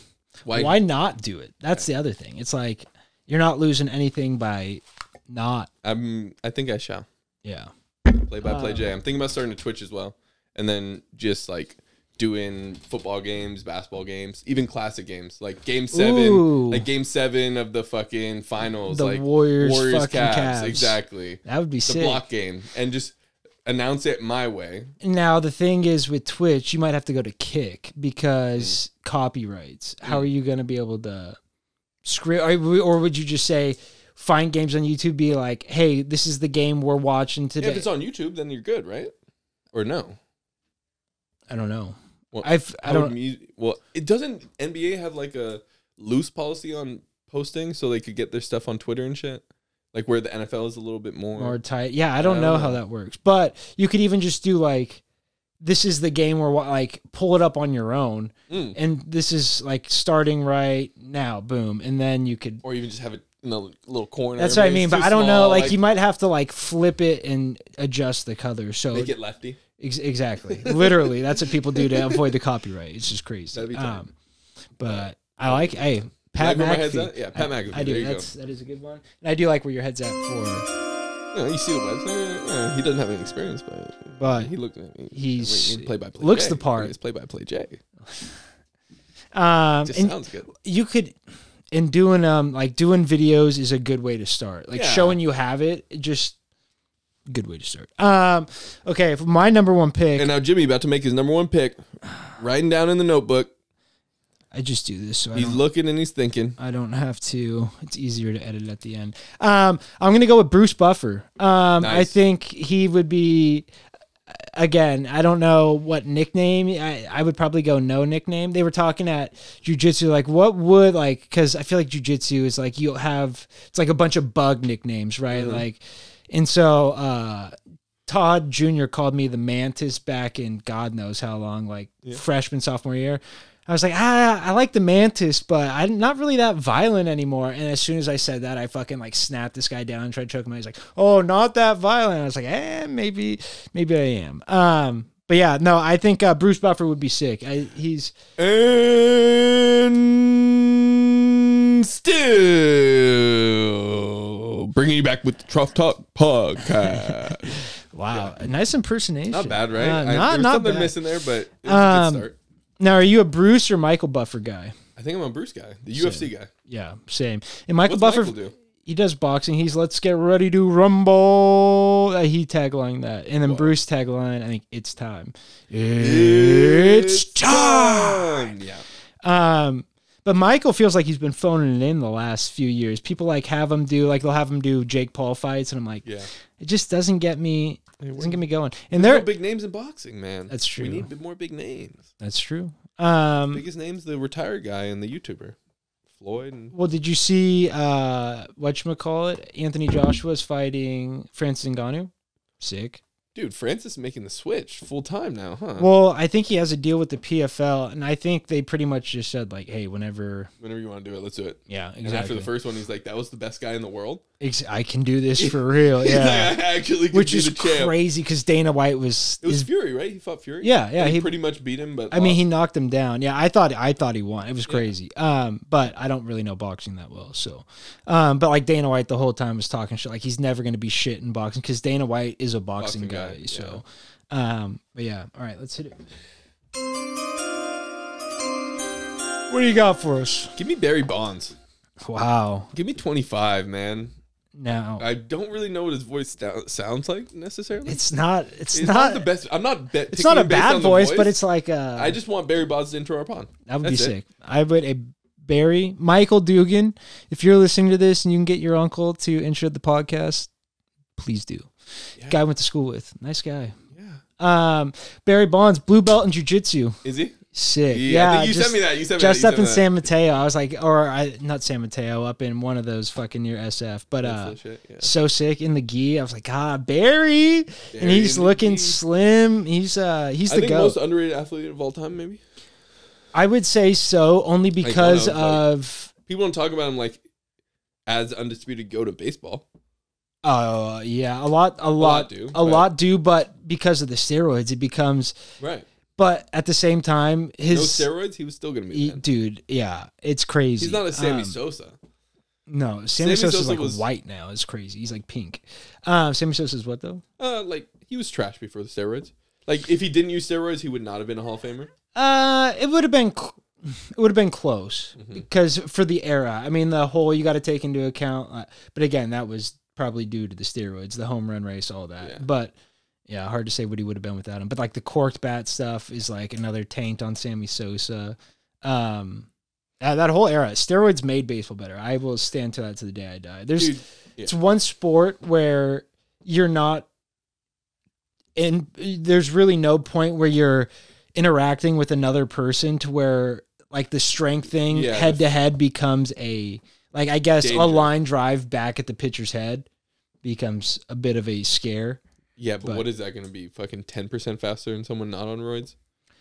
Speaker 4: Why?
Speaker 6: Why not do it? That's the other thing. It's like you're not losing anything by not.
Speaker 4: I'm. I think I shall.
Speaker 6: Yeah.
Speaker 4: play by
Speaker 6: Um,
Speaker 4: play J. I'm thinking about starting a Twitch as well, and then just like doing football games, basketball games, even classic games like Game Seven,
Speaker 6: Ooh.
Speaker 4: like Game Seven of the fucking finals,
Speaker 6: The
Speaker 4: like
Speaker 6: Warriors fucking Cavs.
Speaker 4: exactly.
Speaker 6: That would be
Speaker 4: The
Speaker 6: sick.
Speaker 4: block game, and just announce it my way.
Speaker 6: Now the thing is with Twitch, you might have to go to Kick because
Speaker 4: Mm.
Speaker 6: copyrights. How are you going to be able to script, or, w- or would you just say find games on YouTube? Be like, hey, this is the game we're watching
Speaker 4: Yeah,
Speaker 6: today.
Speaker 4: if it's on YouTube, then you're good, right? Or no?
Speaker 6: I don't know.
Speaker 4: Well,
Speaker 6: I've I
Speaker 4: How would
Speaker 6: don't.
Speaker 4: mu- well, it doesn't. NBA have like a loose policy on posting, so they could get their stuff on Twitter and shit. Like where the NFL is a little bit more.
Speaker 6: Or tight. Yeah, I don't,
Speaker 4: I don't
Speaker 6: know, how
Speaker 4: know.
Speaker 6: that works. But you could even just do like, this is the game where wa- like pull it up on your own,
Speaker 4: Mm.
Speaker 6: and this is like starting right now. Boom, and then you could.
Speaker 4: or even just have it in a little corner.
Speaker 6: That's what I
Speaker 4: Maybe
Speaker 6: mean,
Speaker 4: it's
Speaker 6: but
Speaker 4: too
Speaker 6: I don't know.
Speaker 4: small,
Speaker 6: Like, you might have to like flip it and adjust the color. So
Speaker 4: make it lefty.
Speaker 6: Ex- exactly. Literally, that's what people
Speaker 4: [LAUGHS]
Speaker 6: do to avoid the copyright. It's just crazy. Um,
Speaker 4: That'd be tight.
Speaker 6: but I like hey
Speaker 4: Like
Speaker 6: Pat
Speaker 4: where my
Speaker 6: McAfee.
Speaker 4: head's at? Yeah, Pat
Speaker 6: I-
Speaker 4: McAfee,
Speaker 6: I, do.
Speaker 4: there you go.
Speaker 6: That's that is a good one. And I do like where your head's at for.
Speaker 4: Yeah, you see the website. Yeah, he doesn't have any experience, but
Speaker 6: But-
Speaker 4: he looked at me.
Speaker 6: He's-
Speaker 4: play by play.
Speaker 6: looks the part.
Speaker 4: He's play by play Jay.
Speaker 6: Um,
Speaker 4: Just
Speaker 6: and
Speaker 4: sounds good.
Speaker 6: you could, and doing um like doing videos is a good way to start. Like
Speaker 4: Yeah.
Speaker 6: showing you have it, it just good way to start. Um, okay, for my number one pick.
Speaker 4: And now Jimmy about to make his number one pick, [SIGHS] writing down in the notebook.
Speaker 6: I just do this so I
Speaker 4: He's
Speaker 6: don't,
Speaker 4: looking and he's thinking.
Speaker 6: I don't have to. It's easier to edit at the end. Um, I'm gonna go with Bruce Buffer. Um, I
Speaker 4: Nice.
Speaker 6: think he would be. again, I don't know what nickname. I, I would probably go no nickname. They were talking at jujitsu, like what would like because I feel like jujitsu is like you'll have it's like a bunch of bug nicknames, right? Like, and so uh, Todd Jr. called me the mantis back in God knows how long, like freshman sophomore year. I was like, ah, I like the mantis, but I'm not really that violent anymore. And as soon as I said that, I fucking like snapped this guy down and tried to choke him. out. He's like, oh, not that violent. I was like, eh, maybe, maybe I am. Um, but yeah, no, I think uh, Bruce Buffer would be sick. I, he's
Speaker 4: And still bringing you back with the Trough Talk
Speaker 6: [LAUGHS]
Speaker 4: podcast.
Speaker 6: wow, a nice impersonation.
Speaker 4: not bad, right?
Speaker 6: Uh,
Speaker 4: I, there
Speaker 6: not
Speaker 4: was
Speaker 6: not
Speaker 4: something
Speaker 6: bad.
Speaker 4: missing there, but it was a good
Speaker 6: Um,
Speaker 4: start.
Speaker 6: Now, are you a Bruce or Michael Buffer guy?
Speaker 4: I think I'm a Bruce guy, the UFC guy.
Speaker 6: Yeah, same. And Michael
Speaker 4: What's
Speaker 6: Buffer,
Speaker 4: Michael do?
Speaker 6: he does boxing. He's let's get ready to rumble. Uh, he tagline that, and then Bruce tagline. I think it's time. It's time.
Speaker 4: Yeah.
Speaker 6: Um, but Michael feels like he's been phoning it in the last few years. People like have him do like they'll have him do Jake Paul fights, and I'm like,
Speaker 4: Yeah.
Speaker 6: it just doesn't get me. It doesn't get me going. And
Speaker 4: There
Speaker 6: there,
Speaker 4: are big names in boxing, man.
Speaker 6: That's true.
Speaker 4: We need bit more big names.
Speaker 6: that's true. Um,
Speaker 4: Biggest name's the retired guy and the YouTuber, Floyd. And
Speaker 6: Well, did you see uh whatchamacallit? Anthony Joshua's fighting Francis Ngannou? Sick.
Speaker 4: dude, Francis is making the switch full time now, huh?
Speaker 6: Well, I think he has a deal with the PFL, and I think they pretty much just said like, "Hey, whenever,
Speaker 4: Whenever you want to do it, let's do it.
Speaker 6: yeah, exactly.
Speaker 4: And after the first one, he's like, "That was the best guy in the
Speaker 6: [LAUGHS]
Speaker 4: world."
Speaker 6: Ex- I can do this
Speaker 4: [LAUGHS]
Speaker 6: for real."
Speaker 4: He's
Speaker 6: Yeah,
Speaker 4: like, [LAUGHS] I actually could
Speaker 6: which
Speaker 4: be
Speaker 6: is
Speaker 4: the champ.
Speaker 6: crazy because Dana White was,
Speaker 4: It was
Speaker 6: is-
Speaker 4: Fury, right? He fought Fury.
Speaker 6: Yeah, yeah,
Speaker 4: And He,
Speaker 6: he-
Speaker 4: pretty much beat him, but oh,
Speaker 6: I mean, he
Speaker 4: lost.
Speaker 6: knocked him down. Yeah, I thought I thought he won. It was crazy. Um, but I don't really know boxing that well, so. Um, but like Dana White the whole time was talking shit. Like he's never gonna be shit in boxing because Dana White is a boxing,
Speaker 4: Boxing guy,
Speaker 6: guy, So, um, but yeah, all right, let's hit it. What do you got for us?
Speaker 4: give me Barry Bonds.
Speaker 6: Wow.
Speaker 4: Give me twenty five, man.
Speaker 6: Now
Speaker 4: I don't really know what his voice sou- sounds like necessarily.
Speaker 6: it's not. It's,
Speaker 4: It's
Speaker 6: not.
Speaker 4: the best. I'm not. Bet-
Speaker 6: It's not a
Speaker 4: picking based
Speaker 6: bad
Speaker 4: on the
Speaker 6: voice, but it's like uh,
Speaker 4: I just want Barry Bonds to intro our pond.
Speaker 6: That would
Speaker 4: That's
Speaker 6: be
Speaker 4: it.
Speaker 6: sick. I would a Barry Michael Dugan. If you're listening to this and you can get your uncle to intro the podcast, please do. Guy I went to school with, nice guy. Yeah. Um, Barry Bonds, blue belt in jujitsu,
Speaker 4: Is he?
Speaker 6: sick.
Speaker 4: Yeah, I
Speaker 6: Yeah,
Speaker 4: think you sent me that. You sent me
Speaker 6: just
Speaker 4: that. You
Speaker 6: up in
Speaker 4: sent
Speaker 6: San Mateo. I was like, or I not San Mateo, up in one of those fucking near SF, but
Speaker 4: me that.
Speaker 6: uh.
Speaker 4: Shit, yeah.
Speaker 6: So sick in the gi. I was like, ah, Barry, and
Speaker 4: Barry
Speaker 6: he's
Speaker 4: in the
Speaker 6: looking
Speaker 4: gi.
Speaker 6: slim. He's uh, he's
Speaker 4: I
Speaker 6: the
Speaker 4: think
Speaker 6: goat.
Speaker 4: most underrated athlete of all time, maybe.
Speaker 6: I would say so only because
Speaker 4: those, like-
Speaker 6: of
Speaker 4: People don't talk about him like as undisputed goat of baseball.
Speaker 6: Oh yeah, a lot, a, lot,
Speaker 4: lot do,
Speaker 6: a
Speaker 4: but-
Speaker 6: lot do, but because of the steroids, it becomes.
Speaker 4: Right.
Speaker 6: But at the same time,
Speaker 4: No
Speaker 6: his
Speaker 4: steroids, he was still gonna be.
Speaker 6: he-
Speaker 4: the man.
Speaker 6: dude, yeah, it's crazy.
Speaker 4: He's not a Sammy
Speaker 6: Um,
Speaker 4: Sosa.
Speaker 6: No, Sammy,
Speaker 4: Sammy
Speaker 6: Sosa's
Speaker 4: Sosa
Speaker 6: like
Speaker 4: was-
Speaker 6: white now. It's crazy. He's like pink. Um, Sammy Sosa's what though?
Speaker 4: Uh, like he was trash before the steroids. Like if he didn't use steroids, he would not have been a Hall of Famer.
Speaker 6: Uh, it would have been. Cl- it would have been close
Speaker 4: Mm-hmm.
Speaker 6: because for the era, I mean, the whole you got to take into account. Uh, but again, that was probably due to the steroids, the home run race, all that.
Speaker 4: Yeah.
Speaker 6: But yeah, hard to say what he would have been without him. But like the corked bat stuff is like another taint on Sammy Sosa. Um, uh, that whole era, steroids made baseball better. I will stand to that to the day I die. There's
Speaker 4: Dude, yeah.
Speaker 6: it's one sport where you're not and there's really no point where you're interacting with another person to where like the strength thing
Speaker 4: Yeah.
Speaker 6: head to head becomes a like I guess
Speaker 4: Danger.
Speaker 6: a line drive back at the pitcher's head becomes a bit of a scare.
Speaker 4: yeah, but,
Speaker 6: but-
Speaker 4: what is that gonna be? Fucking ten percent faster than someone not on roids?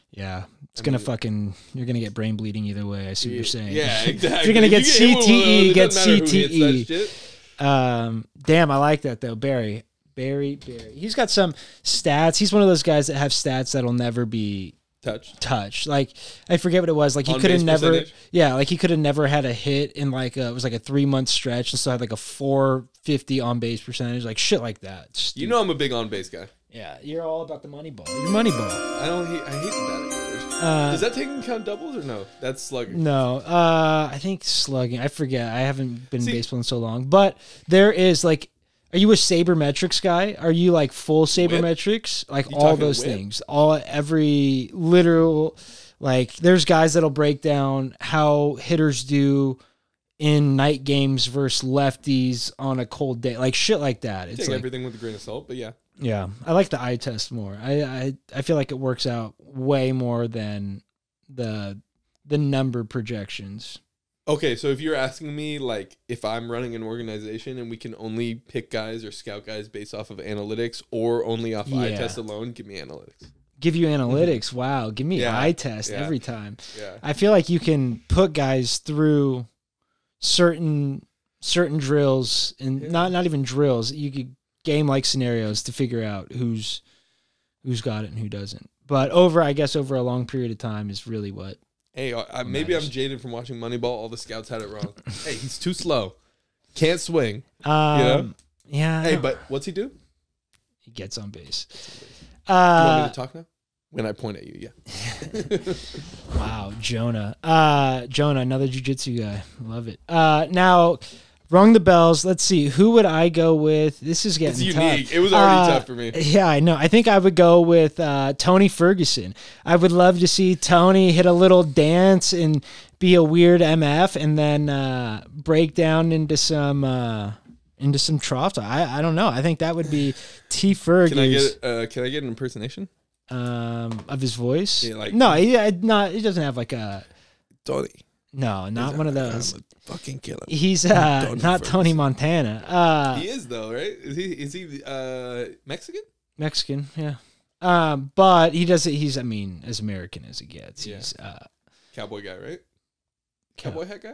Speaker 6: Yeah, it's gonna fucking you're gonna get brain bleeding either way. I see what you're saying.
Speaker 4: Yeah, exactly.
Speaker 6: [LAUGHS] if you're gonna
Speaker 4: You
Speaker 6: get
Speaker 4: hit with one of those,
Speaker 6: CTE,
Speaker 4: it
Speaker 6: get E.
Speaker 4: doesn't matter who hits that
Speaker 6: CTE.
Speaker 4: shit.
Speaker 6: Um, damn, I like that though, Barry. Barry, Barry. He's got some stats. He's one of those guys that have stats that'll never be
Speaker 4: Touched.
Speaker 6: touch. Like I forget what it was. Like he
Speaker 4: On
Speaker 6: could have
Speaker 4: base
Speaker 6: never,
Speaker 4: percentage?
Speaker 6: yeah, like he could have never had a hit in like a, it was like a three month stretch and still had like a four fifty on base percentage, like shit like that. Stu-
Speaker 4: You know I'm a big on base guy.
Speaker 6: yeah, you're all about the money ball. Your money ball.
Speaker 4: I don't hate. I hate the batting average.
Speaker 6: Uh, Mm,
Speaker 4: Does that take into account doubles or no? That's slugging.
Speaker 6: No, uh, I think slugging. I forget. I haven't been
Speaker 4: See-
Speaker 6: in baseball in so long, but there is like. Are you a sabermetrics guy? Are you like full sabermetrics? Like all
Speaker 4: talking
Speaker 6: those
Speaker 4: whip?
Speaker 6: things, all every literal, like there's guys that'll break down how hitters do in night games versus lefties on a cold day, like shit like that. It's
Speaker 4: Take
Speaker 6: like
Speaker 4: everything with a grain of salt, but yeah.
Speaker 6: Yeah, I like the eye test more. I, I I feel like it works out way more than the the number projections.
Speaker 4: Okay, so if you're asking me, like, if I'm running an organization and we can only pick guys or scout guys based off of analytics or only off eye
Speaker 6: Yeah.
Speaker 4: test alone, give me analytics.
Speaker 6: Give you analytics. Wow, give me
Speaker 4: Mm-hmm. Yeah,
Speaker 6: eye test
Speaker 4: yeah.
Speaker 6: every time.
Speaker 4: Yeah.
Speaker 6: I feel like you can put guys through certain certain drills and not not even drills. You could game like scenarios to figure out who's who's got it and who doesn't. But over, I guess, over a long period of time is really what.
Speaker 4: Hey, uh, I, I- maybe I'm
Speaker 6: matters.
Speaker 4: jaded from watching Moneyball. All the scouts had it wrong. hey, he's too slow. Can't swing.
Speaker 6: Um, yeah. I
Speaker 4: Hey,
Speaker 6: don't-
Speaker 4: but what's he do? Do you
Speaker 6: he gets on base.
Speaker 4: want
Speaker 6: Uh,
Speaker 4: me to talk now? When I point at you, yeah.
Speaker 6: wow, Jonah. Uh, Jonah, another jujitsu guy. Love it. Uh, now, rung the bells. Let's see. Who would I go with? This is getting
Speaker 4: It's
Speaker 6: tough.
Speaker 4: unique. It was already
Speaker 6: Uh,
Speaker 4: tough for me.
Speaker 6: Yeah, I know. I think I would go with uh, Tony Ferguson. I would love to see Tony hit a little dance and be a weird MF, and then uh, break down into some uh, into some trough. I I don't know. I think that would be T Fergus.
Speaker 4: Can I get uh, can I get an impersonation?
Speaker 6: um of his voice.
Speaker 4: Yeah, like-
Speaker 6: no, he I- not. He doesn't have like a
Speaker 4: Tony,
Speaker 6: no, not one of those.
Speaker 4: fucking kill him.
Speaker 6: He's uh
Speaker 4: Tony
Speaker 6: not Tony
Speaker 4: Ferguson.
Speaker 6: Montana. Uh,
Speaker 4: He is though, right? Is he is he uh, Mexican?
Speaker 6: Mexican, yeah. Um, but he does it. He's I mean as American as it gets.
Speaker 4: Yeah.
Speaker 6: He's uh
Speaker 4: Cowboy guy, right?
Speaker 6: cow-
Speaker 4: Cowboy hat guy.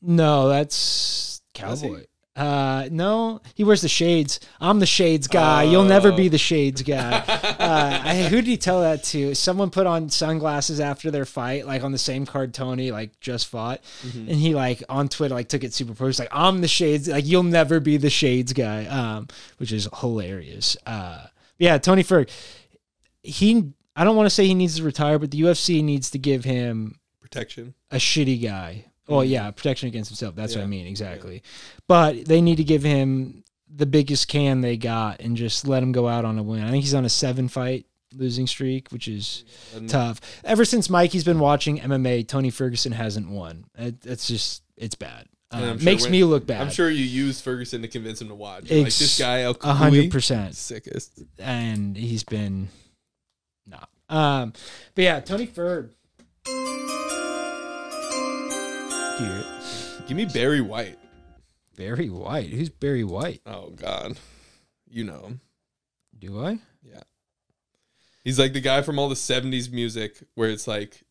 Speaker 6: No, that's cowboy. Uh, no, he wears the shades. I'm the shades guy. You'll never be
Speaker 4: Oh.
Speaker 6: the shades guy. uh, I, who did he tell that to? Someone put on sunglasses after their fight, like on the same card Tony like just fought, and he like on Twitter like took it super pro. He's like, "I'm the shades. Like you'll never be the shades guy," um, which is hilarious. Uh, yeah, Tony Ferg. He, I don't want to say he needs to retire, but the UFC needs to give him
Speaker 4: Protection.
Speaker 6: a shitty guy. Well, yeah, protection against himself. That's what I
Speaker 4: Mm-hmm. Yeah.
Speaker 6: mean exactly. But they need to give him the biggest can they got and just let him go out on a win. I think he's on a seven fight losing streak, which is
Speaker 4: And-
Speaker 6: tough. Ever since Mikey's been watching MMA, Tony Ferguson hasn't won. It, it's just it's bad.
Speaker 4: And
Speaker 6: Uh,
Speaker 4: I'm sure
Speaker 6: makes
Speaker 4: when-
Speaker 6: me look bad.
Speaker 4: I'm sure you used Ferguson to convince him to watch. Like
Speaker 6: Ex-
Speaker 4: this guy, El
Speaker 6: a hundred
Speaker 4: Khoury,
Speaker 6: percent.
Speaker 4: sickest.
Speaker 6: and he's been not. Um, but yeah, Tony Ferg. Do you hear it?
Speaker 4: Give me Barry White.
Speaker 6: Barry White. Who's Barry White?
Speaker 4: Oh God, you know him.
Speaker 6: Do I?
Speaker 4: He's like the guy from all the '70s music where it's like,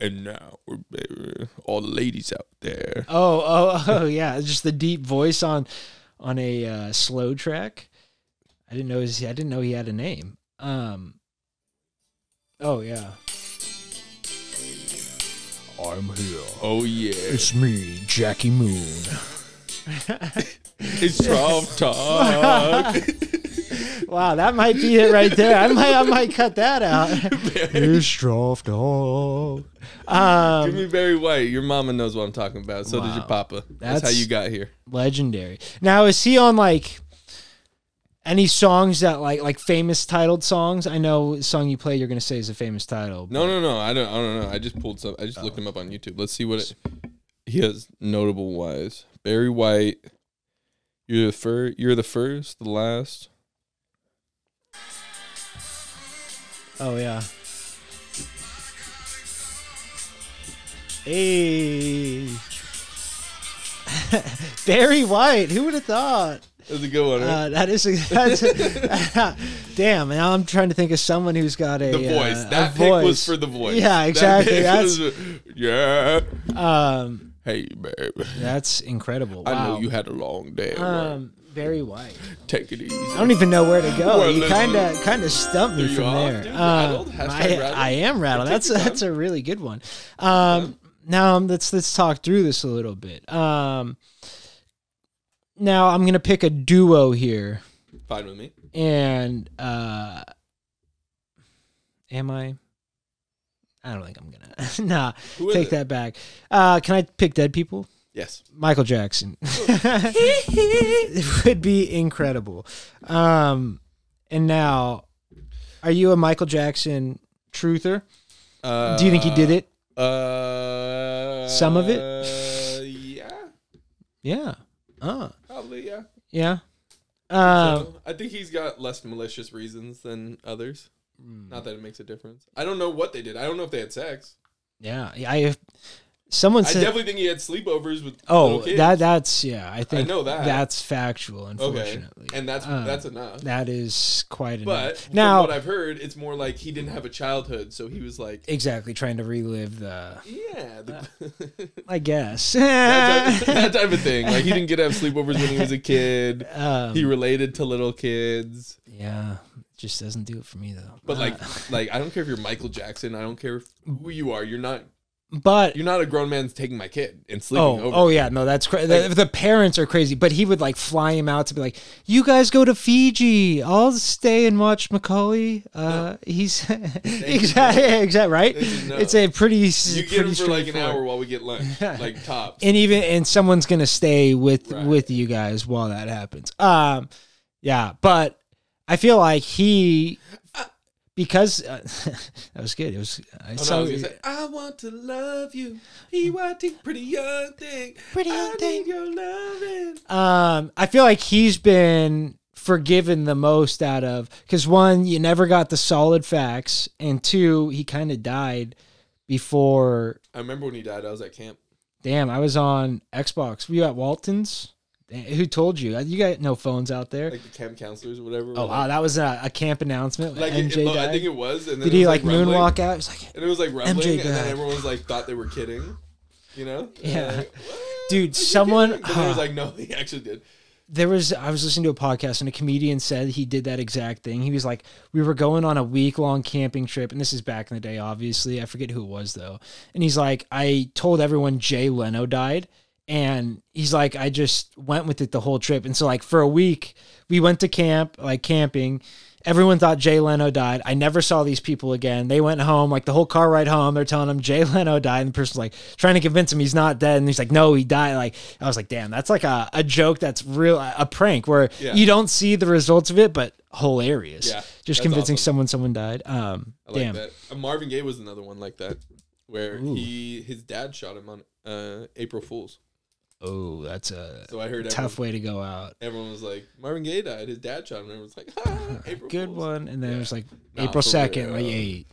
Speaker 4: and now we're ba- all the ladies out there.
Speaker 6: Oh, oh, [LAUGHS] oh, yeah. Just the deep voice on on a uh, slow track. I didn't know his, I didn't know he had a name. Um. Oh yeah. I'm here.
Speaker 4: Oh yeah,
Speaker 6: It's me, Jackie Moon.
Speaker 4: it's [LAUGHS] Trump talk.
Speaker 6: Wow, that might be it right there. I might, I might cut that [LAUGHS] out. It's Draft Dog. Um,
Speaker 4: Give me Barry White. Your mama knows what I'm talking about. So did your
Speaker 6: Wow.
Speaker 4: papa. That's, how
Speaker 6: That's-
Speaker 4: you got here.
Speaker 6: legendary. Now is he on like any songs that like like famous titled songs? I know the song you play you're gonna say is a famous title.
Speaker 4: No, no, no. I don't. I don't know. I just pulled some. I just looked him up on YouTube. Let's see what it, he has notable wise. Barry White. You're the fir- You're the first. The last.
Speaker 6: Oh yeah. Hey. [LAUGHS] Barry White, who would have thought?
Speaker 4: That's a good one. Right?
Speaker 6: Uh, that is a, that's a- [LAUGHS] damn. Now I'm trying to think of someone who's got a
Speaker 4: the voice.
Speaker 6: uh,
Speaker 4: that
Speaker 6: a
Speaker 4: pick
Speaker 6: voice.
Speaker 4: was for the voice.
Speaker 6: Yeah,
Speaker 4: That
Speaker 6: exactly.
Speaker 4: pick
Speaker 6: That's-
Speaker 4: was- yeah.
Speaker 6: um,
Speaker 4: Hey, babe.
Speaker 6: that's incredible. Wow.
Speaker 4: I know you had a long day. at work.
Speaker 6: um, Barry White.
Speaker 4: Take it easy.
Speaker 6: I don't even know where to go.
Speaker 4: Well,
Speaker 6: you
Speaker 4: listen.
Speaker 6: kind of kind of stumped me
Speaker 4: Threw you
Speaker 6: from
Speaker 4: off,
Speaker 6: there.
Speaker 4: dude.
Speaker 6: Um,
Speaker 4: Rattled? Hashtag
Speaker 6: I,
Speaker 4: rattled?
Speaker 6: I am rattled.
Speaker 4: Take
Speaker 6: That's
Speaker 4: your time.
Speaker 6: that's a really good one. Um, now um, let's let's talk through this a little bit. Um, now I'm gonna pick a duo here,
Speaker 4: Fine with me.
Speaker 6: and uh, am I? I don't think I'm gonna. [LAUGHS] nah,
Speaker 4: Who is
Speaker 6: take
Speaker 4: it?
Speaker 6: that back. Uh, can I pick dead people?
Speaker 4: Yes.
Speaker 6: Michael Jackson. [LAUGHS] it would be incredible. Um, and now, are you a Michael Jackson truther?
Speaker 4: Uh,
Speaker 6: Do you think he did it?
Speaker 4: Uh,
Speaker 6: Some of it?
Speaker 4: Yeah.
Speaker 6: Yeah. Oh,
Speaker 4: Uh, Probably. Yeah.
Speaker 6: Uh, yeah. Um,
Speaker 4: I think he's got less malicious reasons than others. Not that it makes a difference. I don't know what they did. I don't know if they had sex.
Speaker 6: yeah, I. Someone
Speaker 4: I
Speaker 6: said,
Speaker 4: definitely think he had sleepovers with.
Speaker 6: "Oh,
Speaker 4: little kids.
Speaker 6: that that's yeah." I think
Speaker 4: know that.
Speaker 6: that's factual.
Speaker 4: okay,
Speaker 6: Unfortunately,
Speaker 4: and that's
Speaker 6: Uh,
Speaker 4: that's enough.
Speaker 6: that is quite enough.
Speaker 4: But now,
Speaker 6: now,
Speaker 4: what I've heard, it's more like he didn't have a childhood, so he was like,
Speaker 6: exactly trying to relive the.
Speaker 4: yeah,
Speaker 6: Uh.
Speaker 4: the-
Speaker 6: I guess.
Speaker 4: [LAUGHS] that, type,
Speaker 6: [LAUGHS]
Speaker 4: that type of thing. Like he didn't get to have sleepovers when he was a kid.
Speaker 6: Um,
Speaker 4: He related to little kids,
Speaker 6: yeah, just doesn't do it for me though.
Speaker 4: but
Speaker 6: Uh, [LAUGHS]
Speaker 4: like, like I don't care if you're Michael Jackson. I don't care if who you are. You're not.
Speaker 6: but
Speaker 4: You're not a grown man taking my kid and sleeping
Speaker 6: Oh,
Speaker 4: over.
Speaker 6: oh yeah, no, that's crazy. the, the parents are crazy, but he would like fly him out to be like, "You guys go to Fiji. I'll stay and watch Macaulay." Uh, He's [LAUGHS] exactly, exactly right.
Speaker 4: is no.
Speaker 6: It's a pretty, s-
Speaker 4: You get
Speaker 6: pretty
Speaker 4: him for like an hour
Speaker 6: straightforward-
Speaker 4: while we get lunch,
Speaker 6: [LAUGHS]
Speaker 4: like tops.
Speaker 6: and even and someone's gonna stay with
Speaker 4: Right.
Speaker 6: with you guys while that happens. Um, yeah, but I feel like he because uh, [LAUGHS] that was good. It was
Speaker 4: Oh,
Speaker 6: I
Speaker 4: no,
Speaker 6: saw
Speaker 4: I, was gonna say, I want to love you, PYT, pretty young thing,
Speaker 6: Pretty young
Speaker 4: I
Speaker 6: thing.
Speaker 4: Need your loving.
Speaker 6: um, I feel like he's been forgiven the most out of because one, you never got the solid facts, and two, he kind of died before.
Speaker 4: I remember when he died. I was at camp.
Speaker 6: Damn, I was on Xbox. Were you at Walton's? Damn, Who told you? You got no phones out there.
Speaker 4: like the camp counselors or whatever. were
Speaker 6: oh wow,
Speaker 4: like,
Speaker 6: that was a, a camp announcement.
Speaker 4: like it,
Speaker 6: MJ
Speaker 4: it, lo-
Speaker 6: died.
Speaker 4: I think it was. And then
Speaker 6: Did
Speaker 4: it was
Speaker 6: he like,
Speaker 4: rumbling,
Speaker 6: moonwalk out? It's like,
Speaker 4: And it was like rumbling, and then
Speaker 6: died.
Speaker 4: everyone was like thought they were kidding, you know? And
Speaker 6: [LAUGHS] Yeah.
Speaker 4: they're like, "What?
Speaker 6: Dude,
Speaker 4: Was he
Speaker 6: someone-
Speaker 4: kidding?" But then it was like, no, [LAUGHS] he actually did.
Speaker 6: there was I was listening to a podcast and a comedian said he did that exact thing. He was like, we were going on a week long camping trip, and this is back in the day, obviously. I forget who it was though. And he's like, I told everyone Jay Leno died. And he's like, I just went with it the whole trip. And so like for a week, we went to camp, like camping. Everyone thought Jay Leno died. I never saw these people again. They went home, like the whole car ride home. They're telling him Jay [LAUGHS] Leno died. And the person's like trying to convince him he's not dead. And he's like, no, he died. Like, I was like, damn, that's like a, a joke that's real, a prank where
Speaker 4: Yeah.
Speaker 6: you don't see the results of it, but hilarious.
Speaker 4: Yeah,
Speaker 6: Just
Speaker 4: that's
Speaker 6: convincing
Speaker 4: awesome.
Speaker 6: someone someone died. Um,
Speaker 4: I like
Speaker 6: damn.
Speaker 4: that. Uh, Marvin Gaye was another one like that, where he his dad shot him on uh, April Fool's.
Speaker 6: Oh, that's a
Speaker 4: So I heard
Speaker 6: tough
Speaker 4: everyone,
Speaker 6: way to go out.
Speaker 4: everyone was like, Marvin Gaye died. His dad shot him. And everyone's like, ah, April
Speaker 6: Good
Speaker 4: Fool's.
Speaker 6: one. And then it
Speaker 4: Yeah.
Speaker 6: was like
Speaker 4: Nah,
Speaker 6: April
Speaker 4: for
Speaker 6: 2nd,
Speaker 4: real.
Speaker 6: like, hey,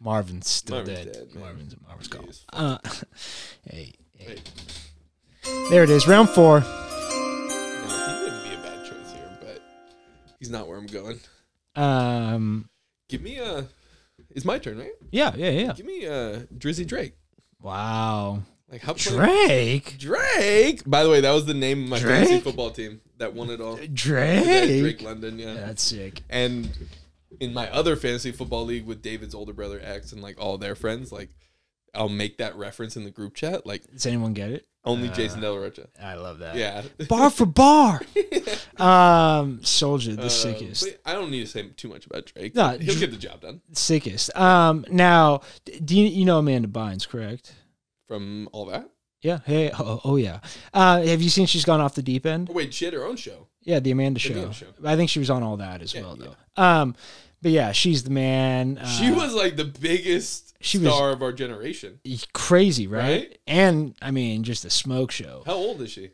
Speaker 6: Marvin's still
Speaker 4: Marvin's
Speaker 6: dead.
Speaker 4: dead, man.
Speaker 6: Marvin's, Marvin's gone.
Speaker 4: Jeez.
Speaker 6: Uh, [LAUGHS] hey, hey.
Speaker 4: Hey,
Speaker 6: There it is, round four.
Speaker 4: now, he wouldn't be a bad choice here, but he's not where I'm going.
Speaker 6: Um,
Speaker 4: Give me a. It's my turn, right?
Speaker 6: yeah, yeah, yeah.
Speaker 4: Give me uh Drizzy Drake.
Speaker 6: Wow,
Speaker 4: Like how plain-
Speaker 6: Drake,
Speaker 4: Drake. By the way, that was the name of my fantasy
Speaker 6: Drake?
Speaker 4: football team that won it all. Yeah, Drake
Speaker 6: Drake.
Speaker 4: London, yeah.
Speaker 6: That's sick.
Speaker 4: And in my other fantasy football league with David's older brother X and like all their friends, like I'll make that reference in the group chat. Like
Speaker 6: Does anyone get it?
Speaker 4: only Jason Del Rocha.
Speaker 6: I love that.
Speaker 4: Yeah.
Speaker 6: Bar for
Speaker 4: [LAUGHS]
Speaker 6: bar. um, Soldier, the
Speaker 4: Uh,
Speaker 6: sickest,
Speaker 4: but I don't need to say too much about Drake.
Speaker 6: No,
Speaker 4: He'll
Speaker 6: Dr-
Speaker 4: get the job done
Speaker 6: sickest. Um, now, d- do you, you know Amanda Bynes, correct?
Speaker 4: from all that.
Speaker 6: Yeah. Hey. Oh, oh yeah. Uh, have you seen she's gone off the deep end?
Speaker 4: Oh, wait, she had her own show.
Speaker 6: Yeah, the
Speaker 4: The
Speaker 6: Amanda show.
Speaker 4: Amanda Show.
Speaker 6: I think she was on all that as well,
Speaker 4: yeah.
Speaker 6: though. Um, but yeah, she's the man. Uh,
Speaker 4: she was like the biggest
Speaker 6: she was-
Speaker 4: star of our generation.
Speaker 6: crazy, right?
Speaker 4: Right?
Speaker 6: And I mean, just a smoke show.
Speaker 4: How old is she?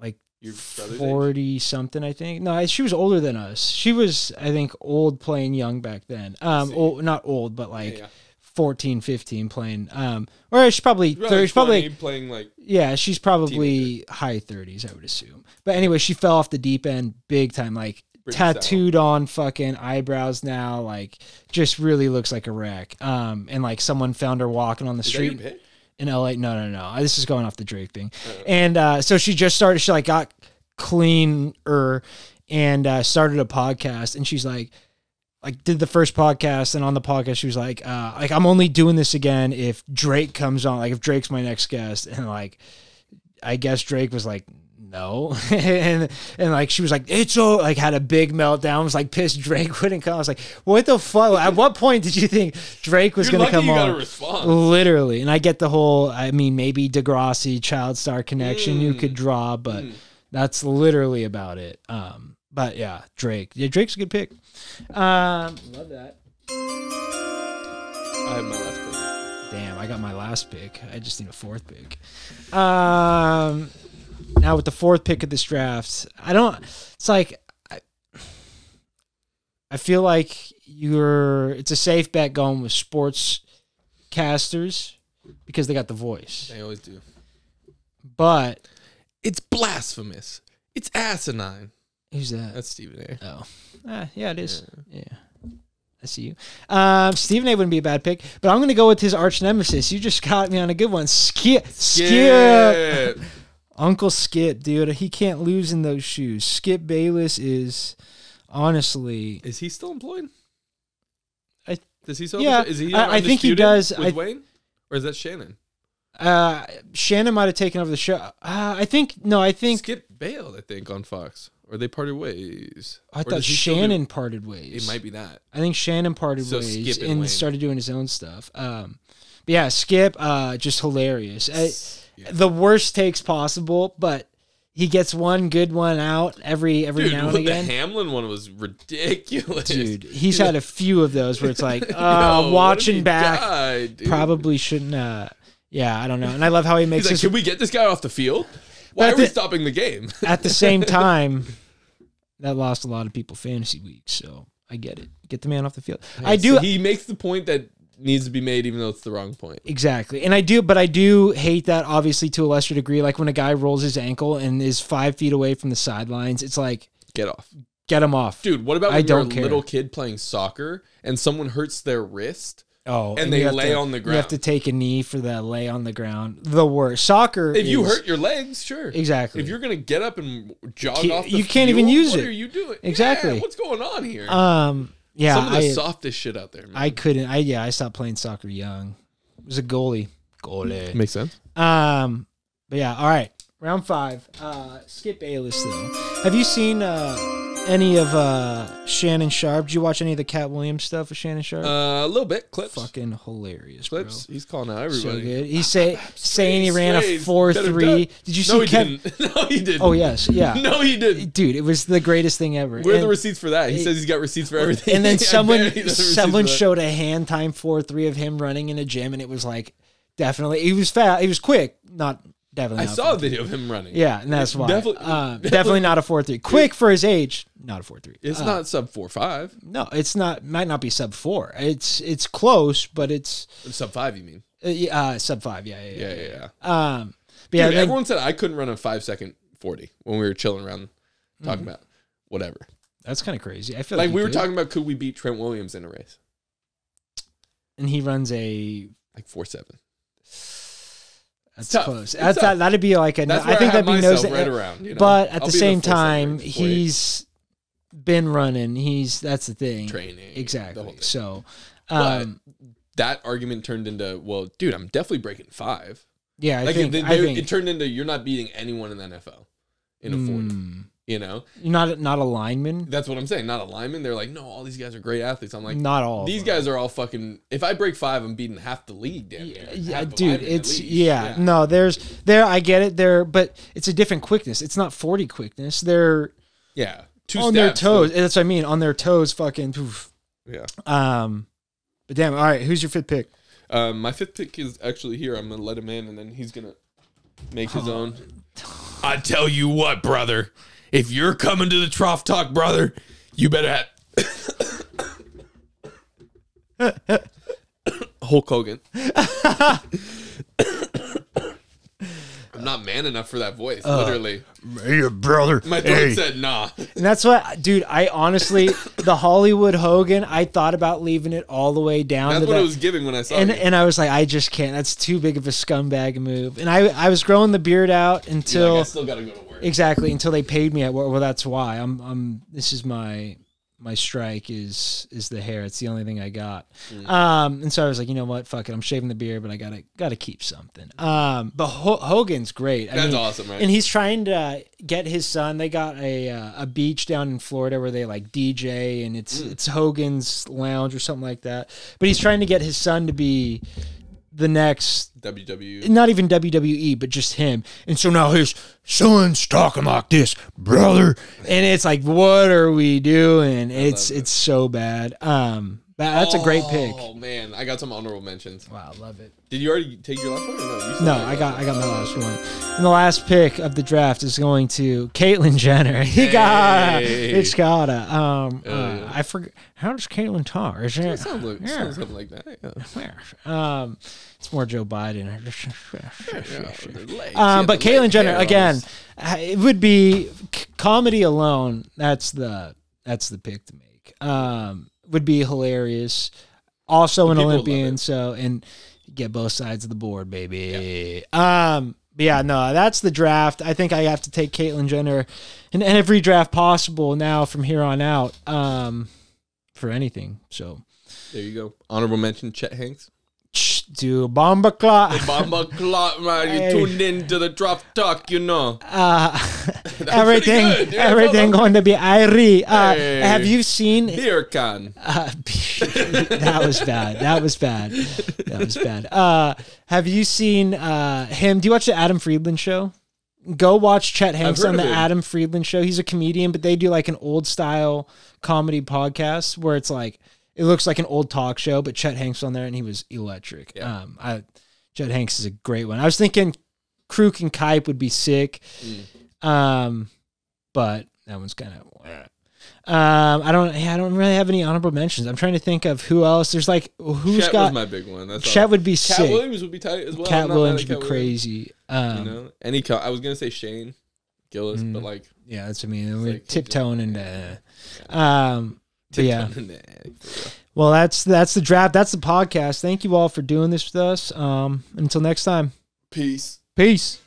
Speaker 6: Like
Speaker 4: Your brother's age?
Speaker 6: forty something, I think. No, I- she was older than us. She was, I think, old playing young back then. Um,
Speaker 4: see.
Speaker 6: old, not old, but like
Speaker 4: yeah.
Speaker 6: fourteen, fifteen 14, 15 playing. Um, or she's probably
Speaker 4: She's
Speaker 6: thirty. She's probably
Speaker 4: probably playing like
Speaker 6: Yeah, she's probably high 30s, I would assume. But anyway, she fell off the deep end big time, like
Speaker 4: Britney style.
Speaker 6: tattooed on fucking eyebrows now, like just really looks like a wreck. Um, and like someone found her walking on the
Speaker 4: Is that your
Speaker 6: street
Speaker 4: pick?
Speaker 6: in LA. No, no, no. This is going off the Drake thing.
Speaker 4: Uh-huh.
Speaker 6: And uh, so she just started. She like got cleaner and uh, started a podcast. And she's like, like did the first podcast, and on the podcast she was like, uh, like I'm only doing this again if Drake comes on. Like if Drake's my next guest, and like I guess Drake was like. No, [LAUGHS] and and like she was like it's all like had a big meltdown. Was like pissed [LAUGHS] Drake wouldn't come. I was like, what the fuck? At what point did you think Drake was
Speaker 4: You're
Speaker 6: gonna
Speaker 4: lucky
Speaker 6: come
Speaker 4: you got
Speaker 6: on?
Speaker 4: a response.
Speaker 6: Literally. And I get the whole, I mean, maybe Degrassi child star connection you could draw, but that's literally about it. Um, but yeah, Drake. Yeah, Drake's a good pick. Um, love that.
Speaker 4: I have my last
Speaker 6: Damn, I got my last pick. I just need a fourth pick. Um, now with the fourth pick of this draft, I don't. It's like I, I feel like you're it's a safe bet going with sports casters because they got the voice.
Speaker 4: They always do.
Speaker 6: But
Speaker 4: It's blasphemous. It's asinine.
Speaker 6: who's that?
Speaker 4: That's Stephen A.
Speaker 6: Oh, ah, yeah, it is. Yeah. I see you. Um, Stephen A wouldn't be a bad pick, but I'm going to go with his arch nemesis. You just caught me on a good one. Skip. Skip.
Speaker 4: Skip.
Speaker 6: Uncle Skip, dude. He can't lose in those shoes. Skip Bayless is honestly.
Speaker 4: Is he still employed?
Speaker 6: I-
Speaker 4: does he still?
Speaker 6: Yeah,
Speaker 4: is he? uh,
Speaker 6: I-
Speaker 4: on
Speaker 6: I think he
Speaker 4: Undisputed
Speaker 6: does.
Speaker 4: With
Speaker 6: I-
Speaker 4: Wayne, or is that Shannon?
Speaker 6: Uh, Shannon might have taken over the show. Uh, I think. No, I think.
Speaker 4: Skip bailed, I think, on Fox, or they parted ways.
Speaker 6: I
Speaker 4: Or
Speaker 6: thought
Speaker 4: does he still do-
Speaker 6: Shannon parted ways.
Speaker 4: it might be that.
Speaker 6: I think Shannon parted
Speaker 4: So
Speaker 6: ways
Speaker 4: Skip and
Speaker 6: and,
Speaker 4: Wayne.
Speaker 6: started doing his own stuff. Um, but yeah, Skip, uh, just hilarious. Uh, I-
Speaker 4: Yeah.
Speaker 6: The worst takes possible, but he gets one good one out every every
Speaker 4: Dude,
Speaker 6: now and
Speaker 4: what the
Speaker 6: again.
Speaker 4: Hamlin one was ridiculous. [LAUGHS]
Speaker 6: Dude, he's had a few of those where it's like uh,
Speaker 4: Yo, what if he
Speaker 6: watching back.
Speaker 4: died, dude?
Speaker 6: Probably shouldn't. Uh, yeah, I don't know. And I love how he makes
Speaker 4: He's like,
Speaker 6: his
Speaker 4: can we get this guy off the field? Why
Speaker 6: But
Speaker 4: are we
Speaker 6: the-
Speaker 4: stopping the game?
Speaker 6: at
Speaker 4: [LAUGHS]
Speaker 6: the same time, that lost a lot of people fantasy weeks. So I get it. Get the man off the field.
Speaker 4: [LAUGHS]
Speaker 6: I do.
Speaker 4: He makes the point that needs to be made, even though it's the wrong point.
Speaker 6: Exactly. And I do, but I do hate that obviously to a lesser degree. Like when a guy rolls his ankle and is five feet away from the sidelines, it's like,
Speaker 4: Get off.
Speaker 6: get him off.
Speaker 4: Dude, what about
Speaker 6: I
Speaker 4: when you're a
Speaker 6: don't care.
Speaker 4: little kid playing soccer and someone hurts their wrist?
Speaker 6: Oh,
Speaker 4: and they
Speaker 6: you have
Speaker 4: lay
Speaker 6: to-
Speaker 4: on the
Speaker 6: You
Speaker 4: ground.
Speaker 6: have to take a knee for the lay on the ground. The worst. Soccer.
Speaker 4: If you
Speaker 6: is-
Speaker 4: hurt your legs, sure.
Speaker 6: Exactly.
Speaker 4: If you're gonna get up and jog
Speaker 6: Ki-
Speaker 4: off, the
Speaker 6: you can't even
Speaker 4: field,
Speaker 6: use
Speaker 4: what
Speaker 6: it.
Speaker 4: are you doing?
Speaker 6: Exactly.
Speaker 4: Yeah, what's going on here?
Speaker 6: Um, yeah.
Speaker 4: Some of the
Speaker 6: I,
Speaker 4: softest shit out there. Man.
Speaker 6: I couldn't. I, yeah, I stopped playing soccer young. It was a goalie. Goalie.
Speaker 4: makes sense.
Speaker 6: Um, but yeah, all right. Round five. Uh, Skip Bayless though. Have you seen uh, any of uh, Shannon Sharp? Did you watch any of the Cat Williams stuff with Shannon Sharp?
Speaker 4: Uh, a little bit clips.
Speaker 6: Fucking hilarious,
Speaker 4: clips.
Speaker 6: bro.
Speaker 4: He's calling out
Speaker 6: So
Speaker 4: everybody.
Speaker 6: good.
Speaker 4: [LAUGHS]
Speaker 6: He say saying he
Speaker 4: Slays,
Speaker 6: ran a
Speaker 4: slays.
Speaker 6: four
Speaker 4: Better
Speaker 6: three.
Speaker 4: duck.
Speaker 6: [LAUGHS] Did you see
Speaker 4: No, he
Speaker 6: Kev-
Speaker 4: didn't. [LAUGHS] No, he didn't.
Speaker 6: Oh yes,
Speaker 4: [LAUGHS]
Speaker 6: yeah.
Speaker 4: No, he didn't.
Speaker 6: Dude, it was the greatest thing
Speaker 4: Where
Speaker 6: ever.
Speaker 4: are the
Speaker 6: And-
Speaker 4: receipts for that? He says he's got receipts for everything.
Speaker 6: and
Speaker 4: [LAUGHS] I
Speaker 6: then
Speaker 4: bet he
Speaker 6: someone
Speaker 4: doesn't receipt
Speaker 6: someone
Speaker 4: for that.
Speaker 6: showed a hand time four three of him running in a gym, and it was like definitely he was fat. He was quick, not definitely.
Speaker 4: I
Speaker 6: not
Speaker 4: saw a video of him running.
Speaker 6: Yeah, and that's why.
Speaker 4: Definitely-
Speaker 6: Definitely, definitely not a four three. Quick for his age, not a four three.
Speaker 4: It's not sub four five.
Speaker 6: No, it's not. Might not be sub four. It's it's close, but it's
Speaker 4: Sub five, you mean?
Speaker 6: uh, yeah, uh, sub five. Yeah, yeah,
Speaker 4: Yeah,
Speaker 6: yeah.
Speaker 4: yeah, yeah.
Speaker 6: Um, but yeah,
Speaker 4: Dude,
Speaker 6: then-
Speaker 4: everyone said I couldn't run a five second forty when we were chilling around talking
Speaker 6: Mm-hmm.
Speaker 4: about whatever.
Speaker 6: that's kind of crazy. I feel like,
Speaker 4: Like
Speaker 6: he
Speaker 4: we were
Speaker 6: could.
Speaker 4: talking about could we beat Trent Williams in a race?
Speaker 6: and he runs a.
Speaker 4: Like four seven.
Speaker 6: That's
Speaker 4: tough.
Speaker 6: close.
Speaker 4: It's
Speaker 6: That's
Speaker 4: tough.
Speaker 6: that, that'd be like a.
Speaker 4: That's
Speaker 6: I
Speaker 4: where
Speaker 6: think
Speaker 4: I have
Speaker 6: that'd be
Speaker 4: myself
Speaker 6: nose.
Speaker 4: right around. You know?
Speaker 6: but at
Speaker 4: I'll
Speaker 6: the
Speaker 4: be in
Speaker 6: same
Speaker 4: 4-7
Speaker 6: time,
Speaker 4: range, 4-8,
Speaker 6: he's been running. He's that's the thing.
Speaker 4: training the whole
Speaker 6: Exactly.
Speaker 4: thing.
Speaker 6: So,
Speaker 4: But
Speaker 6: um,
Speaker 4: that argument turned into well, dude, I'm definitely breaking five.
Speaker 6: yeah, I
Speaker 4: like
Speaker 6: think
Speaker 4: they,
Speaker 6: I
Speaker 4: they-
Speaker 6: think
Speaker 4: it turned into you're not beating anyone in the NFL in a forty.
Speaker 6: Mm.
Speaker 4: You know,
Speaker 6: not not a lineman.
Speaker 4: that's what I'm saying. Not a lineman. They're like, no, all these guys are great athletes. I'm like,
Speaker 6: not all of
Speaker 4: these
Speaker 6: them.
Speaker 4: guys are all fucking. If I break five, I'm beating half the league. Damn, near.
Speaker 6: Yeah,
Speaker 4: Half the
Speaker 6: dude,
Speaker 4: linemen at
Speaker 6: it's
Speaker 4: least.
Speaker 6: yeah, No, there's there. I get it there, but it's a different quickness. It's not forty quickness. They're
Speaker 4: yeah. Two
Speaker 6: on their
Speaker 4: steps,
Speaker 6: toes. That's what I mean. On their toes, fucking. Poof.
Speaker 4: Yeah.
Speaker 6: Um, but damn. All right, who's your fifth pick?
Speaker 4: Um, my fifth pick is actually here. I'm gonna let him in, and then he's gonna make his own. I tell you what, brother, if you're coming to the trough talk, brother, you better have [COUGHS] Hulk [COUGHS] Hogan. I'm not man enough for that voice. literally,
Speaker 1: Your brother.
Speaker 4: my throat said nah.
Speaker 6: And that's what, dude. I honestly, the Hollywood Hogan. I thought about leaving it all the way down.
Speaker 4: That's
Speaker 6: to
Speaker 4: what
Speaker 6: that.
Speaker 4: it was giving when I saw
Speaker 6: and
Speaker 4: you.
Speaker 6: and I was like, I just can't. That's too big of a scumbag move. And I I was growing the beard out
Speaker 4: You're like,
Speaker 6: until
Speaker 4: I still gotta go to work.
Speaker 6: Exactly until they paid me at work. Well, that's why I'm. I'm. This is my my strike is is the hair. It's the only thing I got.
Speaker 4: Mm.
Speaker 6: Um, and so I was like, you know what, fuck it. I'm shaving the beard, but I gotta gotta keep something. Um, but Ho- Hogan's great. I
Speaker 4: That's
Speaker 6: mean,
Speaker 4: awesome, right?
Speaker 6: And he's trying to get his son. They got a uh, a beach down in Florida where they like DJ, and it's it's Hogan's Lounge or something like that. But he's trying to get his son to be the next
Speaker 4: WW.
Speaker 6: not even WWE, but just him. And so now his
Speaker 1: Son's talking like this, brother.
Speaker 6: and it's like, what are we doing? It's it's so bad. Um, but That, that's a great pick.
Speaker 4: Oh man, I got some honorable mentions.
Speaker 6: Wow, love it.
Speaker 4: Did you already take your last one? Or no, You still
Speaker 6: No,
Speaker 4: got
Speaker 6: I
Speaker 4: your
Speaker 6: got
Speaker 4: last
Speaker 6: I got my last one. And the last pick of the draft is going to Caitlyn Jenner. [LAUGHS] He got
Speaker 4: Hey.
Speaker 6: it's got a um
Speaker 4: Yeah,
Speaker 6: uh,
Speaker 4: yeah.
Speaker 6: I forget how does Caitlyn talk? Is
Speaker 4: one.
Speaker 6: it,
Speaker 4: That sounds like,
Speaker 6: yeah,
Speaker 4: sounds something like that. yeah.
Speaker 6: where? Um it's more Joe Biden.
Speaker 4: Yeah, the legs, yeah,
Speaker 6: Um, but
Speaker 4: the
Speaker 6: Caitlyn
Speaker 4: leg
Speaker 6: Jenner
Speaker 4: hair on
Speaker 6: again,
Speaker 4: this-
Speaker 6: I- it would be c- comedy alone. That's the that's the pick to make. Um, would be hilarious. Also an
Speaker 4: people would love
Speaker 6: Olympian,
Speaker 4: it.
Speaker 6: so and get both sides of the board, baby. Um, but yeah, no, that's the draft. I think I have to take Caitlyn Jenner in every draft possible now from here on out. Um, for anything, so
Speaker 4: There you go. Honorable mention: Chet Hanks.
Speaker 6: [LAUGHS] Ch- do bomba clock.
Speaker 4: Bomba clot, man.
Speaker 6: Hey.
Speaker 4: You tuned in to the drop talk, you know.
Speaker 6: uh,
Speaker 4: pretty
Speaker 6: everything,
Speaker 4: good, dude. That's
Speaker 6: everything
Speaker 4: not-
Speaker 6: going to be Irie. Uh,
Speaker 4: Hey.
Speaker 6: Have you seen?
Speaker 4: Beer can.
Speaker 6: Uh, [LAUGHS] that was bad. That was bad. That was bad. Uh, have you seen uh, him? Do you watch the Adam Friedland show? Go watch Chet Hanks
Speaker 4: heard
Speaker 6: on the
Speaker 4: of him.
Speaker 6: Adam Friedland show. He's a comedian, but they do like an old style comedy podcast where it's like it looks like an old talk show, but Chet Hanks on there and he was electric.
Speaker 4: Yeah.
Speaker 6: Um, I, Chet Hanks is a great one. I was thinking Kruk and Kipe would be sick.
Speaker 4: Mm.
Speaker 6: Um, but that one's kind of. Um, I don't. Yeah, I don't really have any honorable mentions. I'm trying to think of who else. There's like who's
Speaker 4: Chet was
Speaker 6: got
Speaker 4: my big one. That's all.
Speaker 6: Chet would be
Speaker 4: Cat
Speaker 6: sick.
Speaker 4: Williams would be tight as well.
Speaker 6: Cat
Speaker 4: I'm not mad
Speaker 6: Williams
Speaker 4: at
Speaker 6: would be
Speaker 4: Cat
Speaker 6: crazy.
Speaker 4: You
Speaker 6: Um, mm.
Speaker 4: know, any co- I was gonna say Shane Gillis, but like
Speaker 6: yeah, that's what I mean. We're
Speaker 4: like he just-
Speaker 6: tiptoeing into. Um, but yeah.
Speaker 4: nah,
Speaker 6: Well, that's that's the draft. That's the podcast. Thank you all for doing this with us. Um, until next time,
Speaker 4: peace.
Speaker 6: peace.